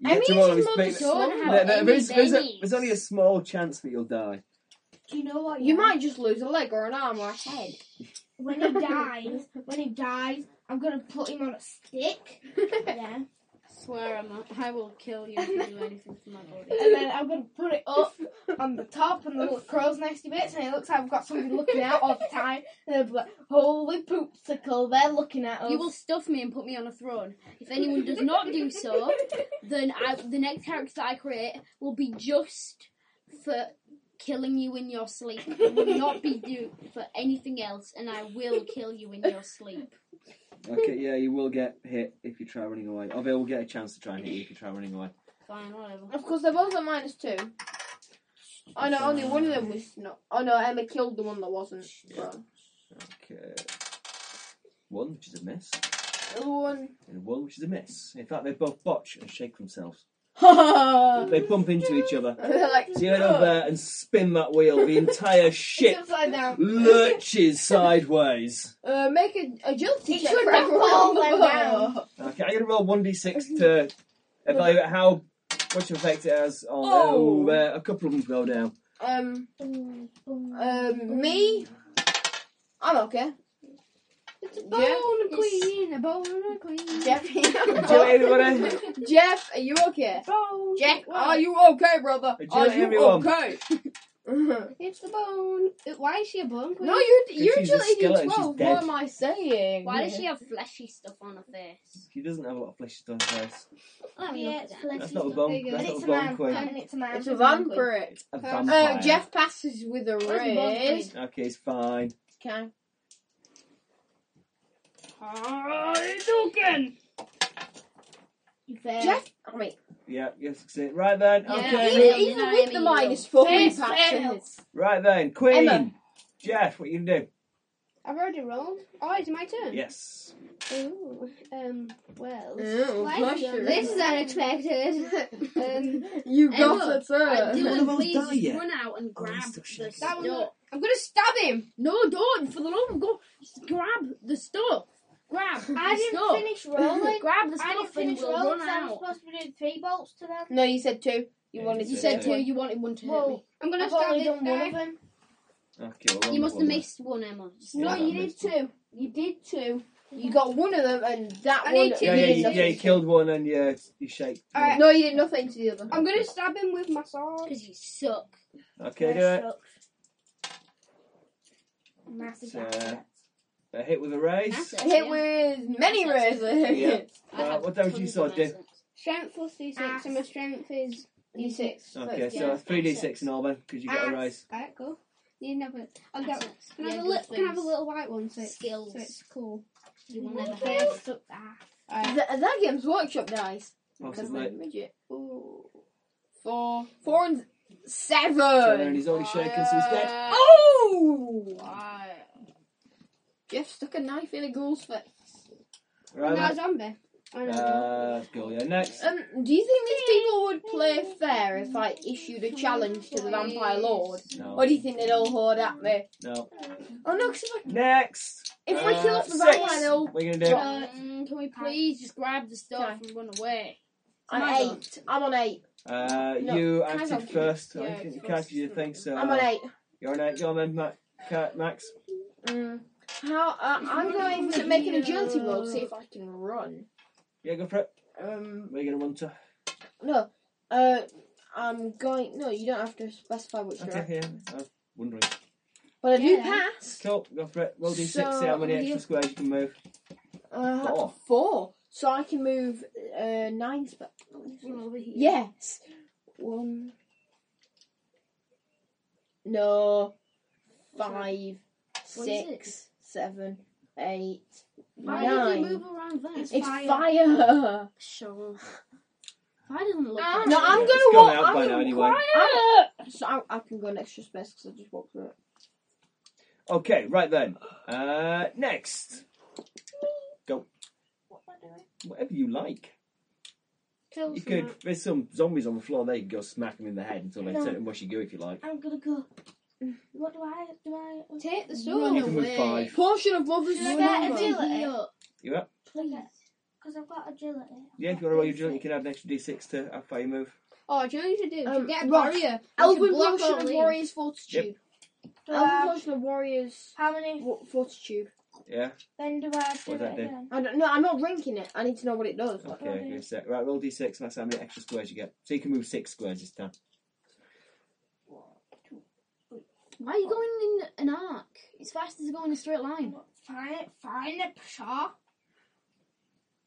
you I get to mean, roll it's on his not big- disorder, There- how there- any there's, there's a, babies. there's only a small chance that you'll die. Do you know what? You yeah? might just lose a leg or an arm or a head. When he dies, when he dies, I'm gonna put him on a stick. Yeah. Swear I'm not, I will kill you if you do anything to my body. And then I'm gonna put it up on the top and the little crow's nasty bits, and it looks like I've got somebody looking out all the time. And they'll be like, "Holy poopsicle, they're looking at us." You will stuff me and put me on a throne. If anyone does not do so, then I, the next character I create will be just for killing you in your sleep. It will not be do for anything else, and I will kill you in your sleep. Okay, yeah, you will get hit if you try running away. Or they will get a chance to try and hit you if you try running away. Fine, whatever. Of course, they're both at minus two. Oh no, only one of them was not. Oh no, Emma killed the one that wasn't. prone. Okay. One, which is a miss, The other one. and one, which is a miss. In fact, they both botch and shake themselves. They're They bump into each other. like, So you head over there and spin that wheel. The entire It's ship upside down. lurches sideways. uh, make an agility It check should for not everyone fall on the them boat. Okay, I'm going to roll 1d6 to evaluate how much effect it has on. Oh. Oh, there, a couple of them go down. Um, Boom, boom, um, boom. me. I'm okay. Bone queen, a bone queen. Jeff, Enjoy everybody. Jeff, are you okay? Bone. Jeff, Why? are you okay, brother? Enjoy Are you everyone. okay? no, It's the bone. Uh, Why is she a bone queen? you she's you're a usually skeleton, do she's twelve. dead. What am I saying? Why does she have fleshy stuff on her face? She doesn't have a lot of flesh on her face. Oh, Let me Yeah, look at it's that. fleshy That's not a stuff. There bone. you go. That's not And it's a a bone man. queen. And it's a man. It's a man queen. vampire. A Uh, vampire. Jeff passes with a Where's the bone raise. Okay, it's fine. Okay. Oh, it's Duncan. You fail. Jeff, I mean, Yeah, yes, that's it. Right then. Yeah. Okay. even, Yeah. even Yeah. with the minus four, he Yes, passes. Right then. Queen. Emma. Jeff, what you gonna do? I've already rolled. Oh, it's my turn. Yes. Ooh. Um. Well. Ew, Why Oh, bless is you. This is unexpected. um. You Emma, got it, Uh, sir. None of Dylan, us please die yet. run out and Oh, grab he's still the shaking. That stuff. one. I'm gonna stab him. No, don't. For the love of God, just grab the stuff. Grab I the didn't stuff. finish rolling. Grab the I stuff didn't and finish we'll rolling run because I was out. supposed to be doing three bolts to them. No, you said two. You Yeah, wanted you You to said do two. You wanted one to hit me. Well, I'm gonna I've stab only this done one guy. of them. Okay, well, You must have well, missed one, Emma. Yeah, No, that you did makes sense. two. You did two. You got one of them and that I one. need two. Yeah, you yeah, did you, nothing yeah, you to. killed one and you, you shaked one. Alright. No, you did nothing to the other. I'm gonna stab him with my sword. Because you suck. Okay, do Yeah, it. sucks. Massive So, uh, asset. A hit with a raise. That's it. Hit with many That's razors. Yeah. I Uh, have what damage you tons saw, of Div? essence. Strength plus d6, Ass. and my strength is. E You six. Okay, That's- so yeah, three d six. six in all then, because you got a Ass. raise. Ah, Alright, cool. You never. I'll get. Essence. Can I Yeah, have a good little? Can I have a things. little white one? So it's, skills. so it's cool. You will never Okay. have. Suck that. Alright. Th- that game's workshop dice. Because Possibly. they're midget. Ooh. Four. Four and seven. Turn, he's already shaken, so he's dead. Uh, Oh! Jeff stuck a knife in a ghoul's face. Right now then. zombie. I know. Uh, let's go, yeah. Next. Um, do you think these people would play fair if I issued a challenge to the vampire lord? Or No. do you think they'd all hoard at me? No. Oh no, 'cause Next! if I, if I Uh, kill off the six. vampire, they'll. What are you gonna Uh, Um, can we please just grab the stuff and run away? I'm My God. eight. I'm on eight. do? Uh, No, you can I acted go? first. Yeah, I think it's you can't first. do your thing, so. I'm on eight. You're on eight. Go on then, Ma- Ca- Max. Mm. How? Uh, I'm going to make an agility roll to see if I can run. Yeah, go for it. Um, Where are you gonna run to? no. Uh, I'm going. No, you don't have to specify which Okay, direction. yeah. I was wondering. But I do Yeah. pass. Cool, go for it. Roll d6, So, see how many I'm extra here. squares you can move. Uh, Four. four. So I can move uh, nine spe- Run over here. Yes. One. No. Five. What is it? Six. Seven. Eight. Why did nine. you move around then? It's Fire. fire. Sure. Fire doesn't look. No, like I'm gonna it. it's gone walk. out I'm by now gonna anyway. I'm- so I, I can go an extra space because I just walked through it. Okay, right then. Uh, next. Go. Whatever you like. Kill You some could. of- There's some zombies on the floor. There, you can go smack them in the head until they No. turn and mushy goo if you like. I'm gonna go. What do I do? I Take the You sword. can move five. Portion of others. Should I is get normal. Um, agility? You up? please because I've got agility. Yeah, if you want to roll your jump, you can add an extra d6 to how far you move. Oh, do you know what you should do? You should Um, get a Ross, barrier. Elven block portion all of these. warriors fortitude. Do I Elven have, portion of warriors how many? wa- fortitude. Yeah. Then do I do What does that it do? again? I don't know. I'm not ranking it. I need to know what it does. Okay, give me a sec. Right, roll d6. and That's how many extra squares you get. So you can move six squares this time. Why are you going in an arc? It's faster to go in a straight line. Find find a shot.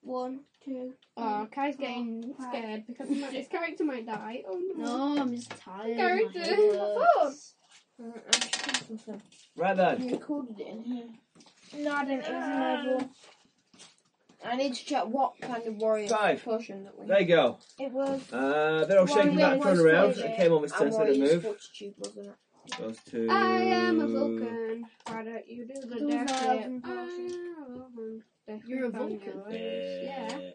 One, two. Oh, Kai's getting Right. scared because he might- his character might die. Oh no. No, I'm just tired. Character. My head hurts. Mm, I should do something. Right then. You recorded it in here. No, I didn't even know. I need to check what kind of warrior Five. portion that we. There you go. It was. Uh, they're all shaking back, thrown around. It came almost And turn, so they warriors move. fortitude wasn't it? Goes to. I am a Vulcan. Why don't you do the Those death are I am Vulcan a Vulcan. You're a Death Vulcan. by yours. Yeah. Yeah.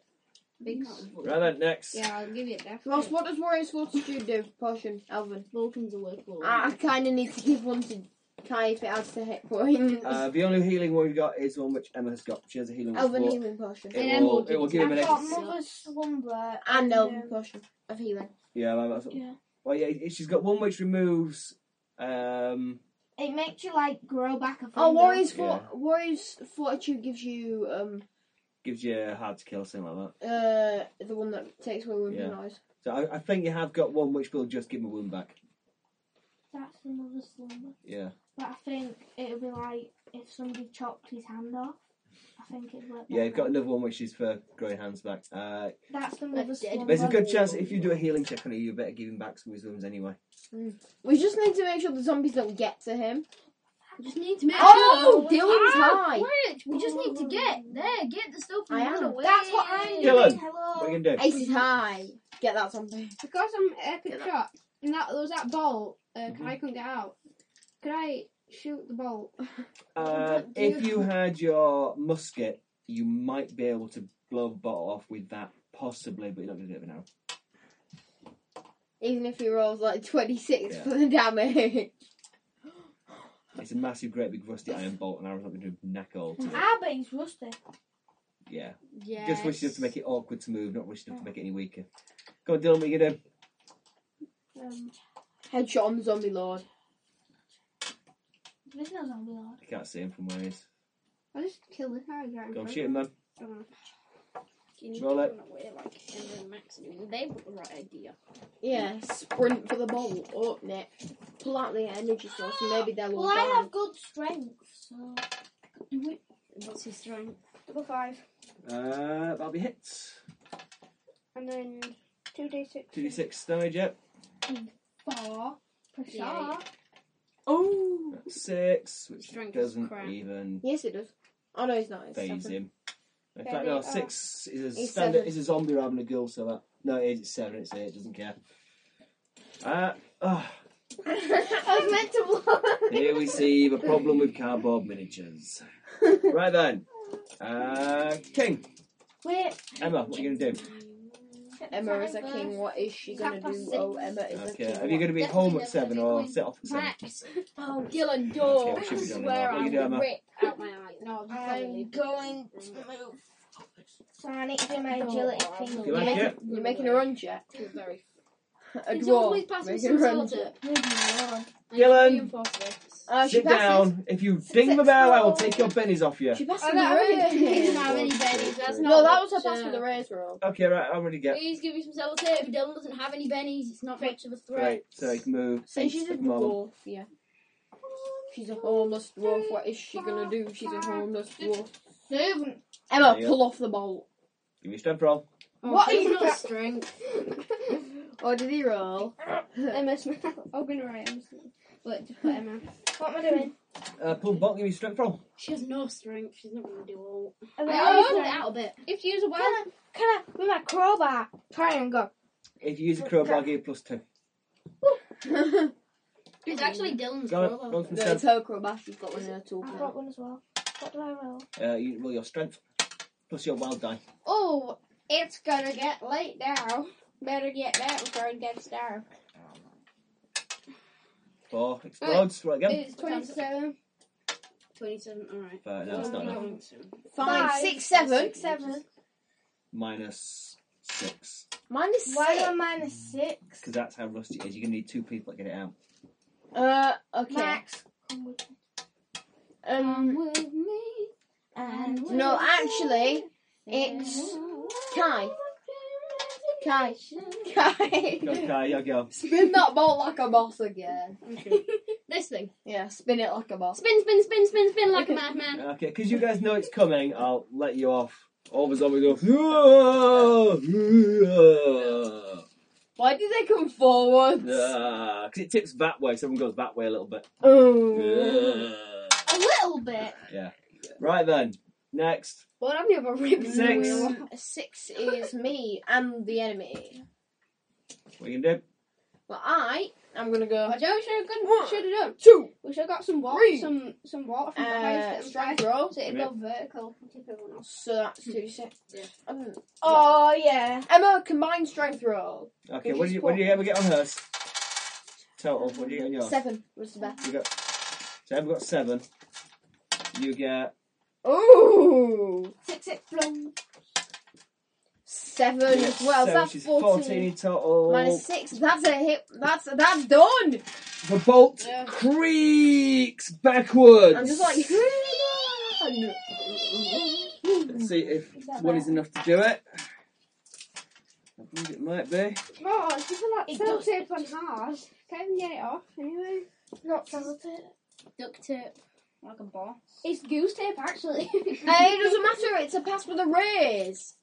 Big Right then, next. Yeah, I'll give you a death. Ross, what does warriors fortitude do? Portion, Elvin. Vulcans are worth more. I, I kind of need to give one to Kai if it adds to hit points. Uh, the only healing one we've got is one which Emma has got. She has a healing one. Elven for- healing potion. It And will, Emma it will will give him an I got extra. mother's slumber. And Elven um, potion of healing. Yeah, well, that's Yeah. well, yeah, she's got one which removes um, It makes you like grow back a finger. Oh, Warrior's, Yeah. for, Warrior's Fortitude gives you um Gives you a hard to kill, something like that. uh the one that takes away wound Yeah. penalties. So I, I think you have got one which will just give him a wound back. That's another slumber. Yeah. But I think it would be like if somebody chopped his hand off. I think it would. Yeah, you've got another one which is for growing hands back. Uh, That's another That's dead. slumber. there's a good chance if you do a healing check on it, you better give him back some of his wounds anyway. We just need to make sure the zombies don't get to him. We just need to make Oh, sure. Dylan's Ah, high. Wait, we just need to get there, get the stuff. I and run am. away. That's what I'm Dylan, doing. What are Hello. you gonna do? Ace is high. Get that zombie. Because I'm epic shot, and that there was that bolt, uh, can Mm-hmm. I couldn't get out. Could I shoot the bolt? Uh, if you had your musket, you might be able to blow the bot off with that, possibly, but you're not going to do it now. Even if he rolls like 26 Yeah. for the damage. It's a massive, great big rusty iron bolt, and arrow's not going to do knack all to it. I bet he's rusty. Yeah. Yes. Just rusty enough to make it awkward to move, not rusty enough to make it any weaker. Go on, Dylan, what are you going to do? Um, Headshot on the zombie lord. there's no zombie lord. I can't see him from where he is. I just killed this guy. right in Go on, front shoot him then. of me. Roll it. Away, like, Henry and Max are doing. They've got the right idea. Yeah, sprint for the ball. Up, Nick. Pull out the energy source and maybe they'll all Well, I die. have good strength, so What's his strength? double five. Uh, that'll be hits. And then two d six. 2d6 damage, yep. Four. Pressure. Yeah, Oh! That's 6, which Strength is doesn't crap. even Yes, it does. Oh, no, he's not. It's phase seven. him. In fact, no, Ready? six is a It's standard. seven. Is a zombie rather than a girl, so that no, it is it's seven. It's eight. Doesn't care. Uh, ah, I was meant to blow. here we see the problem with cardboard miniatures. Right then, uh, King Wait. Emma, what are you gonna do? Emma is a king. What is she going to Half do? past Oh, Emma is a Okay, king. are you gonna be That's home what at they're seven gonna or do. set off at seven? Max. Oh, Dylan, door. Okay, we should be I done swear now. What I you doing, would Matt? rip out my eye. No, I'm I'm going to move. So I need to do my agility thing. You like making, it? You're making a run, Jack. Very. A It's dwarf always passing making a some run. sort of. Dylan. Uh, she Sit passes. down. If you ding the Six bell, I will roll. take your bennies off you. She passes Oh, the that raise. not any bennies. That's not. No, that was her what, pass uh, for the raise roll. Okay, right. I already get. Please give me some self tape. Dylan doesn't have any bennies. It's not much of a Right, so threat. you can move. So she's a At the moment. dwarf, yeah. She's a homeless dwarf. What is she gonna do? She's a homeless dwarf. Seven. Emma, Yeah. pull off the bolt. Give me a strength roll. Oh, What she's is not that? strength? Or Oh, did he roll? Emma Smith. I'm gonna write Emma Smith. But just put Emma. What am I doing? Uh, pull the bot. Give me a strength roll. She has no strength. She's not going to do all. Am I I doing pulled it something? out a bit. If you use Can a weapon, I, can I, with my crowbar, try and go? If you use a crowbar, I'll give you plus two. It's actually Hmm. Dylan's Go roll. on, roll some No, strength. it's her crowbar. She's got one in her I've toolkit. got one as well. What do I roll? Uh, you roll your strength plus your wild die. oh, it's gonna get late now. Better get that before it gets dark. Four explodes. Right again. It's twenty-seven. 27, alright. But Uh, no, it's not enough. Five, Five, six, seven. Six, seven. Minus six Mine is Why six. am I minus six? because that's how rusty it is. You're gonna need two people to get it out. Uh, okay. Max. Come with me. Um, With me. And no, actually, it's Kai. Kai. Go, Kai. Kai. Your go. spin that ball like a boss again. This thing. Yeah, spin it like a boss. Spin, spin, spin, spin, spin like a madman. Okay, because you guys know it's coming. I'll let you off. All the zombies go. Because Why did they come forward? it tips that way, so everyone goes that way a little bit. Oh. A little bit. Right then. Next. What have you ever ripped in the Six. wheel? Six is me and the enemy. What are you gonna do? Well, I am gonna go. I don't should have done. One, Should have done. Two. We should have got some water, Three. some some water from the Uh, highest strength roll. So it'd go vertical. and tip everyone off. So that's two six. Yeah. Um, Oh, yeah. Emma, combined strength roll. Okay, Which what is do you what do you four. ever get on hers? Total. What do you get on yours? Seven was the best. So I've got seven. You get Ooh. Six, six, blum. Seven as Oh, well. so that's she's 14. in total. Minus six. That's a hit. That's that's done. The bolt Yeah. creaks backwards. I'm just like. Let's see if Is that one that? is enough to do it. I believe it might be. Oh, it's just like It does. duct tape on hard. Can't even get it off anyway. Not talented. Duct tape. Like a ball. It's goose tape actually. Hey, it doesn't matter. It's a pass with a raise.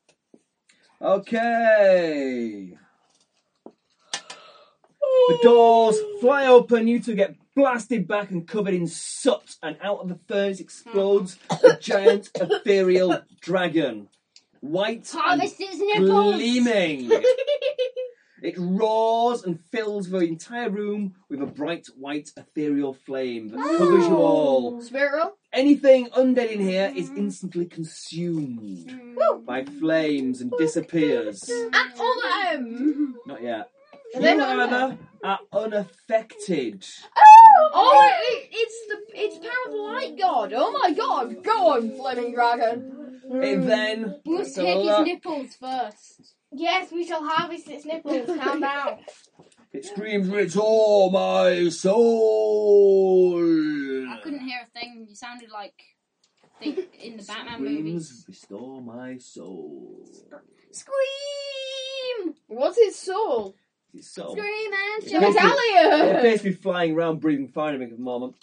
Okay. The doors fly open, you two get blasted back and covered in soot, and out of the furs explodes a giant ethereal dragon. White and Harvesters Oh, nipples. gleaming. it roars and fills the entire room with a bright white ethereal flame that covers you all. Spirit roll. Anything undead in here is Mm. instantly consumed Woo! by flames and disappears. And all them. Not yet. You, Are they not however, are unaffected. Oh, it, it- it's the it's power of the light god. Oh my god, go on, flaming dragon. It then. We let's must have a Mm. take his look. nipples first. Yes, we shall harvest its nipples. Calm down. It screams, It's all my soul! I couldn't hear a thing. You sounded like think in the Batman Screams, movies. Restore my soul. Scream! What's his soul? It's so. Scream and Yeah. shout. They're Italian. basically flying around, breathing fire at the moment.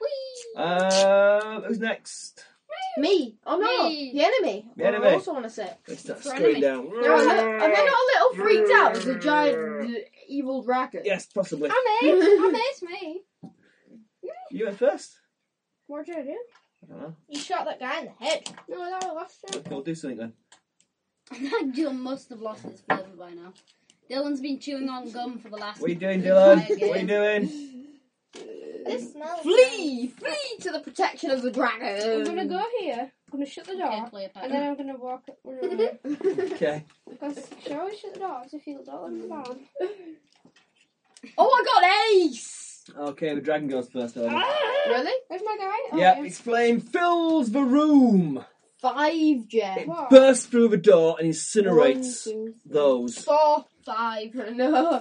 Whee! Um, who's next? Me. Oh no, Me. the enemy. The Or enemy. I also want to say. Let's start For screwing enemy. down. No, am I- am I not a little freaked out? It's a giant uh, evil dragon. Yes, possibly. I'm it. I'm it. It's me. You went first? What did I do? I don't know. You shot that guy in the head. No, that was last time. Let's go do something then. That gum must have lost its flavour by now. Dylan's been chewing on gum for the last. What are you doing, entire Dylan? What are you game. doing? This smells. Flee! Flee to the protection of the dragon. I'm gonna go here. I'm gonna shut the Okay, door. play a And then I'm gonna walk. Wait a minute. Okay. Because should I always shut the door? Because if you don't let me down. Oh my god, Ace! Okay, the dragon goes first. Over. Ah! Really? Where's my guy? Yeah, yeah. its flame fills the room. Five, Jen. It What? bursts through the door and incinerates One, two, those. Four, five. No.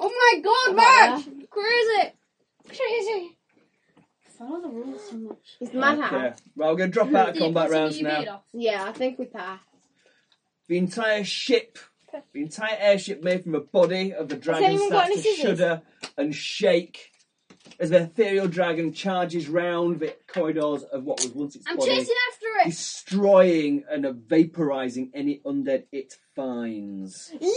Oh my god, Right Mark! Crazy! Crazy! Follow the rules so much. It's madhouse. Okay. Right, we're going to drop out of combat rounds now. Yeah, I think we pass. The entire ship, the entire airship made from the body of the dragon anyone got starts to any scissors? shudder and shake as the ethereal dragon charges round the corridors of what was once its I'm body, chasing after it. destroying and uh, vaporizing any undead it finds. Yeah!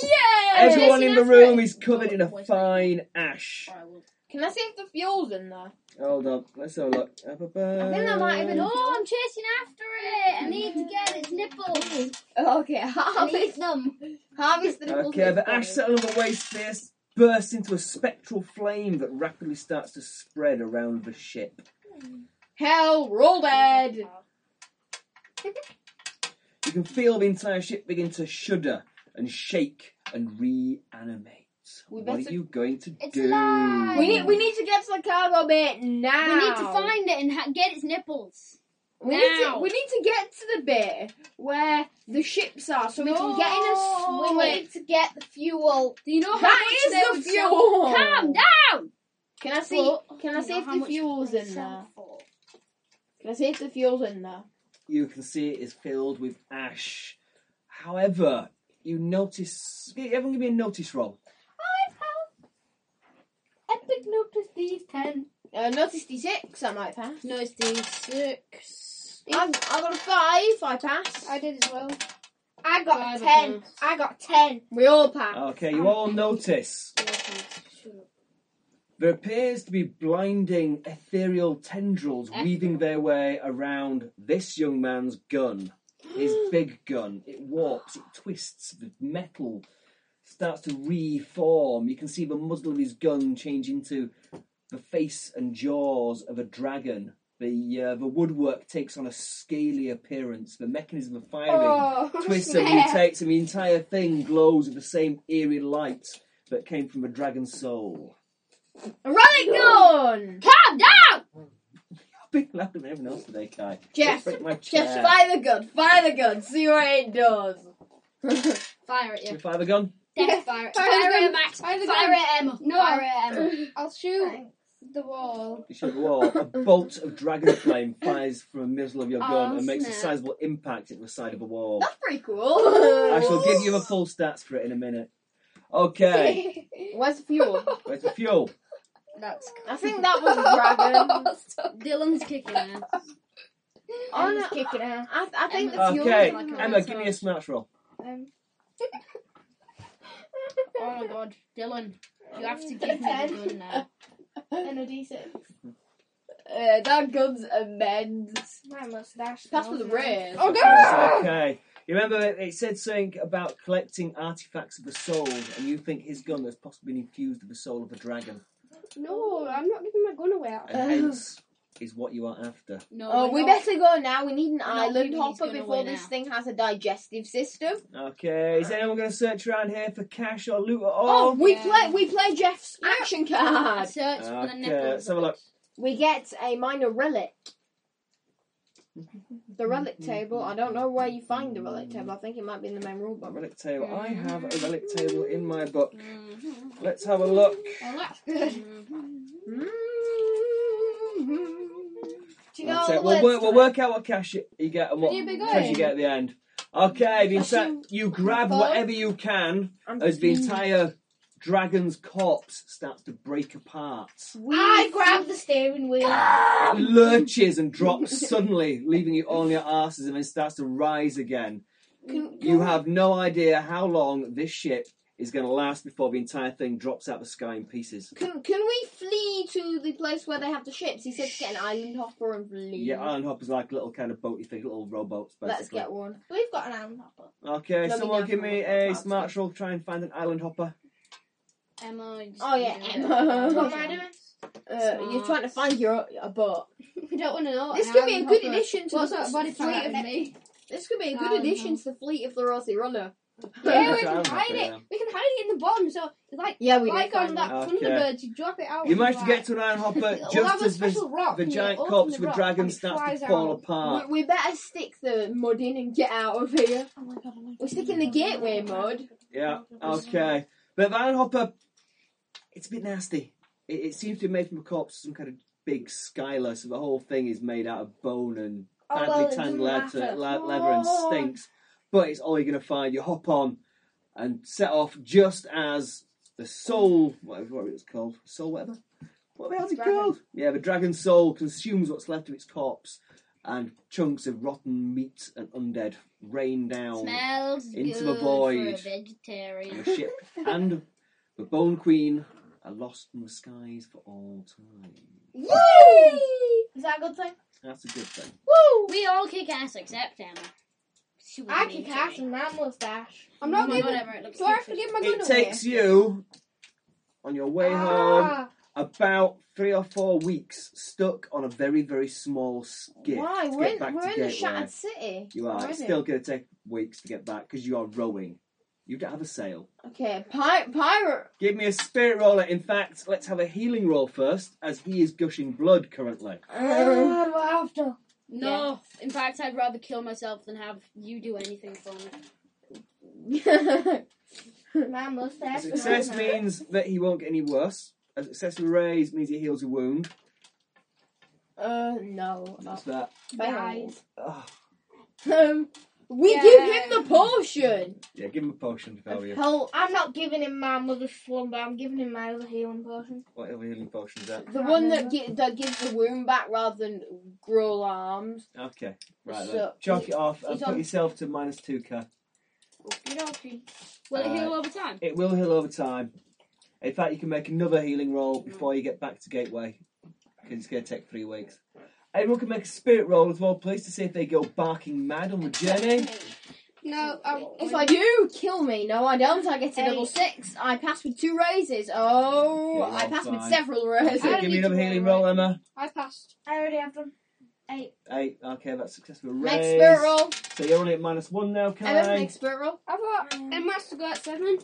Everyone in the Chasing after room it. is covered in a Voice. fine ash. Alright, well, Can I see if the fuel's in there? Uh, Hold on, let's have a look. I think I think that might have been Oh, No, I'm chasing after it. I need to get its nipples. Okay, I need harvest, them. harvest the nipples. Okay, with the ash bones. settling away space bursts into a spectral flame that rapidly starts to spread around the ship. Hell, roll bad. You can feel the entire ship begin to shudder and shake and reanimate. We what better- are you going to It's do? alive! We need, we need to get to the cargo bit now. We need to find it and ha- get its nipples. We need to, now. we need to get to the bit where the ships are, so we can get in No. a We swing. need to get the fuel. Do you know how That much is they the would fuel. sell- Calm down. Can I see? Well, can I do see you know if how the much fuel's they in there? sell for? Can I see if the fuel's in there? You can see it is filled with ash. However, you notice. Everyone give me a notice roll. Epic notice these ten. Uh, notice D6, I might pass. No, it's D6. I've, I've got a 5, I pass. I did as well. I got Five ten. across. I got ten. We all pass. Okay, you all notice. There appears to be blinding ethereal tendrils weaving their way around this young man's gun, his big gun. It warps, it twists, the metal starts to reform. You can see the muzzle of his gun change into the face and jaws of a dragon. The uh, the woodwork takes on a scaly appearance. The mechanism of firing Oh, twists and mutates, and the entire thing glows with the same eerie light that came from a dragon's soul. A riot gun! Calm down. been laughing at everyone else today, Kai. Jeff, Break my chair. Just fire the gun, fire the gun, see what it does. Fire at you. You fire the gun. Death fire. Fire gun. at Max. Fire the Fire gun. at Emma. No. Fire at Emma. I'll shoot the wall. You shoot the wall. A bolt of dragon flame flies from the muzzle of your gun Oh, and makes a snap. sizable impact at the side of a wall. That's pretty cool. I shall give you the full stats for it in a minute. Okay, Where's the fuel? where's the fuel? That's I think that was dragon. Dylan's kicking ass. Oh, Emma's no. kicking out. I, I think the fuel Okay, is like a Emma, give me a smash roll. Oh my god, Dylan, you have to give me the gun now. And a D6. Uh, that gun's immense. My mustache. That's for the smells nice. rare. Oh Yes, okay. You remember it, it said something about collecting artifacts of the soul, and you think his gun has possibly been infused with the soul of a dragon, No, I'm not giving my gun away. and hence is what you are after. No, Oh, we we're not. better go now. We need an we island need to hopper go before now. this thing has a digestive system. Okay, is anyone going to search around here for cash or loot at Oh, all? we yeah. play we play Jeff's Yeah. action I card. searched for the Okay, nipples. let's have a look. We get a minor relic. The relic table. I don't know where you find the relic table. I think it might be in the main rule A book. relic table. I have a relic table in my book. Mm-hmm. Let's have a look. Oh, that's good. Mm-hmm. Do you know I'll all take- the We'll, words work, to we'll that? work out what cash you you get and what Can you be cash you going? get at the end. Okay, the enti- you grab phone? whatever you can I'm as Hmm. the entire dragon's corpse starts to break apart. Ah, I grabbed the steering wheel. It lurches and drops suddenly, leaving you on your asses and then starts to rise again. You have no idea how long this ship is going to last before the entire thing drops out of the sky in pieces. Can can we flee to the place where they have the ships? He said to get an island hopper and flee. Yeah, Island Hopper's like little kind of boaty thing, little rowboats basically. Let's get one. We've got an island hopper. Okay, Let me someone know give if me you want a that smart answer. roll. Try and find an island hopper. Emma. just Oh, yeah, do it. Emma. What am I doing? Uh, you're Smart. trying to find your a boat. We don't want to know. This an could be a island good hopper. addition to What's the that body fleet part of of me? This could be a good Island addition to the fleet of the Rosy Runner. Yeah, Island we can hopper, hide yeah. it. We can hide it in the bottom. So it's like Yeah, we like did on find that that. Okay. Thunderbird, you drop it out. You and managed to like- get to an island hopper We'll just have a as Oh, special the, rock. the and you giant open corpse the with rock dragon and it starts flies to fall out. We, apart. we better stick the mud in and get out of here. Oh my god, oh my god. We're sticking the gateway mud. Yeah, Oh. okay. But the island hopper, it's a bit nasty. It, it seems to be made from a corpse, some kind of big skylar, so the whole thing is made out of bone and Oh, badly well, it tanned doesn't leather, matter. Oh. le- Come leather and on. stinks. But it's all you're going to find. You hop on and set off just as the soul, whatever what it was called, soul whatever. What the hell's it Dragon. called? Yeah, the dragon soul consumes what's left of its corpse and chunks of rotten meat and undead rain down Smells Into good the void. for a vegetarian. on the ship. And the Bone Queen are lost from the skies for all time. Is that a good thing? That's a good thing. We all kick ass except Emma. She was I mean kick to ass me. in my mustache. I'm not Oh my giving. god, Emma, it looks Do I have to stupid. give my gun It away? takes you on your way home Ah, about three or four weeks stuck on a very, very small skiff. Why? to We're get in, back we're to in the Gateway. shattered city. You are. It's Already. still going to take weeks to get back because you are rowing. You don't have a sail. Okay, pi- pirate. Give me a spirit roller. In fact, let's have a healing roll first, as he is gushing blood currently. Um, God, what after? No, in fact, I'd rather kill myself than have you do anything for me. My A mustache. success means that he won't get any worse. A successful raise means he heals a wound. uh, no. That's that. Ah, Failed. Ugh. Um, we Yeah. give him the potion. Yeah, give him a potion to fail you. Hell, I'm not giving him my mother's slumber, I'm giving him my other healing potion. Whatever healing potion's that. the one that gi- that gives the wound back rather than grow arms. Okay, right then. So- Chalk it off and he's put on- yourself to minus 2k. Will it Uh, heal over time? It will heal over time. In fact, you can make another healing roll before you get back to Gateway. Because it's going to take three weeks. Everyone can make a spirit roll as well, please, to see if they go barking mad on the journey. No, I, If I do, kill me. No, I don't. I get a double six. I pass with two raises. Oh, Okay, I well, pass with fine. several raises. Okay, give me another healing roll, Emma. I passed. I already have them. Eight. Okay, that's successful. Raise. Next spirit roll. So you're only at minus one now, Kai. Emma, next spirit roll. I thought Emma has to go at seven.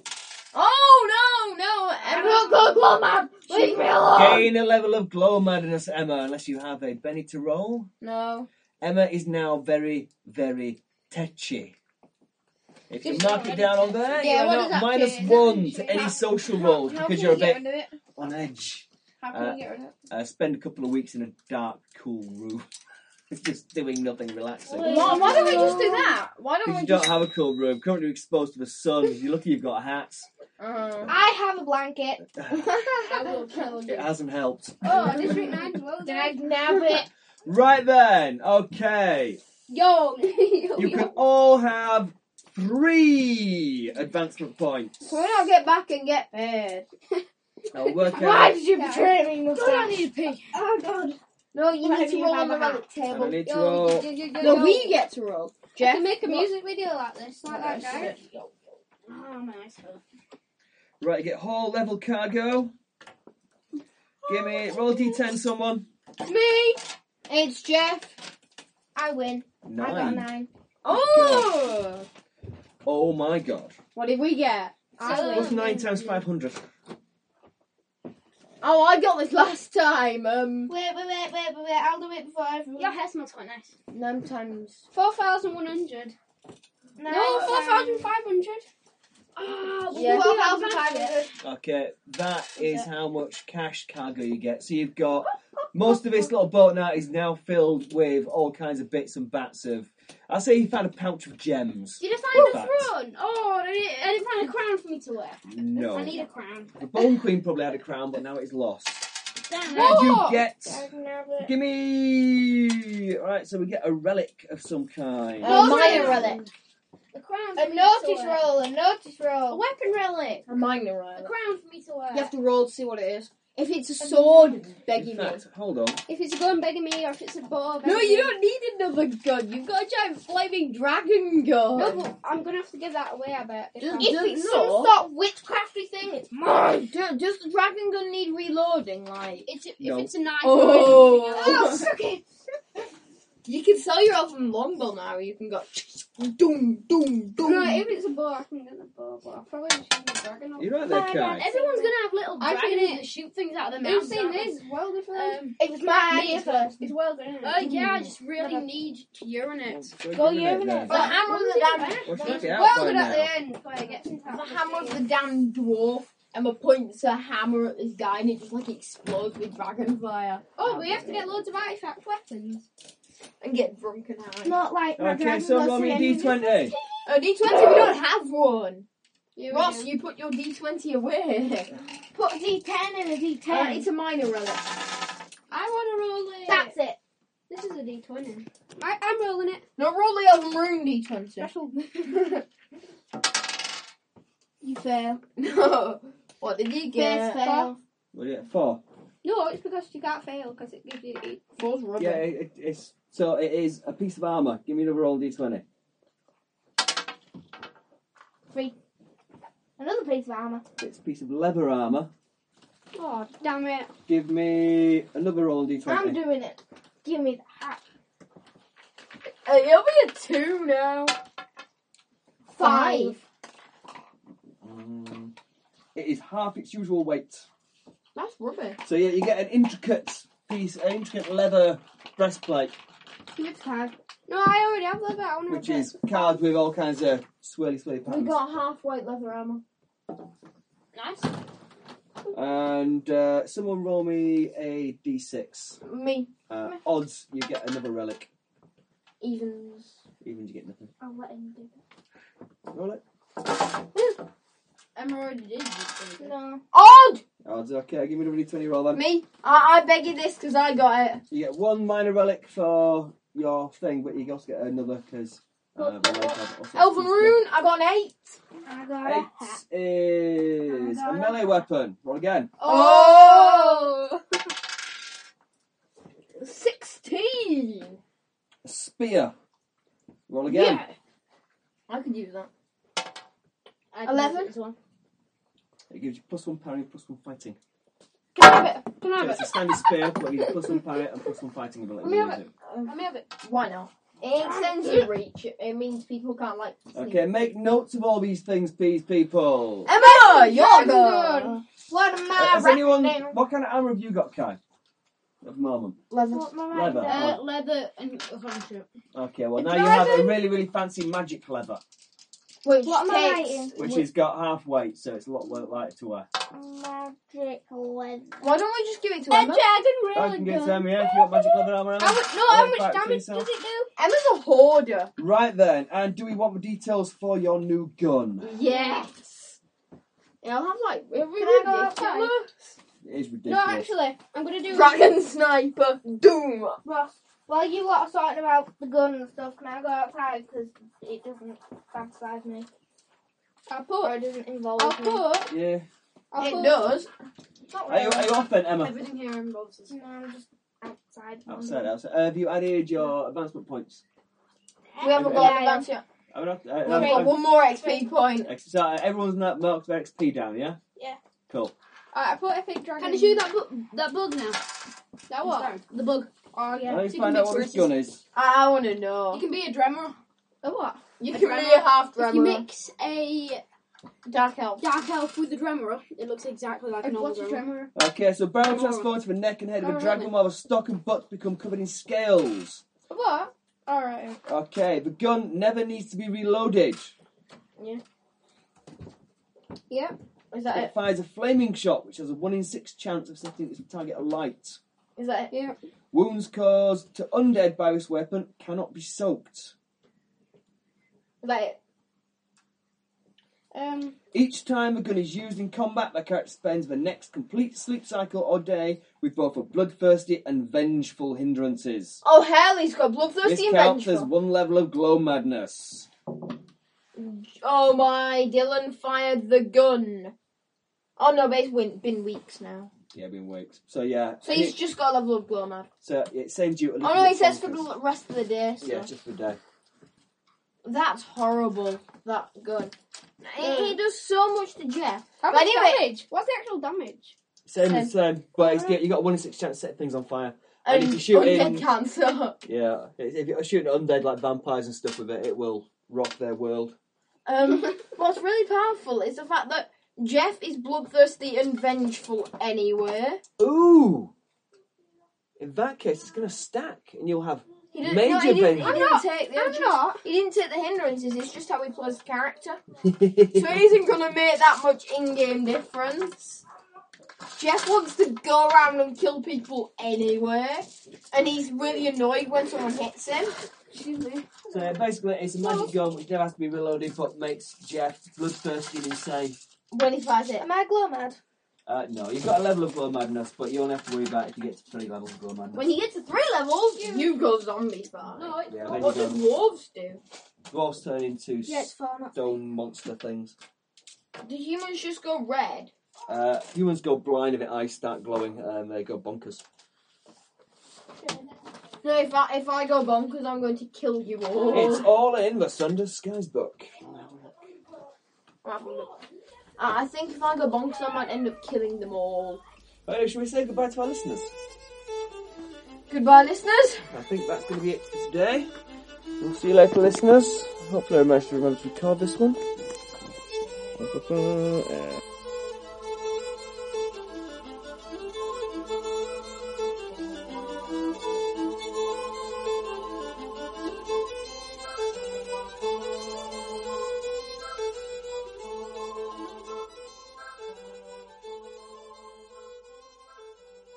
Oh no, no, I'm Emma. not good, woman! Leave me alone! Gain a level of glow madness, Emma, unless you have a Benny to roll. No. Emma is now very, very tetchy. If you mark it down on there, Yeah, you're what does not that minus mean? one to any social roles How because can you're a we get bit rid of it? on edge. How can Uh, we get rid of it? Uh, spend a couple of weeks in a dark, cool room, just doing nothing, relaxing. Wait. Why, why don't we just do that? Why don't Because we you don't just? have a cool room. Currently exposed to the sun. If you're lucky, you've got hats. Uh, I have a blanket. I will kill It you. hasn't helped. Oh, District 9's well Dag nabbit. Right then, okay. Yo! You can all have three advancement points. can we not get back and get paid? I'll work Why out. did you betray me? God, I Nothing? need a pee. Oh God! No, you Why need do to you roll have on the a hat? roll And I table. need to roll. No, we get to roll. I Jeff, can make a what- music video like this, like that Yeah, guy. Oh, nice. Right, get hall level cargo. Give me roll a d10, someone. Me. It's Jeff. I win. I got a Nine. nine. Oh. Oh my god. What did we get? I What's win. nine times five hundred? Oh, I got this last time. Um, Wait, wait, wait, wait, wait, wait! I'll do it before everyone. Your hair smells quite nice. nine times. 4,100. No, No, it's fine. 4,500. Ah, well, Yeah. twelve thousand five hundred. Okay, that is how much cash cargo you get. So you've got most of this little boat now is now filled with all kinds of bits and bats of. I say you found a pouch of gems. Did I What find about? a throne? Oh, I didn't, I didn't find a crown for me to wear. No, I need a crown. the Bone Queen probably had a crown, but now it's lost. Damn And it. you What? get. Dag nabbit. Give me. Alright, so we get a relic of some kind. Uh, No, minor no. relic. A crown for A me notice to wear. roll. A notice A roll. weapon relic. A minor A relic. crown for me to wear. You have to roll to see what it is. If it's a sword, In begging me. fact, hold on. If it's a gun begging me or if it's a bow. No, begging you me. don't need another gun. You've got a giant flaming dragon gun. No, but I'm gonna have to give that away, I bet. If Just- I'm- If it's some No. sort of witchcrafty thing, it's mine. Do- does the dragon gun need reloading? Like, it's, if No. it's a knife Oh. or anything else. Oh, suck it. you can sell your elven longbow now. You can go doom, doom, doom. No, if it's a bow, I can get the bow, but I probably just use the dragon. or- You're right there, Kai. Everyone's gonna have little I think dragons it- that shoot things out of their Who's mouths. saying aren't they? this? Well, different. Um, It was my idea first. It's well done. uh, yeah, I just really need to urinate. Go give here it in then. it. the hammer of the damn, Well, should be out well by done at now. the end. Like, get some the hammer of the damn dwarf. Emma points her hammer at this guy, and it just like explodes with dragon fire. Oh, we have to get loads of artifact weapons. and get drunk and high. Not like my Okay, dragon so goes roll to me a the end of it. d20. Oh, D20, we don't have one. Yeah, we Ross, do. you put your D20 away. Put a D10 in a Uh, D10. it's a minor relic. I want to roll it. That's it. This is a d20. I, I'm rolling it. No, roll the elven rune D20. Special. You fail. No. What did you Base get? fail. Well, yeah, four. no, it's because you can't fail because it gives you E. eight. Four's rubber. Yeah, it, it- it's so it is a piece of armor. Give me another roll d20. Another piece of armor. It's a piece of leather armor. Oh, damn it. Give me another roll d20. I'm doing it. Give me that. Uh, it'll be a two now. Five. Mm. It is half its usual weight. That's rubbish. So yeah, you get an intricate piece, an intricate leather breastplate, Next time. No, I already have leather. I want to which is carved with all kinds of swirly, swirly We patterns. got half white leather armor. Nice. And uh, someone roll me a d6. Me. Uh, odds, you get another relic. Evens. Even you get nothing. I'll let him do Roll it. Emma already did. this it. thing. No. Odd! Odds, okay. Give me another d20 roll then. Me. I, I beg you this because I got it. You get one minor relic for your thing, but you also get another because. Uh, the relic has also- Elven rune, I got an eight. I got Eight a hat. is a melee weapon. Roll again. Oh! 16! A spear. Roll again. I could use that. I can Eleven? use it as well. It gives you plus one parry, plus one fighting. Can I have it? Can I So have it's it? a standard spear, but you get plus one parry and plus one fighting ability. Let me when have you Let me have it. Why not? It extends your reach. It means people can't like. do it. Okay, make notes of all these things, please, people. Uh, Oh, Oh, Emma, you're Dragon good. gun. What am I Uh, Has anyone? rapping? What kind of armor have you got, Kai? At the moment. Leather. What am I Leather. rapping? Uh, leather and a hunter. Okay, well A now you have a dragon? really, really fancy magic leather. Which What Oh am I takes writing? which he's got half weight, so it's a lot lighter to wear. Uh, Magic weather. Why don't we just give it to A Emma? dragon I really can give it good. to Emma, yeah, if you got magic leather armor. Emma. How much, no, Or how in much fact, for damage yourself. does it do? Emma's a hoarder. Right then, and do we want the details for your new gun? Yes. It'll have like really I go outside? ridiculous. It is No, ridiculous. actually, I'm gonna do. Dragon sniper doom. Ross, while you lot are sorting about the gun and stuff, can I go outside? Because it doesn't fantasize me. I'll Or put. it doesn't involve I'll me. put. yeah. I'll it put. does. Not Are you, are really. you off then, Emma? Everything here involves us. No, I'm just outside. Outside, outside. Uh, have you added your advancement points? We haven't Yeah, got yeah. advanced yet. I mean, I've- I, We've I've- got I've- one more XP point. uh, Ex- so uh, everyone's not marked their XP down, yeah? Yeah. Cool. Uh, Alright, I put epic dragon. Can I shoot that, bu- that bug now? That what? The bug. Oh I yeah. need so to you find can out what mix this gun is. I, I want to You know. can be a drummer. Oh, what? You A can be a Dremor. half If you drummer. mix a Dark elf. dark elf with the Dremerer, it looks exactly like a normal What's a Dremerer. drummer? Okay, so barrel Come transforms from the neck and head of Oh, a really? dragon while the stock and butts become covered in scales. What? Alright. Okay, the gun never needs to be reloaded. Is that It it? fires a flaming shot, which has a 1 in 6 chance of setting its target alight. Is that it? Wounds caused to undead by this weapon cannot be soaked. Is that it? Um. Each time a gun is used in combat, the character spends the next complete sleep cycle or day with both a bloodthirsty and vengeful hindrances. Oh, hell, he's got This bloodthirsty and counts as vengeful. one level of glow madness. Oh my, Dylan fired the gun. Oh no, but it's win- been weeks now. Yeah, been weeks. So yeah, So and he's it, just got a level of glow mad. so it saves you. A little Oh no, bit he says for bonkers. the rest of the day. So. Yeah, just for a day. That's horrible, that gun. Um, He, Yeah. he does so much to Jeff. How But much anyway- damage? Oh, What's the actual damage? Same, Same. as same. But it's, you got a one in six chance to set things on fire. And And, if you shoot undead in- cancer. Yeah, if you're shooting undead like vampires and stuff with it, it will rock their world. Um, what's really powerful is the fact that Jeff is bloodthirsty and vengeful anyway. Ooh. In that case, it's going to stack, and you'll have He didn't, Major no, he didn't, he vengeance. didn't I'm not- take the I'm hindrances. not. He didn't take the hindrances. It's just how he plays the character. So it isn't gonna make that much in-game difference. Jeff wants to go around and kill people anyway, and he's really annoyed when someone hits him. Excuse me. So yeah, basically, it's a Oh. magic gun which never has to be reloaded, but makes Jeff bloodthirsty and insane. When he fires it. Am I glow mad? Uh, no, you've got a level of glow madness, but you only have to worry about it if you get to three levels of glow madness. When you get to three levels, you go zombie style. No, it's Yeah, not. then What you do go. dwarves do? Dwarves turn into Yeah, it's far not. stone monster things. Do humans just go red? Uh, humans go blind if their eyes start glowing, and they go bonkers. No, if I if I go bonkers, I'm going to kill you all. It's all in the Thunder Skies book. Have a look. Uh, I I think if I go bonkers, I might end up killing them all. Right, Oh, should we say goodbye to our listeners? Goodbye, listeners. I think that's going to be it for today. We'll see you later, listeners. Hopefully, I managed to remember to record this one.